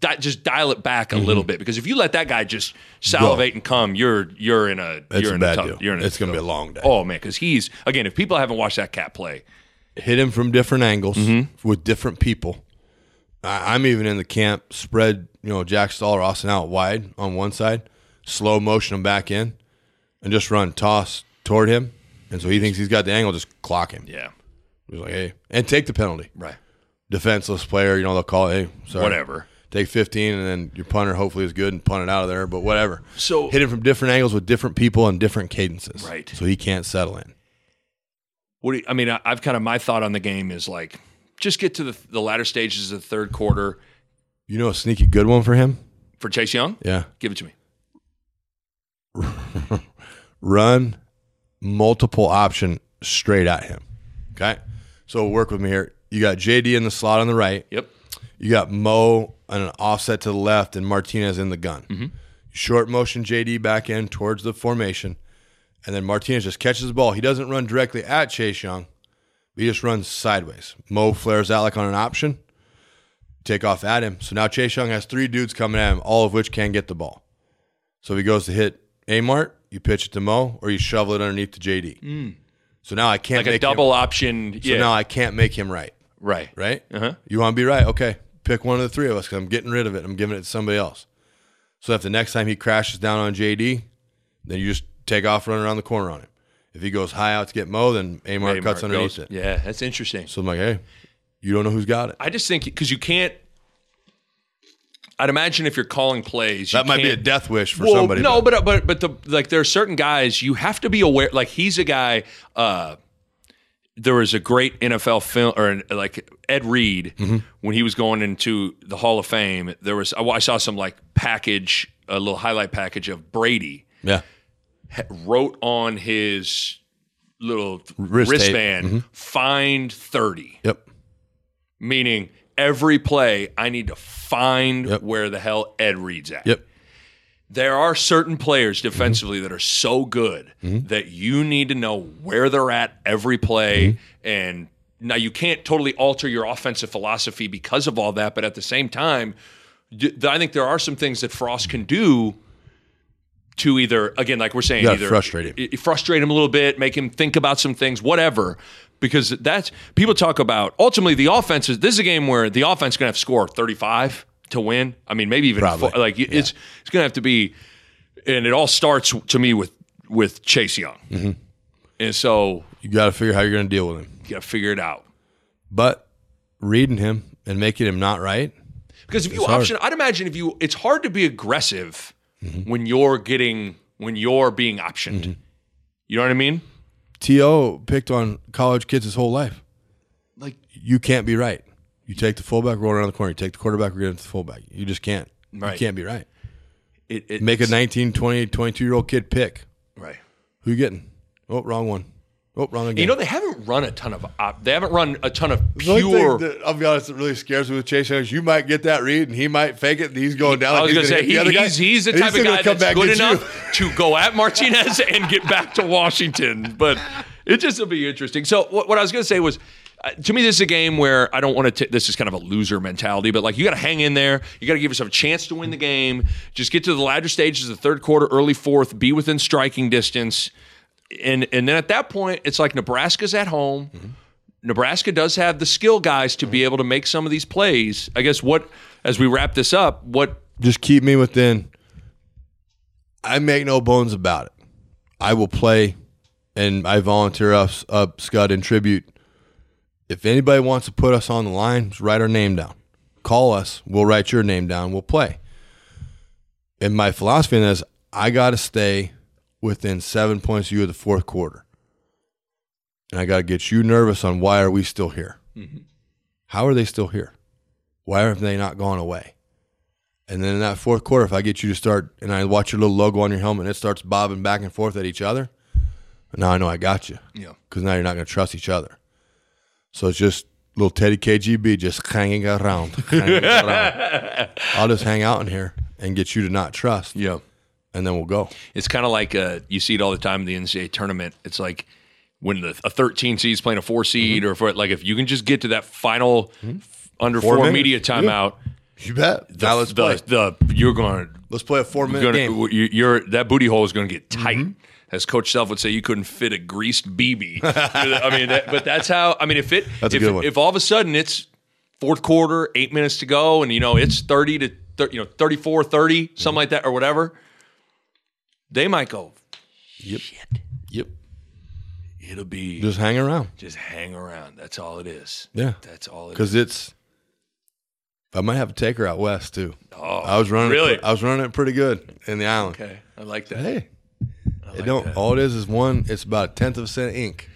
[SPEAKER 1] Di- just dial it back a
[SPEAKER 2] Mm-hmm.
[SPEAKER 1] little bit because if you let that guy just salivate and come, you're you're in a
[SPEAKER 2] It's
[SPEAKER 1] you're
[SPEAKER 2] a
[SPEAKER 1] in
[SPEAKER 2] bad
[SPEAKER 1] a tough,
[SPEAKER 2] deal.
[SPEAKER 1] you're in a
[SPEAKER 2] It's gonna be a long day.
[SPEAKER 1] Oh man, because he's again if people haven't watched that cat play,
[SPEAKER 2] Hit him from different angles
[SPEAKER 1] Mm-hmm.
[SPEAKER 2] with different people. I, I'm even in the camp spread. You know, Jack Stahl or Austin out wide on one side, slow motion him back in, and just run toss toward him. And so he thinks he's got the angle. Just clock him.
[SPEAKER 1] yeah,
[SPEAKER 2] He's like, hey, and take the penalty.
[SPEAKER 1] right,
[SPEAKER 2] Defenseless player. You know they'll call. Hey, sorry.
[SPEAKER 1] whatever.
[SPEAKER 2] take 15 and then your punter hopefully is good and punt it out of there but whatever
[SPEAKER 1] So-
[SPEAKER 2] hit it from different angles with different people and different cadences
[SPEAKER 1] Right.
[SPEAKER 2] so he can't settle in
[SPEAKER 1] what do you, I mean, I, I've kind of my thought on the game is like, just get to the, the latter stages of the third quarter
[SPEAKER 2] you know a sneaky good one for him
[SPEAKER 1] for Chase Young.
[SPEAKER 2] yeah
[SPEAKER 1] Give it to me.
[SPEAKER 2] run multiple option straight at him okay so work with me here you got jd in the slot on the right
[SPEAKER 1] Yep.
[SPEAKER 2] you got mo on an offset to the left and martinez in the gun
[SPEAKER 1] Mm-hmm.
[SPEAKER 2] short motion jd back in towards the formation and then Martinez just catches the ball. He doesn't run directly at Chase Young, but he just runs sideways. Mo flares out like on an option, take off at him. So now Chase Young has three dudes coming at him, all of which can get the ball. So if he goes to hit Amart, you pitch it to Mo, or you shovel it underneath to JD. So now I
[SPEAKER 1] Mm.
[SPEAKER 2] can't
[SPEAKER 1] Like
[SPEAKER 2] make
[SPEAKER 1] a
[SPEAKER 2] him-
[SPEAKER 1] double option.
[SPEAKER 2] so
[SPEAKER 1] yeah.
[SPEAKER 2] now I can't make him right.
[SPEAKER 1] right.
[SPEAKER 2] Right? Uh-huh. You want to be right? Okay, pick one of the three of us because I'm getting rid of it. I'm giving it to somebody else. So if the next time he crashes down on JD, then you just take off, run around the corner on him. If he goes high out to get Mo, then Amar
[SPEAKER 1] Hey,
[SPEAKER 2] cuts
[SPEAKER 1] Mark
[SPEAKER 2] underneath
[SPEAKER 1] goes-
[SPEAKER 2] it.
[SPEAKER 1] Yeah, that's interesting.
[SPEAKER 2] So I'm like, hey, you don't know who's got it.
[SPEAKER 1] I just think because you can't. I'd imagine if you're calling plays, you
[SPEAKER 2] That might be a
[SPEAKER 1] can't-
[SPEAKER 2] death wish for
[SPEAKER 1] Well,
[SPEAKER 2] somebody.
[SPEAKER 1] No, but but but the like there are certain guys you have to be aware. Like he's a guy. uh There was a great NFL film or an- like Ed Reed
[SPEAKER 2] Mm-hmm.
[SPEAKER 1] when he was going into the Hall of Fame. There was I, I saw some like package, a little highlight package of Brady
[SPEAKER 2] yeah,
[SPEAKER 1] ha- wrote on his little
[SPEAKER 2] Wrist tape. Mm-hmm.
[SPEAKER 1] wristband find 30
[SPEAKER 2] yep,
[SPEAKER 1] meaning every play I need to find
[SPEAKER 2] Yep.
[SPEAKER 1] where the hell Ed Reed's at.
[SPEAKER 2] Yep.
[SPEAKER 1] There are certain players defensively that are so good
[SPEAKER 2] Mm-hmm.
[SPEAKER 1] that you need to know where they're at every play
[SPEAKER 2] Mm-hmm.
[SPEAKER 1] and now you can't totally alter your offensive philosophy because of all that, but at the same time, d- I think there are some things that Frost can do to either again, like we're saying,
[SPEAKER 2] You gotta
[SPEAKER 1] either
[SPEAKER 2] frustrate him.
[SPEAKER 1] i- i- frustrate him a little bit, make him think about some things, whatever. Because that's people talk about ultimately the offense is this is a game where the offense is gonna have to score thirty five to win. I mean, maybe even
[SPEAKER 2] Probably.
[SPEAKER 1] fo- like y- it's it's gonna have to be, and it all starts to me with with Chase Young, and so
[SPEAKER 2] Mm-hmm. you got to figure how you're going to deal with him.
[SPEAKER 1] gotta figure it out.
[SPEAKER 2] But reading him and making him not right,
[SPEAKER 1] Because if you
[SPEAKER 2] It's hard.
[SPEAKER 1] option, I'd imagine if you, it's hard to be aggressive
[SPEAKER 2] Mm-hmm.
[SPEAKER 1] when you're getting when you're being optioned. You know what I mean?
[SPEAKER 2] T.O. picked on college kids his whole life.
[SPEAKER 1] Like
[SPEAKER 2] You can't be right. You take the fullback, roll around the corner. You take the quarterback, roll around the fullback. You just can't.
[SPEAKER 1] Right.
[SPEAKER 2] You can't be right.
[SPEAKER 1] it, it
[SPEAKER 2] Make a 19, 20, 22 year old kid pick.
[SPEAKER 1] right.
[SPEAKER 2] Who you getting? Oh, wrong one. Oh, wrong again.
[SPEAKER 1] You know they haven't run a ton of op, they haven't run a ton of
[SPEAKER 2] The only thing
[SPEAKER 1] pure.
[SPEAKER 2] that- I'll be honest, it really scares me with Chase Young. is You might get that read, and he might fake it, and he's going down.
[SPEAKER 1] I was
[SPEAKER 2] going to
[SPEAKER 1] say he, he's, he's the type of guy that's good enough to go at Martinez [laughs] and get back to Washington. But it just will be interesting. So what, what I was going to say was, uh, to me, this is a game where I don't want to. This is kind of a loser mentality, but like you got to hang in there. You got to give yourself a chance to win the game. Just get to the latter stages, of the third quarter, early fourth, be within striking distance, and and then at that point, it's like Nebraska's at home. Nebraska does have the skill guys to be able to make some of these plays. I guess what as we wrap this up, what
[SPEAKER 2] Just keep me within. I make no bones about it. I will play, and I volunteer us up, Scud, and tribute. If anybody wants to put us on the line, just write our name down. Call us. We'll write your name down. We'll play. And my philosophy in that is I got to stay within seven points of you of the fourth quarter. And I got to get you nervous on why are we still here? How are they still here? Why have they not gone away? And then in that fourth quarter, if I get you to start and I watch your little logo on your helmet and it starts bobbing back and forth at each other, now I know I got you
[SPEAKER 1] Yeah.
[SPEAKER 2] because now you're not going to trust each other. So it's just little Teddy KGB just
[SPEAKER 1] [laughs]
[SPEAKER 2] hanging around. Hanging around. I'll just hang out in here and get you to not trust,
[SPEAKER 1] Yeah.
[SPEAKER 2] and then we'll go.
[SPEAKER 1] It's kind of like uh, you see it all the time in the NCAA tournament. It's like when the, a 13 seed is playing a four seed,
[SPEAKER 2] Mm-hmm.
[SPEAKER 1] or for like if you can just get to that final f- under
[SPEAKER 2] Four
[SPEAKER 1] four,
[SPEAKER 2] minutes.
[SPEAKER 1] media timeout,
[SPEAKER 2] You bet. now let's
[SPEAKER 1] the,
[SPEAKER 2] play.
[SPEAKER 1] the you're going to
[SPEAKER 2] let's play a four minute
[SPEAKER 1] gonna,
[SPEAKER 2] game. Mm-hmm.
[SPEAKER 1] you- You're, that booty hole is going to get tight. As Coach Self would say, you couldn't fit a greased
[SPEAKER 2] [laughs]
[SPEAKER 1] BB. I mean, that, but that's how. I mean, if it
[SPEAKER 2] That's a
[SPEAKER 1] if,
[SPEAKER 2] good one.
[SPEAKER 1] if all of a sudden it's fourth quarter, eight minutes to go, and you know it's thirty to thir- you know 34, 30,
[SPEAKER 2] Mm-hmm.
[SPEAKER 1] something like that, or whatever, they might go.
[SPEAKER 2] Yep.
[SPEAKER 1] It'll be just,
[SPEAKER 2] Just hang around
[SPEAKER 1] hang around. That's all it is.
[SPEAKER 2] Yeah.
[SPEAKER 1] that's all it is.
[SPEAKER 2] because it's. I might have a taker out west too.
[SPEAKER 1] Oh,
[SPEAKER 2] I was running. it
[SPEAKER 1] really?
[SPEAKER 2] pre- I was running it pretty good in the island.
[SPEAKER 1] okay, I like that.
[SPEAKER 2] Hey,
[SPEAKER 1] I
[SPEAKER 2] it
[SPEAKER 1] like
[SPEAKER 2] don't.
[SPEAKER 1] that.
[SPEAKER 2] All it is is one. It's about a tenth of a cent of ink.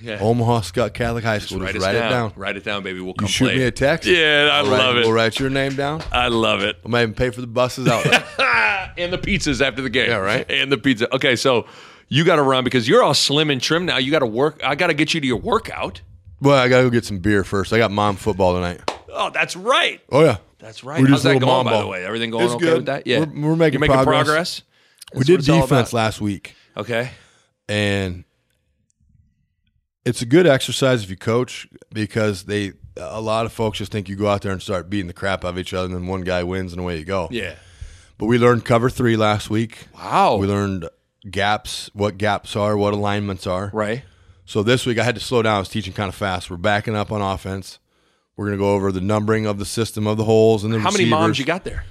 [SPEAKER 1] Yeah.
[SPEAKER 2] Omaha Scott Catholic High School. Just
[SPEAKER 1] write,
[SPEAKER 2] write,
[SPEAKER 1] us
[SPEAKER 2] it down.
[SPEAKER 1] Write it down, baby. We'll come
[SPEAKER 2] You shoot
[SPEAKER 1] play.
[SPEAKER 2] me a text.
[SPEAKER 1] Yeah, I
[SPEAKER 2] We'll write-
[SPEAKER 1] love it.
[SPEAKER 2] We'll write your name down.
[SPEAKER 1] I love it.
[SPEAKER 2] [laughs]
[SPEAKER 1] [laughs]
[SPEAKER 2] I might even pay for the buses out. there.
[SPEAKER 1] and the pizzas after the game.
[SPEAKER 2] Yeah, right.
[SPEAKER 1] And the pizza. Okay, so you got to run because you're all slim and trim now. You got to work. I got to get you to your workout.
[SPEAKER 2] well, I gotta go get some beer first. I got mom football tonight.
[SPEAKER 1] Oh, that's right.
[SPEAKER 2] Oh yeah,
[SPEAKER 1] That's right.
[SPEAKER 2] We
[SPEAKER 1] How's
[SPEAKER 2] just
[SPEAKER 1] that
[SPEAKER 2] little
[SPEAKER 1] going,
[SPEAKER 2] mom
[SPEAKER 1] by
[SPEAKER 2] ball.
[SPEAKER 1] the way? Everything going
[SPEAKER 2] It's
[SPEAKER 1] okay
[SPEAKER 2] good.
[SPEAKER 1] with that? Yeah.
[SPEAKER 2] We're- we're making
[SPEAKER 1] You're making
[SPEAKER 2] progress.
[SPEAKER 1] progress.
[SPEAKER 2] we did
[SPEAKER 1] it's all about.
[SPEAKER 2] defense last week,
[SPEAKER 1] Okay.
[SPEAKER 2] and it's a good exercise if you coach because they a lot of folks just think you go out there and start beating the crap out of each other, and then one guy wins and away you go.
[SPEAKER 1] Yeah.
[SPEAKER 2] But we learned cover three last week.
[SPEAKER 1] Wow.
[SPEAKER 2] We learned gaps, what gaps are, what alignments are.
[SPEAKER 1] right.
[SPEAKER 2] So this week I had to slow down. I was teaching kind of fast. We're backing up on offense. We're going to go over the numbering of the system of the holes and the
[SPEAKER 1] How many moms
[SPEAKER 2] receivers.
[SPEAKER 1] you got there?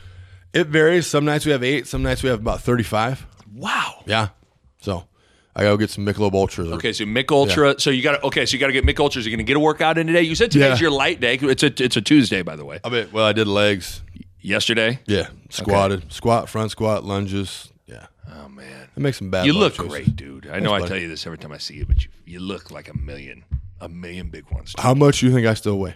[SPEAKER 2] It varies. Some nights we have eight. Some nights we have about thirty-five.
[SPEAKER 1] Wow.
[SPEAKER 2] Yeah. So I gotta get some Michelob Ultras.
[SPEAKER 1] Okay, so Mick Ultra. So you got to okay. So you got to get Mick Ultras. You're going to get a workout in today. You said today's
[SPEAKER 2] Yeah.
[SPEAKER 1] your light day. It's a it's a Tuesday, by the way.
[SPEAKER 2] I mean, well, I did legs.
[SPEAKER 1] Yesterday.
[SPEAKER 2] Yeah, squatted, squat, front squat, lunges. Yeah,
[SPEAKER 1] Oh man.
[SPEAKER 2] I make some bad.
[SPEAKER 1] You
[SPEAKER 2] life
[SPEAKER 1] look
[SPEAKER 2] choices.
[SPEAKER 1] great, dude. I know I
[SPEAKER 2] buddy.
[SPEAKER 1] tell you this every time I see you, but you, you look like a million, a million big ones.
[SPEAKER 2] How much do you think I still weigh?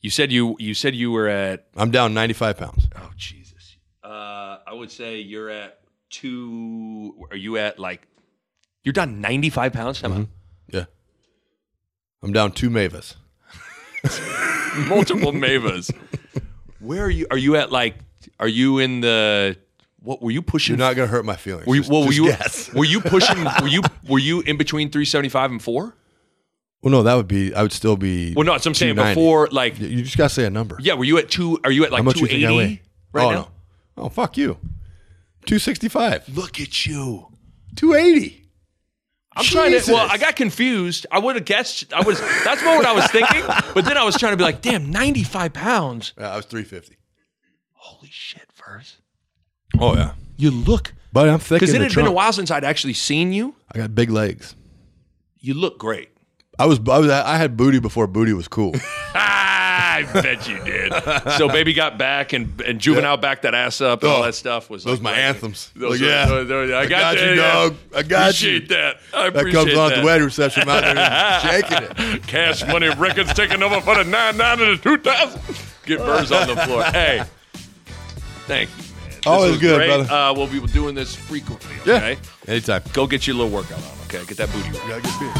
[SPEAKER 1] You said you you said you were at
[SPEAKER 2] I'm down 95 pounds.
[SPEAKER 1] oh Jesus. Uh, I would say you're at two. Are you at like? You're down 95 pounds. Time out.
[SPEAKER 2] Yeah, I'm down two Mavas.
[SPEAKER 1] [laughs]
[SPEAKER 2] Mm-hmm.
[SPEAKER 1] Multiple
[SPEAKER 2] [laughs]
[SPEAKER 1] Mavas. Where are you? Are you at like? Are you in the? What were you pushing?
[SPEAKER 2] You're not gonna hurt my feelings.
[SPEAKER 1] were you,
[SPEAKER 2] Just-
[SPEAKER 1] well, were
[SPEAKER 2] just
[SPEAKER 1] you
[SPEAKER 2] guess.
[SPEAKER 1] were you
[SPEAKER 2] [laughs]
[SPEAKER 1] pushing? Were you were you in between 375 and four?
[SPEAKER 2] Well, no, that would be. I would still be.
[SPEAKER 1] Well, no, that's what I'm saying
[SPEAKER 2] 290.
[SPEAKER 1] before like.
[SPEAKER 2] Y- You just gotta say a number.
[SPEAKER 1] Yeah, were you at two? Are you at
[SPEAKER 2] How
[SPEAKER 1] like
[SPEAKER 2] much you think I
[SPEAKER 1] 280
[SPEAKER 2] weigh?
[SPEAKER 1] right
[SPEAKER 2] oh,
[SPEAKER 1] now?
[SPEAKER 2] No. Oh, fuck you. 265.
[SPEAKER 1] Look at you.
[SPEAKER 2] 280.
[SPEAKER 1] I'm trying to. Well,
[SPEAKER 2] Jesus.
[SPEAKER 1] I got confused. I would have guessed. I was. That's more what I was
[SPEAKER 2] [laughs]
[SPEAKER 1] thinking. But then I was trying to be like, damn, 95 pounds.
[SPEAKER 2] Yeah, I was 350.
[SPEAKER 1] Holy shit, Verse.
[SPEAKER 2] Oh yeah.
[SPEAKER 1] You look
[SPEAKER 2] But I'm thick
[SPEAKER 1] because
[SPEAKER 2] in
[SPEAKER 1] it
[SPEAKER 2] the
[SPEAKER 1] had been a
[SPEAKER 2] trunk.
[SPEAKER 1] while since I'd actually seen you.
[SPEAKER 2] I got big legs.
[SPEAKER 1] You look great.
[SPEAKER 2] I was, I was, I had booty before booty
[SPEAKER 1] [laughs]
[SPEAKER 2] was cool.
[SPEAKER 1] Ah, I bet you did. so baby got back and and juvenile backed that ass up and all
[SPEAKER 2] Oh,
[SPEAKER 1] that stuff was
[SPEAKER 2] those
[SPEAKER 1] like,
[SPEAKER 2] my
[SPEAKER 1] right.
[SPEAKER 2] anthems.
[SPEAKER 1] Those
[SPEAKER 2] Like,
[SPEAKER 1] were-
[SPEAKER 2] yeah.
[SPEAKER 1] those- those- I, got, you,
[SPEAKER 2] dog. I got
[SPEAKER 1] appreciate
[SPEAKER 2] you.
[SPEAKER 1] that. I
[SPEAKER 2] That
[SPEAKER 1] appreciate
[SPEAKER 2] comes on at
[SPEAKER 1] that.
[SPEAKER 2] the wedding reception. I'm
[SPEAKER 1] [laughs]
[SPEAKER 2] out there shaking it.
[SPEAKER 1] Cash Money Records taking over for the 9 9 and the 2000. Get Burrs on the floor. Hey, thank you, man. This
[SPEAKER 2] Always
[SPEAKER 1] was
[SPEAKER 2] good,
[SPEAKER 1] great.
[SPEAKER 2] brother.
[SPEAKER 1] Uh, we'll be doing this frequently,
[SPEAKER 2] Yeah.
[SPEAKER 1] okay?
[SPEAKER 2] Anytime.
[SPEAKER 1] Go get your little workout on, okay? Get that booty right.
[SPEAKER 2] Gotta get beer.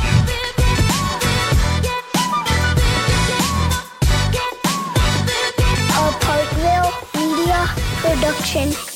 [SPEAKER 3] A Parkville Media Production.